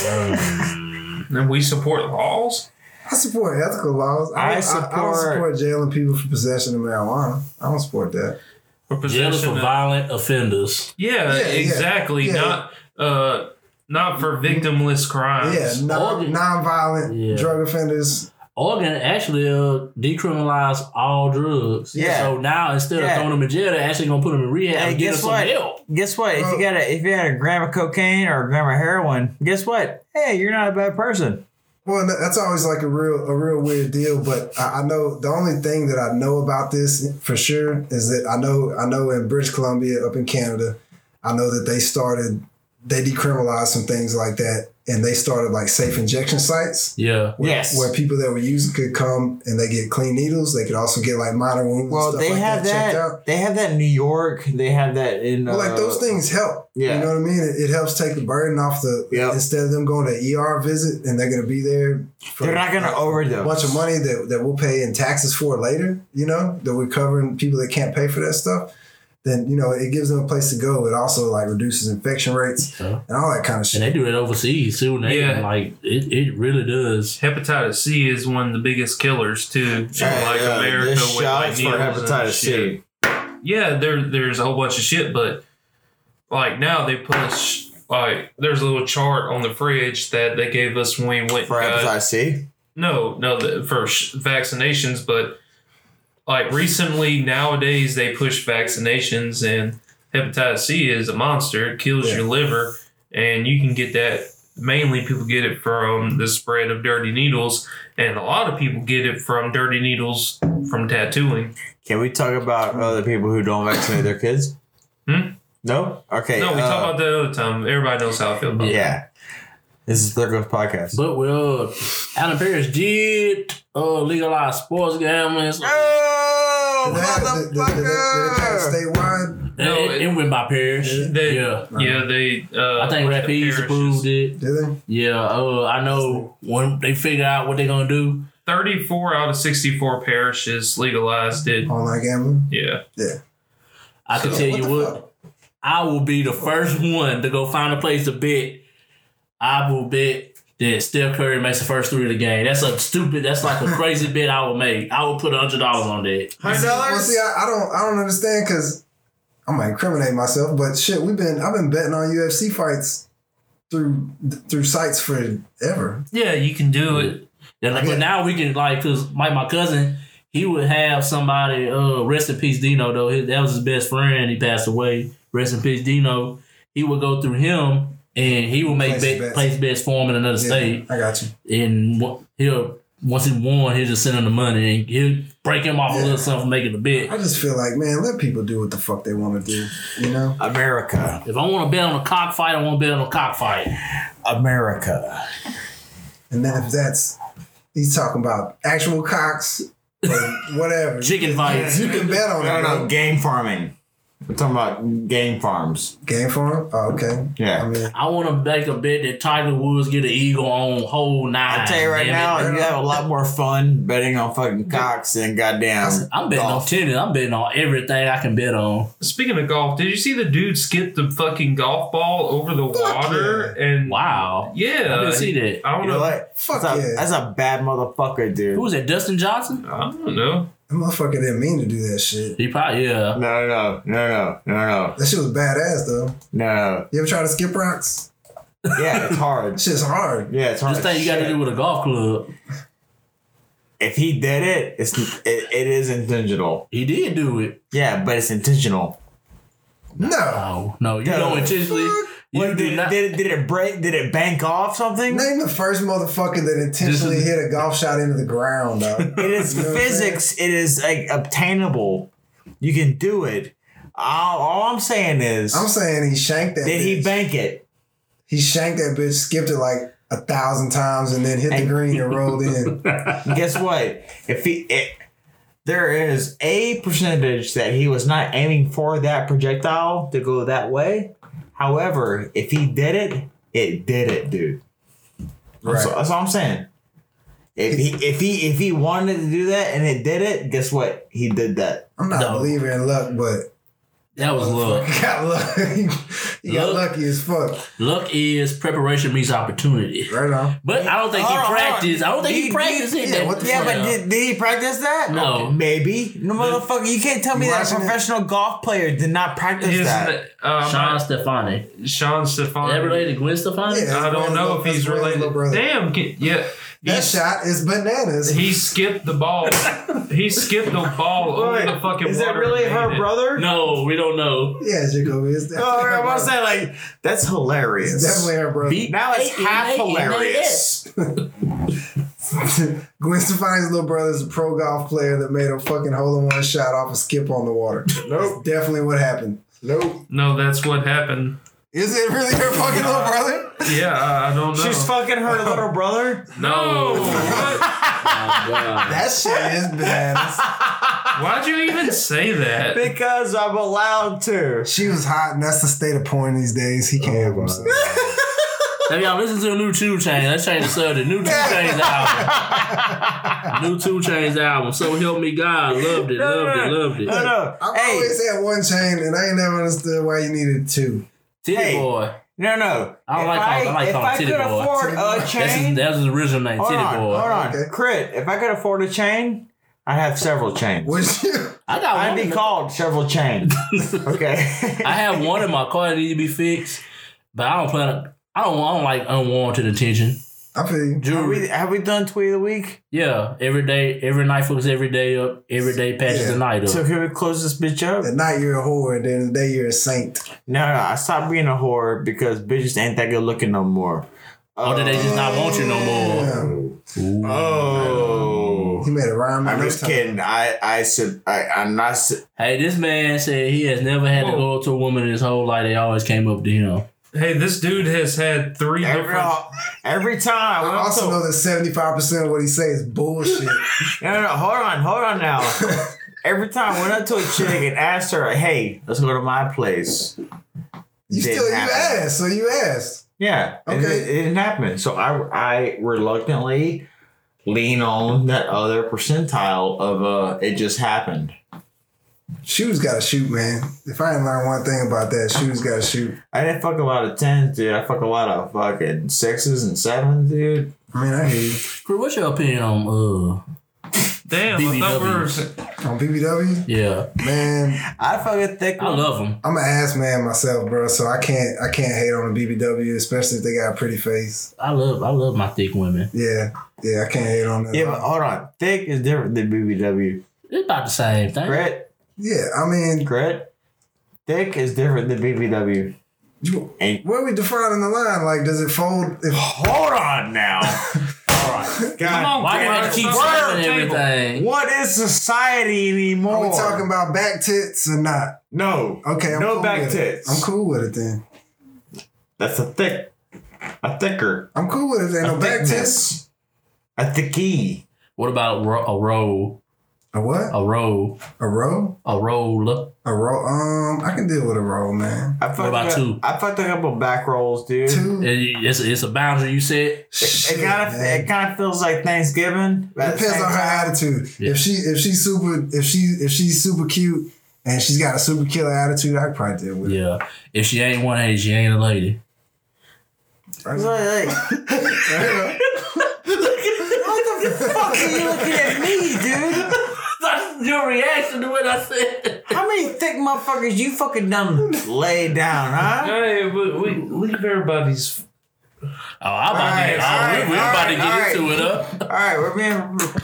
Speaker 2: And we support laws?
Speaker 1: I support ethical laws.
Speaker 3: I
Speaker 1: I, don't- I, I don't
Speaker 3: support-
Speaker 1: support jailing people for possession of marijuana. I don't support that.
Speaker 2: For
Speaker 4: Jailers for
Speaker 2: possession of-
Speaker 4: violent offenders.
Speaker 2: Yeah,
Speaker 1: Yeah, yeah,
Speaker 2: exactly.
Speaker 1: yeah.
Speaker 2: Not uh, not for victimless
Speaker 1: Yeah,
Speaker 2: crimes.
Speaker 1: non
Speaker 4: Organ-
Speaker 1: nonviolent
Speaker 4: Yeah.
Speaker 1: drug offenders.
Speaker 4: Oregon actually uh, decriminalized all drugs.
Speaker 3: Yeah.
Speaker 4: So now instead
Speaker 3: Yeah.
Speaker 4: of throwing them in jail, they're actually gonna put them in rehab
Speaker 3: Hey,
Speaker 4: and get
Speaker 3: guess
Speaker 4: them some
Speaker 3: what?
Speaker 4: help.
Speaker 3: Guess what? If you got a if you had a gram of cocaine or a gram of heroin, guess what? Hey, you're not a bad person.
Speaker 1: Well, and that's always like a real a real weird deal. But I, I know the only thing that I know about this for sure is that I know I know in British Columbia up in Canada, I know that they started they decriminalized some things like that, and they started like safe injection sites.
Speaker 4: Yeah.
Speaker 1: Where,
Speaker 3: Yes.
Speaker 1: where people that were using could come and they get clean needles. They could also get like minor wounds.
Speaker 3: Well,
Speaker 1: and stuff
Speaker 3: they
Speaker 1: like
Speaker 3: have
Speaker 1: that,
Speaker 3: that.
Speaker 1: checked out.
Speaker 3: They have that in New York. They have that in.
Speaker 1: Well, like
Speaker 3: uh,
Speaker 1: those things help.
Speaker 3: yeah.
Speaker 1: You know what I mean? It, it helps take the burden off the
Speaker 3: Yep.
Speaker 1: instead of them going to ER visit and they're gonna be there for
Speaker 3: They're not gonna
Speaker 1: a
Speaker 3: overdose.
Speaker 1: bunch of money that, that we'll pay in taxes for later, you know, that we're covering people that can't pay for that stuff, then you know, it gives them a place to go. It also like reduces infection rates
Speaker 4: Yeah.
Speaker 1: and all that kind of shit.
Speaker 4: And they do that overseas too. and They,
Speaker 2: Yeah.
Speaker 4: Like it, it really does.
Speaker 2: Hepatitis C is one of the biggest killers too. So,
Speaker 3: Hey,
Speaker 2: like
Speaker 3: uh,
Speaker 2: America
Speaker 3: this
Speaker 2: with like
Speaker 3: shots for
Speaker 2: needles and
Speaker 3: hepatitis
Speaker 2: shit.
Speaker 3: C.
Speaker 2: yeah, there there's a whole bunch of shit, but like now they push like there's a little chart on the fridge that they gave us when we went and
Speaker 3: For
Speaker 2: got-
Speaker 3: hepatitis C.
Speaker 2: no no the, for sh- vaccinations, but like recently nowadays they push vaccinations and hepatitis C is a monster. It kills
Speaker 1: Yeah.
Speaker 2: your liver, and you can get that. Mainly, people get it from the spread of dirty needles, and a lot of people get it from dirty needles from tattooing.
Speaker 3: Can we talk about other people who don't vaccinate their kids?
Speaker 2: Hmm?
Speaker 3: No. Okay.
Speaker 2: No, we
Speaker 3: uh,
Speaker 2: talk about that other time. Everybody knows how I feel about that.
Speaker 3: Yeah. This is Third Growth Podcast.
Speaker 4: But well, Alan Parrish did uh, legalize sports gambling. So
Speaker 3: oh,
Speaker 1: Did they have- did- did- did- did it have
Speaker 3: motherfucker!
Speaker 1: statewide?
Speaker 4: it, it, it went by Parrish.
Speaker 1: Did
Speaker 2: They,
Speaker 4: yeah.
Speaker 2: yeah, they. Uh,
Speaker 4: I think Rapids
Speaker 2: the
Speaker 4: approved it.
Speaker 1: Did they?
Speaker 4: Yeah, uh, I know when they figure out what they're gonna do.
Speaker 2: Thirty-four out of sixty-four parishes legalized it.
Speaker 1: Online gambling?
Speaker 2: Yeah,
Speaker 4: I can
Speaker 2: So,
Speaker 4: tell
Speaker 1: What
Speaker 4: you
Speaker 1: the
Speaker 4: what,
Speaker 1: fuck?
Speaker 4: I will be the first one to go find a place to bet. I will bet that Steph Curry makes the first three of the game. That's a stupid. That's like a crazy bet I would make. I would put hundred dollars on that.
Speaker 3: Hundred
Speaker 1: Well, see,
Speaker 3: dollars.
Speaker 1: I, I don't, I don't understand because I might incriminate myself, but shit, we've been, I've been betting on UFC fights through through sites forever.
Speaker 2: yeah, you can do it.
Speaker 4: Then, like,
Speaker 1: Yeah.
Speaker 4: But now we can like, cause like my cousin, he would have somebody. Uh, rest in peace, Dino. Though his, that was his best friend. He passed away. Rest in peace, Dino. He would go through him, and he would make
Speaker 1: Place
Speaker 4: bet,
Speaker 1: bets.
Speaker 4: place bets for him in another
Speaker 1: Yeah,
Speaker 4: state.
Speaker 1: I got you.
Speaker 4: And wha- he'll once he won, he'll just send him the money, and he'll break him off a
Speaker 1: Yeah.
Speaker 4: little something for making the bet.
Speaker 1: I just feel like, man, let people do what the fuck they want to do. You know,
Speaker 3: America.
Speaker 4: If I want to bet on a cockfight, I want to bet on a cockfight.
Speaker 3: America.
Speaker 1: and then if that's he's talking about actual cocks or whatever,
Speaker 4: Chicken fights.
Speaker 1: you can bet on
Speaker 3: No,
Speaker 1: it.
Speaker 3: no,
Speaker 1: bro.
Speaker 3: game farming. We're talking about game farms.
Speaker 1: Game farm? Oh, okay.
Speaker 3: Yeah.
Speaker 1: I mean,
Speaker 4: I want to make a bet that Tiger Woods get an eagle on hole nine.
Speaker 3: I tell you right
Speaker 4: damn it.
Speaker 3: now,
Speaker 1: it.
Speaker 3: you have a lot more fun betting on fucking cocks than goddamn.
Speaker 4: I'm betting on
Speaker 3: golf.
Speaker 4: tennis. I'm betting on everything I can bet on.
Speaker 2: Speaking of golf, did you see the dude skip the fucking golf ball over the water? And
Speaker 4: Wow.
Speaker 2: yeah,
Speaker 4: I didn't see that.
Speaker 2: I don't
Speaker 3: You know
Speaker 2: know.
Speaker 3: what?
Speaker 1: Fuck
Speaker 3: that's,
Speaker 1: yeah.
Speaker 3: a, that's a bad motherfucker, dude.
Speaker 4: Who was that? Dustin Johnson?
Speaker 2: I don't know.
Speaker 1: that motherfucker didn't mean to do that shit.
Speaker 4: He probably yeah.
Speaker 3: No, no, no, no, no, no,
Speaker 1: That shit was badass though.
Speaker 3: no,
Speaker 1: You ever try to skip rocks?
Speaker 3: no. Yeah, it's hard.
Speaker 1: That shit's hard.
Speaker 3: Yeah, it's hard.
Speaker 4: This thing you got to
Speaker 3: Shit.
Speaker 4: do with a golf club.
Speaker 3: If he did it, it's it, it is intentional.
Speaker 4: He did do it.
Speaker 3: Yeah, but it's intentional.
Speaker 1: No.
Speaker 4: Oh no, you
Speaker 3: Yeah.
Speaker 4: don't intentionally.
Speaker 1: Fuck.
Speaker 4: You
Speaker 3: What,
Speaker 4: do
Speaker 3: did,
Speaker 4: not.
Speaker 3: did, it, did it break? Did it bank off something?
Speaker 1: Name the first motherfucker that intentionally hit a golf shot into the ground, dog.
Speaker 3: It is
Speaker 1: You know what I'm
Speaker 3: physics. It is like obtainable. You can do it. All, all I'm saying is,
Speaker 1: I'm saying he shanked that.
Speaker 3: did he
Speaker 1: bitch.
Speaker 3: bank it?
Speaker 1: He shanked that bitch, skipped it like a thousand times, and then hit the
Speaker 3: And-
Speaker 1: green and rolled in.
Speaker 3: And guess what? If he, it, there is a percentage that he was not aiming for that projectile to go that way. However, if he did it, it did it, dude.
Speaker 1: Right.
Speaker 3: So, that's all I'm saying. If he, if he, if he wanted to do that and it did it, guess what? He did that.
Speaker 1: I'm not
Speaker 4: No.
Speaker 1: a believer in luck, but
Speaker 4: That was luck.
Speaker 1: you got luck. you got
Speaker 4: Luck.
Speaker 1: lucky as fuck.
Speaker 4: Luck is preparation meets opportunity.
Speaker 1: Right on.
Speaker 4: But I don't think
Speaker 3: Hold on, hold
Speaker 4: he
Speaker 3: on.
Speaker 4: practiced. I don't think he
Speaker 3: Did-
Speaker 4: practiced
Speaker 3: did-
Speaker 4: it.
Speaker 1: yeah,
Speaker 4: that-
Speaker 1: what the
Speaker 3: Yeah,
Speaker 1: fuck?
Speaker 3: but did, did he practice that?
Speaker 4: No.
Speaker 3: Maybe. No, motherfucker, you can't tell me that a
Speaker 1: Watching it.
Speaker 3: professional golf player did not practice
Speaker 2: His,
Speaker 3: that.
Speaker 2: um,
Speaker 4: Sean Stefani.
Speaker 2: Sean Stefani.
Speaker 4: Is that related to Gwen Stefani?
Speaker 1: Yeah.
Speaker 2: I don't know if
Speaker 1: That's
Speaker 2: he's
Speaker 1: Ray's little
Speaker 2: related.
Speaker 1: brother.
Speaker 2: Damn, can, yeah,
Speaker 1: That
Speaker 2: he's-
Speaker 1: shot is bananas.
Speaker 2: He skipped the ball. he skipped the ball over the fucking
Speaker 3: Is
Speaker 2: water.
Speaker 3: that really
Speaker 2: and made
Speaker 3: her
Speaker 2: it.
Speaker 3: brother?
Speaker 4: No, we don't know.
Speaker 1: yeah, Jacoby, it's
Speaker 3: Oh,
Speaker 1: definitely,
Speaker 3: I
Speaker 1: her
Speaker 3: was
Speaker 1: brother.
Speaker 3: saying like that's hilarious.
Speaker 1: It's definitely her brother.
Speaker 4: Beat-
Speaker 3: Now it's
Speaker 4: Hey,
Speaker 3: half
Speaker 4: hey, hey,
Speaker 3: hilarious.
Speaker 1: Gwen Stefani's little brother is a pro golf player that made a fucking hole in one shot off a skip on the water. Nope. definitely what happened. Nope.
Speaker 2: No, that's what happened.
Speaker 1: Is it really her fucking little brother?
Speaker 2: Yeah, I, I don't know.
Speaker 3: She's fucking her little brother.
Speaker 2: no. What?
Speaker 1: That shit is bananas.
Speaker 2: Why'd you even say that?
Speaker 3: Because I'm allowed to.
Speaker 1: She was hot, and that's the state of porn these days. He can't help himself.
Speaker 4: Have y'all listened to the new Two Chain? Let's change the subject. New Two Chains album. new Two Chains album. So help me God. Loved it. Loved it. Loved
Speaker 3: No,
Speaker 4: it.
Speaker 3: no.
Speaker 1: I've
Speaker 3: hey,
Speaker 1: always had one chain, and I ain't never understood why you needed two.
Speaker 4: Titty
Speaker 3: Hey.
Speaker 4: boy.
Speaker 3: no, no.
Speaker 4: I don't
Speaker 3: If
Speaker 4: like calling- I like
Speaker 3: if
Speaker 4: calling
Speaker 3: I
Speaker 4: titty
Speaker 3: could
Speaker 4: boy.
Speaker 3: afford
Speaker 1: Titty boy.
Speaker 3: a
Speaker 4: That's his,
Speaker 3: chain,
Speaker 4: that was his original name.
Speaker 3: hold
Speaker 4: Titty
Speaker 3: on,
Speaker 4: boy.
Speaker 3: hold on,
Speaker 1: Okay.
Speaker 3: crit. If I could afford a chain, I'd have several chains.
Speaker 1: Would you?
Speaker 4: I got
Speaker 3: I'd
Speaker 4: one.
Speaker 3: be
Speaker 4: in-
Speaker 3: called several chains. okay.
Speaker 4: I have one in my car that needs to be fixed, but I don't plan. on- I don't. I don't like unwarranted attention.
Speaker 1: I feel you.
Speaker 3: Have
Speaker 4: Jewelry.
Speaker 3: we, have we done tweet of the week?
Speaker 4: Yeah, every day, every night fucks every day up. Every day patches
Speaker 1: Yeah.
Speaker 4: the night up.
Speaker 3: So can we close this bitch up?
Speaker 1: At night you're a whore, and then the day you're a saint.
Speaker 3: No, no, I stopped being a whore because bitches ain't that good looking no more. Um,
Speaker 4: or Oh, did they just not want you no more?
Speaker 1: Damn.
Speaker 3: Oh,
Speaker 1: He made a rhyme.
Speaker 3: I'm
Speaker 1: no
Speaker 3: just
Speaker 1: time.
Speaker 3: kidding. I, I said, I, I'm not. s-
Speaker 4: Hey, this man said he has never had to
Speaker 2: Whoa.
Speaker 4: go up to a woman in his whole life. They always came up to him.
Speaker 2: Hey, this dude has had three
Speaker 3: Every,
Speaker 2: different.
Speaker 3: every time I
Speaker 1: I
Speaker 3: went up to,
Speaker 1: also know that 75% of what he says is bullshit.
Speaker 3: no, no, no, hold on, hold on now. every time I went up to a chick and asked her, "Hey, let's go to my place."
Speaker 1: You
Speaker 3: Didn't
Speaker 1: still, you
Speaker 3: happen.
Speaker 1: asked, so you asked.
Speaker 3: Yeah, and
Speaker 1: Okay.
Speaker 3: it, it didn't happen. So I, I reluctantly lean on that other percentile of uh, it just happened.
Speaker 1: Shoes gotta shoot, man. If I ain't learned one thing about that, shoes gotta shoot.
Speaker 3: I didn't fuck a lot of tens, dude. I fuck a lot of fucking sixes and sevens, dude.
Speaker 1: I mean, I hear you.
Speaker 4: Chris, What's your opinion on uh?
Speaker 2: Damn, I thought we were.
Speaker 1: On BBW,
Speaker 4: Yeah,
Speaker 1: man,
Speaker 3: I fuck a thick
Speaker 4: I
Speaker 3: one.
Speaker 4: love him.
Speaker 1: I'm an ass man myself, bro. So I can't, I can't hate on a BBW, especially if they got a pretty face.
Speaker 4: I love, I love my thick women.
Speaker 1: Yeah, yeah, I can't hate on that.
Speaker 3: Yeah, but hold on. Thick is different than BBW.
Speaker 4: It's about the same thing.
Speaker 3: Grit,
Speaker 1: yeah, I mean,
Speaker 3: grit. Thick is different than BBW.
Speaker 1: you-
Speaker 3: And
Speaker 1: where we defining the line? Like, does it fold? If,
Speaker 3: hold on now. All right. God,
Speaker 2: Come on,
Speaker 4: Why do you have to
Speaker 2: Chris,
Speaker 4: keep
Speaker 2: stop
Speaker 4: slapping
Speaker 2: slapping the table.
Speaker 4: everything?
Speaker 3: What is society anymore?
Speaker 1: are we talking about back tits or not?
Speaker 3: no.
Speaker 1: Okay, I'm
Speaker 3: no
Speaker 1: cool
Speaker 3: back
Speaker 1: with
Speaker 3: tits.
Speaker 1: It. I'm cool with it then.
Speaker 3: That's a thick, a thicker,
Speaker 1: I'm cool with it. Ain't
Speaker 3: a
Speaker 1: no back tits.
Speaker 3: thickness, a thickie.
Speaker 4: What about ro- a roll?
Speaker 1: A what?
Speaker 4: A roll.
Speaker 1: A roll?
Speaker 4: A roll.
Speaker 1: A roll? Um, I can deal with a roll, man.
Speaker 3: I fucked
Speaker 4: about
Speaker 3: up,
Speaker 4: two?
Speaker 3: I fucked a couple back rolls, dude.
Speaker 1: Two.
Speaker 4: It- It's, it's a boundary, you said?
Speaker 3: It
Speaker 1: Shit,
Speaker 3: kind of
Speaker 1: man.
Speaker 3: it kind of feels like Thanksgiving. but at the
Speaker 1: Depends
Speaker 3: same
Speaker 1: on her
Speaker 3: time-
Speaker 1: attitude.
Speaker 4: Yeah.
Speaker 1: If she if she's super if she if she's super cute and she's got a super killer attitude, I could probably deal with it.
Speaker 4: Yeah. If she ain't 180, she ain't a lady.
Speaker 1: Right?
Speaker 3: It's like- like, what the fuck are you looking at me, dude?
Speaker 4: That's your reaction to what I said.
Speaker 3: How many thick motherfuckers you fucking done laid down, huh?
Speaker 2: Hey, we, we leave everybody's.
Speaker 4: Oh, I'm about to get,
Speaker 3: All right,
Speaker 4: oh, we- we
Speaker 3: all
Speaker 4: about
Speaker 3: right,
Speaker 4: to
Speaker 3: all
Speaker 4: get
Speaker 3: right.
Speaker 4: into it up.
Speaker 3: All right, we're being.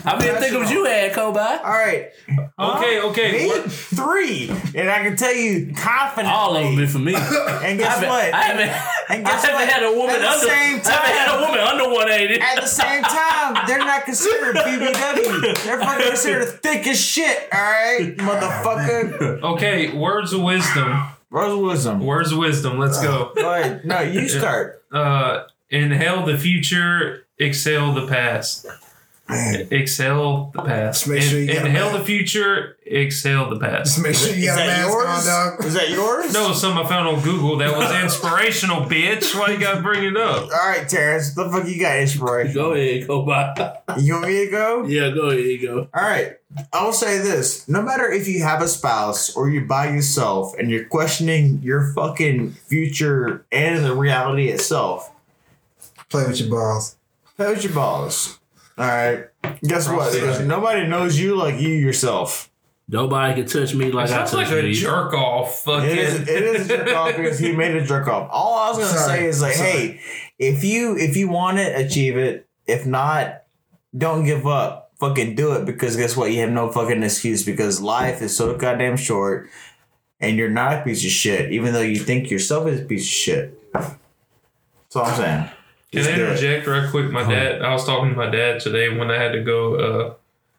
Speaker 4: I mean, think of what you had, Kobe.
Speaker 3: All right,
Speaker 2: Okay, okay.
Speaker 3: me
Speaker 2: we're-
Speaker 3: three, and I can tell you confidently.
Speaker 4: All of them been for me.
Speaker 3: And
Speaker 4: I
Speaker 3: guess
Speaker 4: haven't,
Speaker 3: what?
Speaker 4: I haven't,
Speaker 3: And
Speaker 4: I
Speaker 3: guess
Speaker 4: haven't
Speaker 3: what?
Speaker 4: had a woman
Speaker 3: At the
Speaker 4: under.
Speaker 3: same
Speaker 4: I haven't had
Speaker 3: time-
Speaker 4: a woman under 180.
Speaker 3: At the same time, they're not considered BBW. They're fucking considered thick as shit. All right,
Speaker 1: Ah,
Speaker 3: motherfucker.
Speaker 2: Okay, words of wisdom.
Speaker 3: Rose Wilson.
Speaker 2: Words of wisdom. Let's go.
Speaker 3: Go ahead. No, you start.
Speaker 2: Uh, inhale the future. Exhale the past.
Speaker 1: Man,
Speaker 2: Exhale the past.
Speaker 1: Just make sure
Speaker 2: In-
Speaker 1: you got
Speaker 2: inhale
Speaker 1: that.
Speaker 2: the future. Exhale the past.
Speaker 1: just make sure you
Speaker 3: Is
Speaker 1: got a
Speaker 3: that
Speaker 1: mask
Speaker 3: yours?
Speaker 1: on, dog.
Speaker 3: Is that yours?
Speaker 2: No, some I found on Google that was inspirational, bitch. Why you gotta bring it up?
Speaker 3: All right, Terrence. The fuck you got inspiration?
Speaker 4: Go ahead, Kobe.
Speaker 3: You want me to go?
Speaker 4: Yeah, go ahead, go.
Speaker 3: All right. I will say this: no matter if you have a spouse or you're by yourself and you're questioning your fucking future and the reality itself,
Speaker 1: Play with your balls.
Speaker 3: Poach your balls. All right. Guess what?
Speaker 2: Cross it.
Speaker 3: There's- Nobody knows you like you yourself.
Speaker 4: Nobody can touch me like
Speaker 2: It
Speaker 4: I
Speaker 2: sounds
Speaker 4: touch
Speaker 2: like a
Speaker 4: me.
Speaker 2: jerk off. Fucking.
Speaker 3: It is, it is a jerk off because he made a jerk off. All I was gonna
Speaker 1: Sorry.
Speaker 3: say is like,
Speaker 1: Sorry.
Speaker 3: hey, if you if you want it, achieve it. If not, don't give up. Fucking do it because guess what? You have no fucking excuse because life is so goddamn short, and you're not a piece of shit, even though you think yourself is a piece of shit. That's all I'm saying.
Speaker 2: Can
Speaker 3: Just
Speaker 2: I
Speaker 3: do it.
Speaker 2: interject right quick? My dad, I was talking to my dad today when I had to go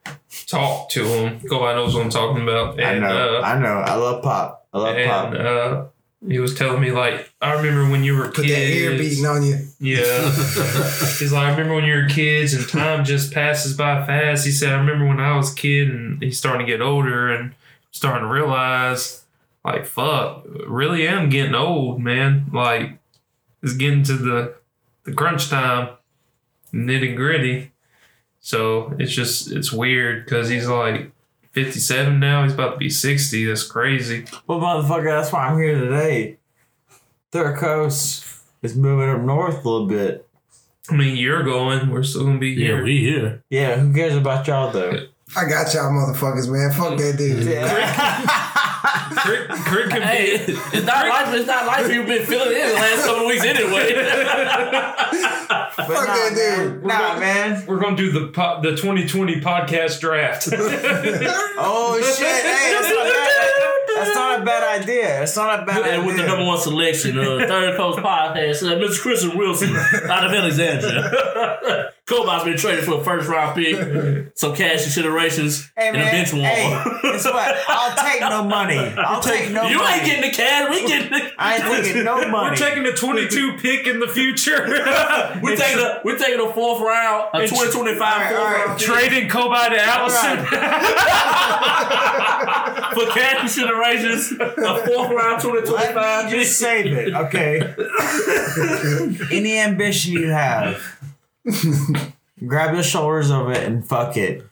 Speaker 2: uh, talk to him. God knows what I'm talking about.
Speaker 3: I
Speaker 2: And,
Speaker 3: know.
Speaker 2: Uh,
Speaker 3: I know. I love pop. I love pop.
Speaker 2: and uh, he was telling me like, I remember when you were
Speaker 1: Put that ear
Speaker 2: kids.
Speaker 1: beating on you.
Speaker 2: Yeah. He's like, I remember when you were kids and time just passes by fast. He said, I remember when I was a kid and he's starting to get older and starting to realize, like, fuck, really am getting old, man. Like, it's getting to the the crunch time, nitty gritty. So it's just it's weird because he's like 57 now. He's about to be 60. That's crazy.
Speaker 3: Well, motherfucker, that's why I'm here today. Third coast is moving up north a little bit.
Speaker 2: I mean, you're going. We're still gonna be here.
Speaker 4: Yeah, we here.
Speaker 3: Yeah, who cares about y'all though?
Speaker 1: I got y'all motherfuckers, man. Fuck that dude.
Speaker 3: Yeah.
Speaker 2: Crick, Crick can be
Speaker 4: Hey, it's not life. It's not life. You've been feeling it the last couple weeks anyway.
Speaker 3: but
Speaker 1: Fuck
Speaker 3: nah,
Speaker 1: that
Speaker 3: man.
Speaker 1: dude.
Speaker 3: Nah, man.
Speaker 2: We're gonna do the po- the 2020 podcast draft.
Speaker 3: Oh shit! Hey, that's not, a bad, that's not a bad idea. That's not a bad idea.
Speaker 4: and with the number one selection, uh, third coast podcast, uh, Mr. Christian Wilson out of Alexandria. Kobe's been traded for a first round pick, some cash considerations,
Speaker 3: hey,
Speaker 4: and
Speaker 3: man.
Speaker 4: a bench warmer.
Speaker 3: Hey, guess what? I'll take no money. I'll take no
Speaker 4: you
Speaker 3: money.
Speaker 4: ain't getting the cash. We getting the.
Speaker 3: I ain't taking no money.
Speaker 2: We're taking the 22 pick in the future.
Speaker 4: We're taking a we're taking a fourth round, a
Speaker 2: It's-
Speaker 4: twenty twenty five
Speaker 3: All
Speaker 4: fourth
Speaker 3: right, all
Speaker 4: round trade
Speaker 2: Trading Kobe to Allison.
Speaker 4: for cash considerations, a fourth round twenty twenty
Speaker 3: Let
Speaker 4: five.
Speaker 3: me just save it, okay? Any ambition you have, grab the shoulders of it and fuck it.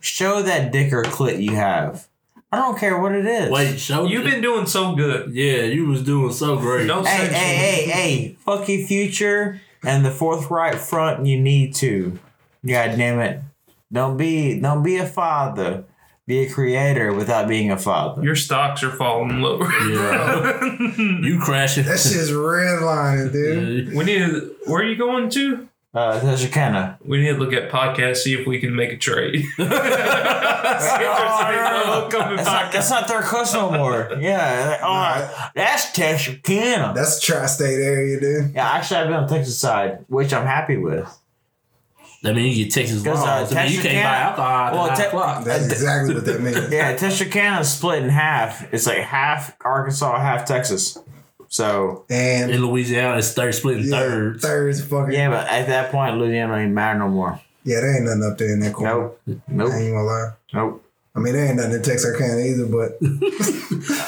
Speaker 3: Show that dick or clit you have. I don't care what it is.
Speaker 4: Wait, show
Speaker 2: You've been doing so good.
Speaker 4: Yeah, you was doing so great.
Speaker 2: Don't
Speaker 3: Hey,
Speaker 2: say
Speaker 3: hey, hey, hey. Fuck your future and the forthright front you need to. God damn it. Don't be don't be a father. Be a creator without being a father.
Speaker 2: your stocks are falling lower.
Speaker 4: Yeah. you crashing.
Speaker 1: That shit's redlining, dude.
Speaker 4: Yeah.
Speaker 2: we need. To, where are you going to?
Speaker 3: Uh Tajikana.
Speaker 2: We need to look at podcasts, see if we can make a trade. See if there's any upcoming
Speaker 3: That's not,
Speaker 2: podcast.
Speaker 3: that's not their cuss no more. Yeah. Like, oh, that's Texarkana.
Speaker 1: That's tri-state area, dude.
Speaker 3: yeah, actually, I've been on Texas side, which I'm happy with.
Speaker 4: That mean you get Texas
Speaker 3: Because,
Speaker 4: laws.
Speaker 3: uh,
Speaker 4: I mean, you
Speaker 3: Texas
Speaker 4: can't buy
Speaker 3: can't-
Speaker 4: alcohol at
Speaker 3: Well,
Speaker 4: nine
Speaker 3: Te-
Speaker 4: o'clock.
Speaker 1: That's exactly what that means.
Speaker 3: Yeah, Texarkana is split in half. It's like half Arkansas, half Texas. So,
Speaker 1: And
Speaker 4: In Louisiana, it's third split in
Speaker 1: yeah,
Speaker 4: thirds.
Speaker 1: thirds, fucking yeah.
Speaker 3: yeah, but at that point, Louisiana don't even matter no more.
Speaker 1: there ain't nothing up there in that corner.
Speaker 3: Nope. Nope.
Speaker 1: I ain't gonna lie.
Speaker 3: Nope.
Speaker 1: I mean, there ain't nothing in Texarkana either, but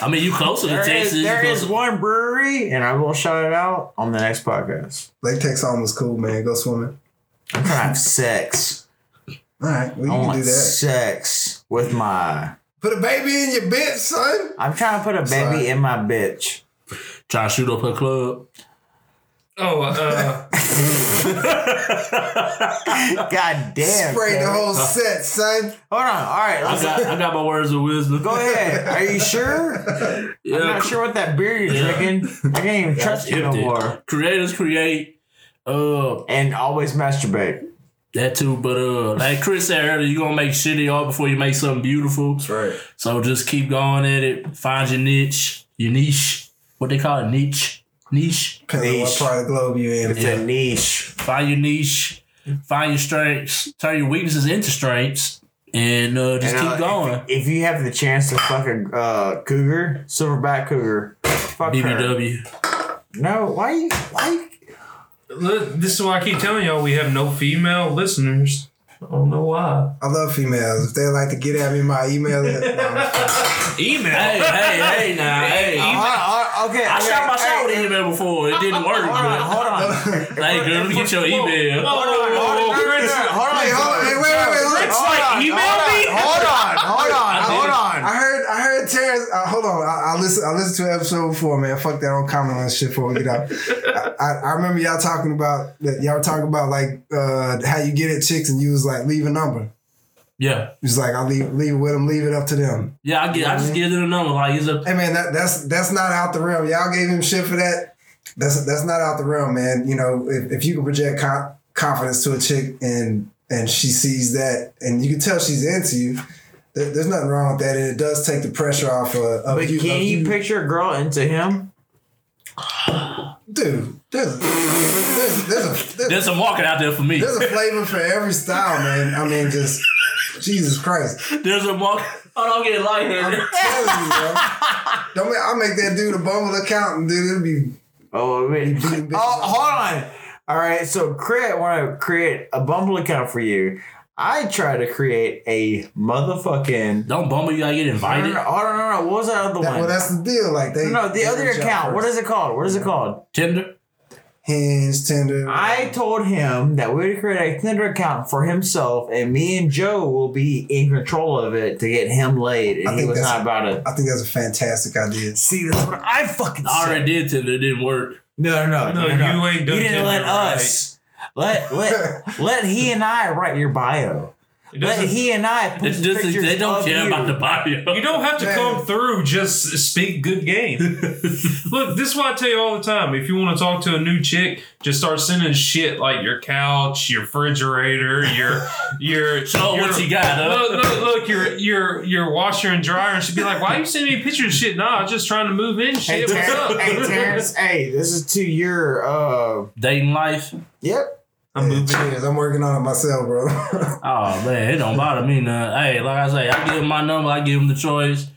Speaker 4: I mean, you closer to
Speaker 3: There
Speaker 4: Texas.
Speaker 3: is,
Speaker 4: you
Speaker 3: there is
Speaker 4: closer-
Speaker 3: one brewery, and I will shout it out on the next podcast.
Speaker 1: Lake Texoma was cool, man. Go swimming.
Speaker 3: I'm trying to have sex.
Speaker 1: All right, well, you
Speaker 3: I
Speaker 1: can
Speaker 3: want
Speaker 1: do that.
Speaker 3: sex with my.
Speaker 1: Put a baby in your bitch, son.
Speaker 3: I'm trying to put a baby
Speaker 1: Sorry.
Speaker 3: in my bitch.
Speaker 4: Try to shoot up her club.
Speaker 2: Oh, uh,
Speaker 3: God damn.
Speaker 1: Spray the
Speaker 3: Kevin.
Speaker 1: whole set, son.
Speaker 3: Hold on. All right.
Speaker 4: I
Speaker 3: Let's
Speaker 4: got I got my words of wisdom.
Speaker 3: go ahead. Are you sure?
Speaker 4: Yeah,
Speaker 3: I'm not sure what that beer you're
Speaker 4: Yeah.
Speaker 3: drinking. I can't even trust you no
Speaker 4: empty.
Speaker 3: more.
Speaker 4: Creators create. Uh,
Speaker 3: And always masturbate.
Speaker 4: that too, but uh, like Chris said earlier, you gonna make shitty art before you make something beautiful.
Speaker 1: right.
Speaker 4: So just keep going at it. Find your niche, your niche. What they call it, niche, niche.
Speaker 1: Depending on what
Speaker 3: Niche.
Speaker 1: part of the globe you in.
Speaker 3: It's a niche.
Speaker 4: Find your niche. Find your strengths. Turn your weaknesses into strengths, and uh, just
Speaker 3: And, uh,
Speaker 4: keep going.
Speaker 3: If you have the chance to fuck a uh, cougar, silverback cougar, fuck her.
Speaker 4: BBW.
Speaker 3: No, why you? Why? You,
Speaker 2: li- this is why I keep telling y'all we have no female listeners. I don't know why.
Speaker 1: I love females. If they like to get at me, my email. Is, no.
Speaker 2: Email.
Speaker 4: Hey, hey, hey, now, hey.
Speaker 3: Hold on, hold on, okay,
Speaker 4: I
Speaker 3: okay,
Speaker 4: shot my shot
Speaker 3: hey,
Speaker 4: with email before. It didn't work.
Speaker 3: Hold on,
Speaker 4: But,
Speaker 3: hold on.
Speaker 4: hey, girl, let me get your email.
Speaker 2: Whoa, whoa,
Speaker 3: Hold on,
Speaker 2: whoa,
Speaker 3: hold on,
Speaker 2: whoa,
Speaker 3: no, no,
Speaker 2: Chris.
Speaker 3: no, hold on,
Speaker 1: Hey, hold on, hey, wait, wait, wait, hold on.
Speaker 2: Rick's like, email me?
Speaker 3: Hold on, hold on, hold on.
Speaker 1: I heard, I heard Terrence. Uh, hold on, I, I listened. I listened to an episode before, man. Fuck that old comment on shit before we get out. I, I, I remember y'all talking about that. Y'all were talking about like uh, how you get at chicks, and you was like, leave a number.
Speaker 4: Yeah.
Speaker 1: He's like, I leave, leave it with them. Leave it up to them.
Speaker 4: Yeah, I get I just give them a number. Like it's a
Speaker 1: Hey man, that, that's that's not out the realm. Y'all gave him shit for that. That's that's not out the realm, man. You know, if, if you can project con- confidence to a chick and and she sees that, and you can tell she's into you, there, there's nothing wrong with that. And it does take the pressure off of, of
Speaker 3: But
Speaker 1: you.
Speaker 3: can
Speaker 1: of
Speaker 3: you picture a girl into him?
Speaker 1: dude? There's there's there's a, there's,
Speaker 4: there's some market out there for me.
Speaker 1: there's a flavor for every style, man. I mean, just Jesus Christ.
Speaker 4: There's a market. I don't get light here.
Speaker 1: Telling you, bro. Don't make, I'll make that dude a bumble accountant, dude. It'll be
Speaker 3: Oh, wait.
Speaker 1: beating bitches
Speaker 3: oh, hold on. All right, so create. Want to create a Bumble account for you? I try to create a motherfucking.
Speaker 4: Don't bumble you. I get
Speaker 3: I don't
Speaker 4: invited.
Speaker 3: know. Oh no, no, no. What was that other
Speaker 1: That-
Speaker 3: one?
Speaker 1: well, that's the deal. Like they
Speaker 3: no, the
Speaker 1: they
Speaker 3: other
Speaker 1: reach out
Speaker 3: account. What
Speaker 1: first.
Speaker 3: is it called? What is it called?
Speaker 4: Tinder.
Speaker 1: Hinge, Tinder?
Speaker 3: I told him that we would create a Tinder account for himself, and me and Joe will be in control of it to get him laid.
Speaker 1: I
Speaker 3: And he
Speaker 1: think
Speaker 3: was
Speaker 1: that's-
Speaker 3: not about it.
Speaker 1: I think that's a fantastic idea.
Speaker 3: See, that's what I fucking
Speaker 4: I already did Tinder. It didn't work.
Speaker 3: No, no, no,
Speaker 2: No,
Speaker 3: no, no.
Speaker 2: you ain't done
Speaker 3: didn't
Speaker 2: Tinder
Speaker 3: let
Speaker 2: right.
Speaker 3: us. Let let let he and I write your bio.
Speaker 2: It
Speaker 3: Let
Speaker 2: doesn't-
Speaker 3: he and I
Speaker 4: They,
Speaker 3: post
Speaker 4: just,
Speaker 3: pictures
Speaker 4: they don't
Speaker 3: of
Speaker 4: care
Speaker 3: you.
Speaker 4: about the bio.
Speaker 2: You don't have to
Speaker 1: Man.
Speaker 2: come through. Just speak good game. Look, this is why I tell you all the time. If you want to talk to a new chick, just start sending shit like your couch, your refrigerator, your your
Speaker 4: Show
Speaker 2: your,
Speaker 4: what you got, huh?
Speaker 2: Look, look, look, your your your washer and dryer, and she'd be like, "Why you sending me pictures of shit? Nah, I'm just trying to move in.
Speaker 3: Hey,
Speaker 2: Shit, what's
Speaker 3: Terrence,
Speaker 2: up?
Speaker 3: hey, Terrence, hey, this is to your uh
Speaker 4: Dating life.
Speaker 3: yep.
Speaker 2: I'm
Speaker 1: Hey,
Speaker 2: moving.
Speaker 1: cheers. I'm working on it myself, bro.
Speaker 4: Oh man, it don't bother me none. Hey, like I say, I give them my number. I give them the choice.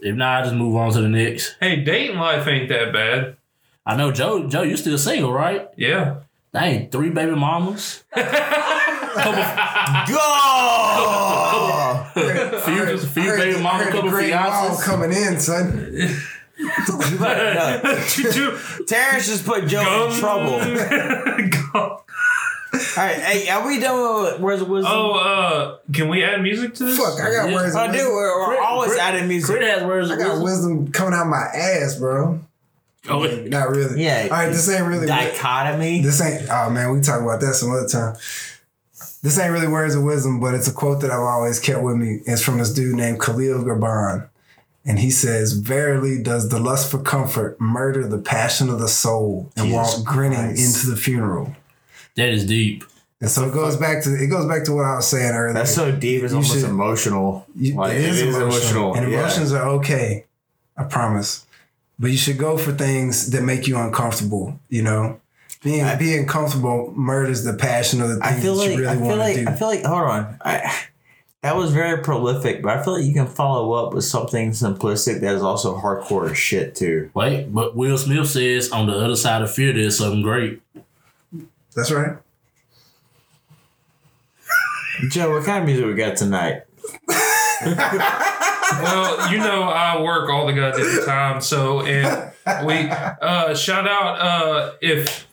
Speaker 4: If not, I just move on to the next.
Speaker 2: Hey, dating life ain't that bad.
Speaker 4: I know Joe. Joe, you still single, right?
Speaker 2: Yeah.
Speaker 4: Dang, three baby mamas.
Speaker 3: Go!
Speaker 4: Few,
Speaker 1: Heard-
Speaker 4: few
Speaker 1: heard
Speaker 4: baby
Speaker 1: the-
Speaker 4: mama
Speaker 1: heard the
Speaker 4: couple
Speaker 1: great wall
Speaker 4: fiancés.
Speaker 1: coming in, son.
Speaker 2: Two- two-
Speaker 3: Terrence just put Joe in trouble. All
Speaker 2: Gum.
Speaker 3: right, hey, are we done with where's the wisdom?
Speaker 2: oh, uh, can we add music to this?
Speaker 1: Fuck, I got
Speaker 4: Yeah.
Speaker 1: words.
Speaker 3: I do. We're, we're always
Speaker 4: Crit-
Speaker 3: adding music.
Speaker 4: Crit has words.
Speaker 1: I got wisdom coming out my ass, bro.
Speaker 4: Oh, wait.
Speaker 1: Not really.
Speaker 3: Yeah.
Speaker 1: All right, this ain't really.
Speaker 3: Dichotomy.
Speaker 1: This ain't. Oh man, we talk about that some other time. This ain't really words of wisdom, but it's a quote that I've always kept with me. It's from this dude named Khalil Gibran, and he says, "Verily, does the lust for comfort murder the passion of the soul and
Speaker 3: Jesus
Speaker 1: walk grinning
Speaker 3: Christ.
Speaker 1: into the funeral?"
Speaker 4: that is deep.
Speaker 1: And so it goes back to it goes back to what I was saying earlier.
Speaker 3: That's so deep. It's
Speaker 1: You
Speaker 3: almost
Speaker 1: should-
Speaker 3: emotional.
Speaker 1: You-
Speaker 3: Like, it is emotional.
Speaker 1: and
Speaker 3: yeah.
Speaker 1: emotions are okay. I promise, but you should go for things that make you uncomfortable. You know, being
Speaker 3: I-
Speaker 1: being comfortable murders the passion of the
Speaker 3: I
Speaker 1: things
Speaker 3: feel
Speaker 1: that
Speaker 3: like
Speaker 1: you really
Speaker 3: I feel
Speaker 1: want
Speaker 3: like
Speaker 1: to do.
Speaker 3: I feel like. Hold on. I, that was very prolific, but I feel like you can follow up with something simplistic that is also hardcore as shit too.
Speaker 4: Wait, but Will Smith says on the other side of fear there's something great.
Speaker 1: That's right.
Speaker 3: Joe, what kind of music we got tonight?
Speaker 2: well, you know I work all the goddamn time, so and we uh shout out uh if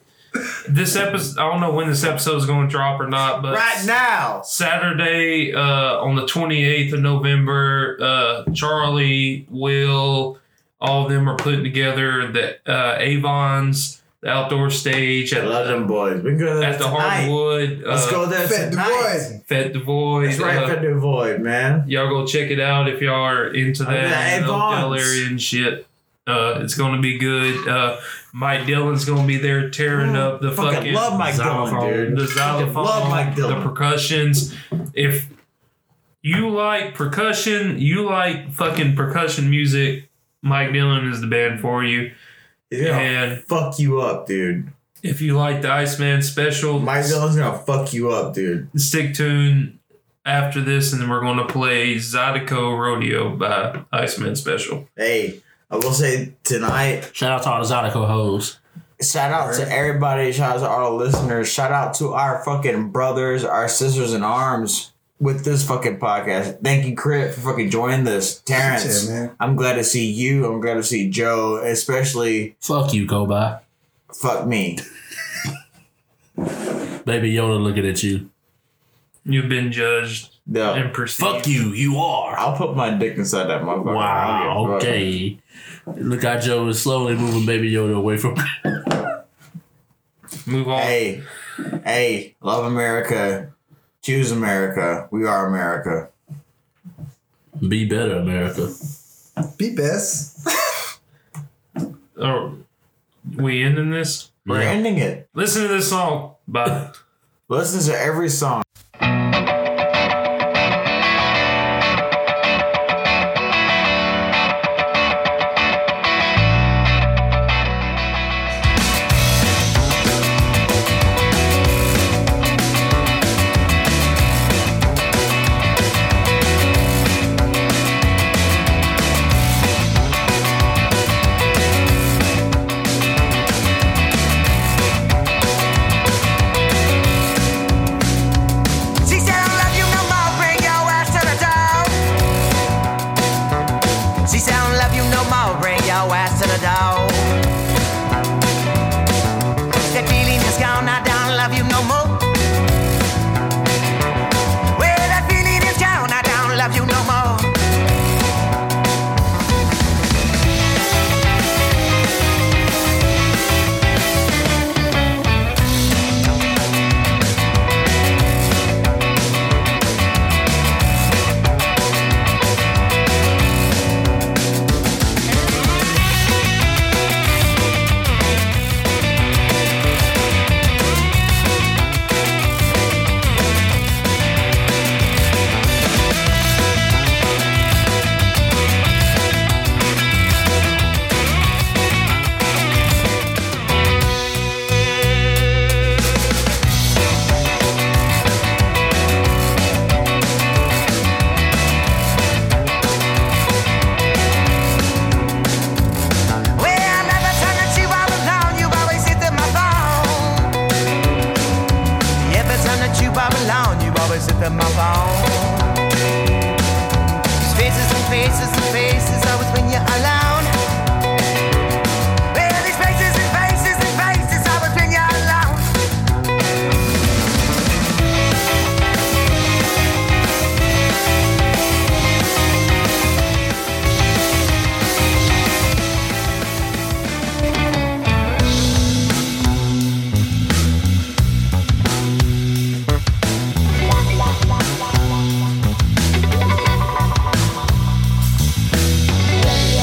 Speaker 2: this episode I don't know when this episode is going to drop or not, but
Speaker 3: right now.
Speaker 2: Saturday uh on the 28th of November, uh Charlie, Will, all of them are putting together the uh Avon's the outdoor stage
Speaker 3: I
Speaker 2: at
Speaker 3: love them boys. We can go there
Speaker 2: at the
Speaker 3: tonight.
Speaker 2: hardwood.
Speaker 3: Let's
Speaker 2: uh,
Speaker 3: go there
Speaker 1: Fed the
Speaker 3: tonight.
Speaker 1: boy.
Speaker 2: Fed the Void.
Speaker 3: That's right
Speaker 2: uh,
Speaker 3: for the void, man.
Speaker 2: y'all go check it out if y'all are into
Speaker 3: Oh, yeah,
Speaker 2: that you know, Dell
Speaker 3: Avon's.
Speaker 2: area and shit. Uh, it's gonna be good. Uh, Mike Dillon's gonna be there tearing
Speaker 3: Oh,
Speaker 2: up the
Speaker 3: fucking
Speaker 2: fucking,
Speaker 3: love Mike Dillon,
Speaker 2: xylophone,
Speaker 3: dude.
Speaker 2: the
Speaker 3: Fucking
Speaker 2: xylophone,
Speaker 3: love Mike
Speaker 2: the
Speaker 3: Dillon.
Speaker 2: percussions. If you like percussion, you like fucking percussion music. Mike Dillon is the band for you.
Speaker 3: He's gonna
Speaker 2: And
Speaker 3: fuck you up, dude.
Speaker 2: if you like the Iceman special,
Speaker 3: Mike Dillon's gonna fuck you up, dude.
Speaker 2: stick tuned after this, and then we're gonna play Zydeco Rodeo by Iceman Special.
Speaker 3: Hey, I will say tonight,
Speaker 4: Shout out to all the Zydeco hoes.
Speaker 3: shout out to everybody, shout out to our listeners, shout out to our fucking brothers, our sisters in arms with this fucking podcast. Thank you, Crit, for fucking joining this. Terrence,
Speaker 1: Yeah, man.
Speaker 3: I'm glad to see you. I'm glad to see Joe, especially
Speaker 4: Fuck you, Kobai.
Speaker 3: fuck me.
Speaker 4: Baby Yoda looking at you.
Speaker 2: You've been judged
Speaker 3: No.
Speaker 2: and perceived.
Speaker 4: Fuck you, you are.
Speaker 3: I'll put my dick inside that motherfucker. I don't give
Speaker 4: Wow,
Speaker 3: a fuck.
Speaker 4: okay. Look how Joe is slowly moving Baby Yoda away from
Speaker 2: Move on.
Speaker 3: Hey, hey, love America. Choose America. We are America.
Speaker 4: Be better, America.
Speaker 1: Be best.
Speaker 2: Are Oh, we ending this?
Speaker 3: We're ending it.
Speaker 2: Listen to this song. Bye.
Speaker 3: Listen to every song.
Speaker 5: She said, I love you no more, bring your ass to the door. She said, I don't love you no more, bring your ass to the door. That feeling is gone, I don't love you no more. Well, that feeling is gone, I don't love you no more. Well, another time that you are alone, you always hit my phone. Every time that you are alone, you always hit my phone. There's Faces and faces and faces, always when you're alone. Well, these faces and faces and faces, always when you're alone.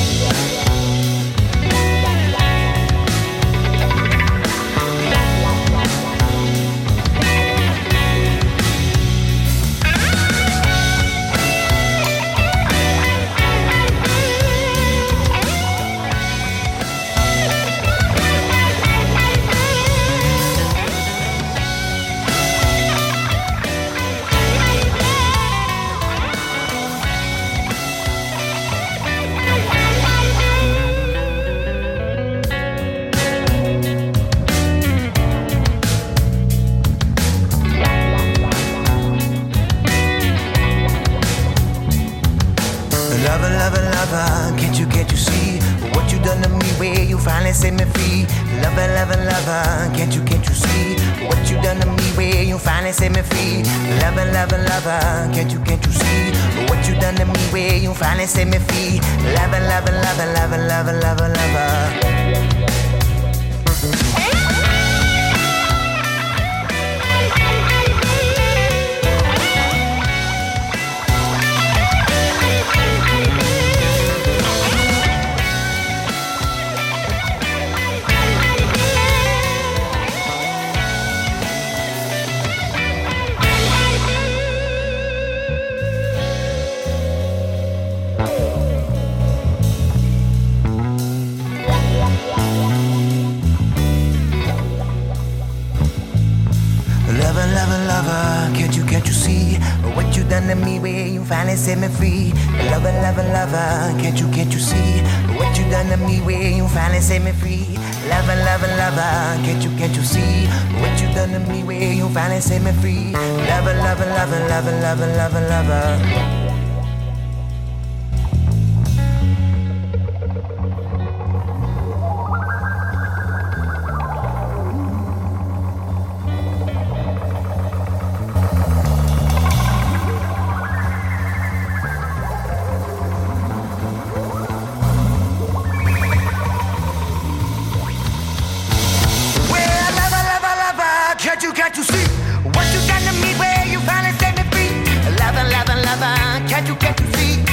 Speaker 6: Yeah.
Speaker 5: Lover, lover, lover, can't you, can't you see what you done to me? Where you finally set me free? Lover, lover, lover, can't you, can't you see what you done to me? Where you finally set me free? Lover, lover, lover, can't you, can't you see what you done to me? Where you finally set me free? Lover, lover, lover, lover, lover, lover, lover. Lover, lover, lover, can't you, can't you see what you done to me? Where you finally set me free? Lover, lover, lover, can't you, can't you see what you done to me? Where you finally set me free? Lover, lover, lover, can't you, can't you see what you done to me? Where you finally set me free? Lover, lover, lover, lover, lover, lover, lover. Well, lover, lover, lover, can't you, can't you see what you done to me? Where you finally set me free? Lover, lover, lover, can't you, can't you see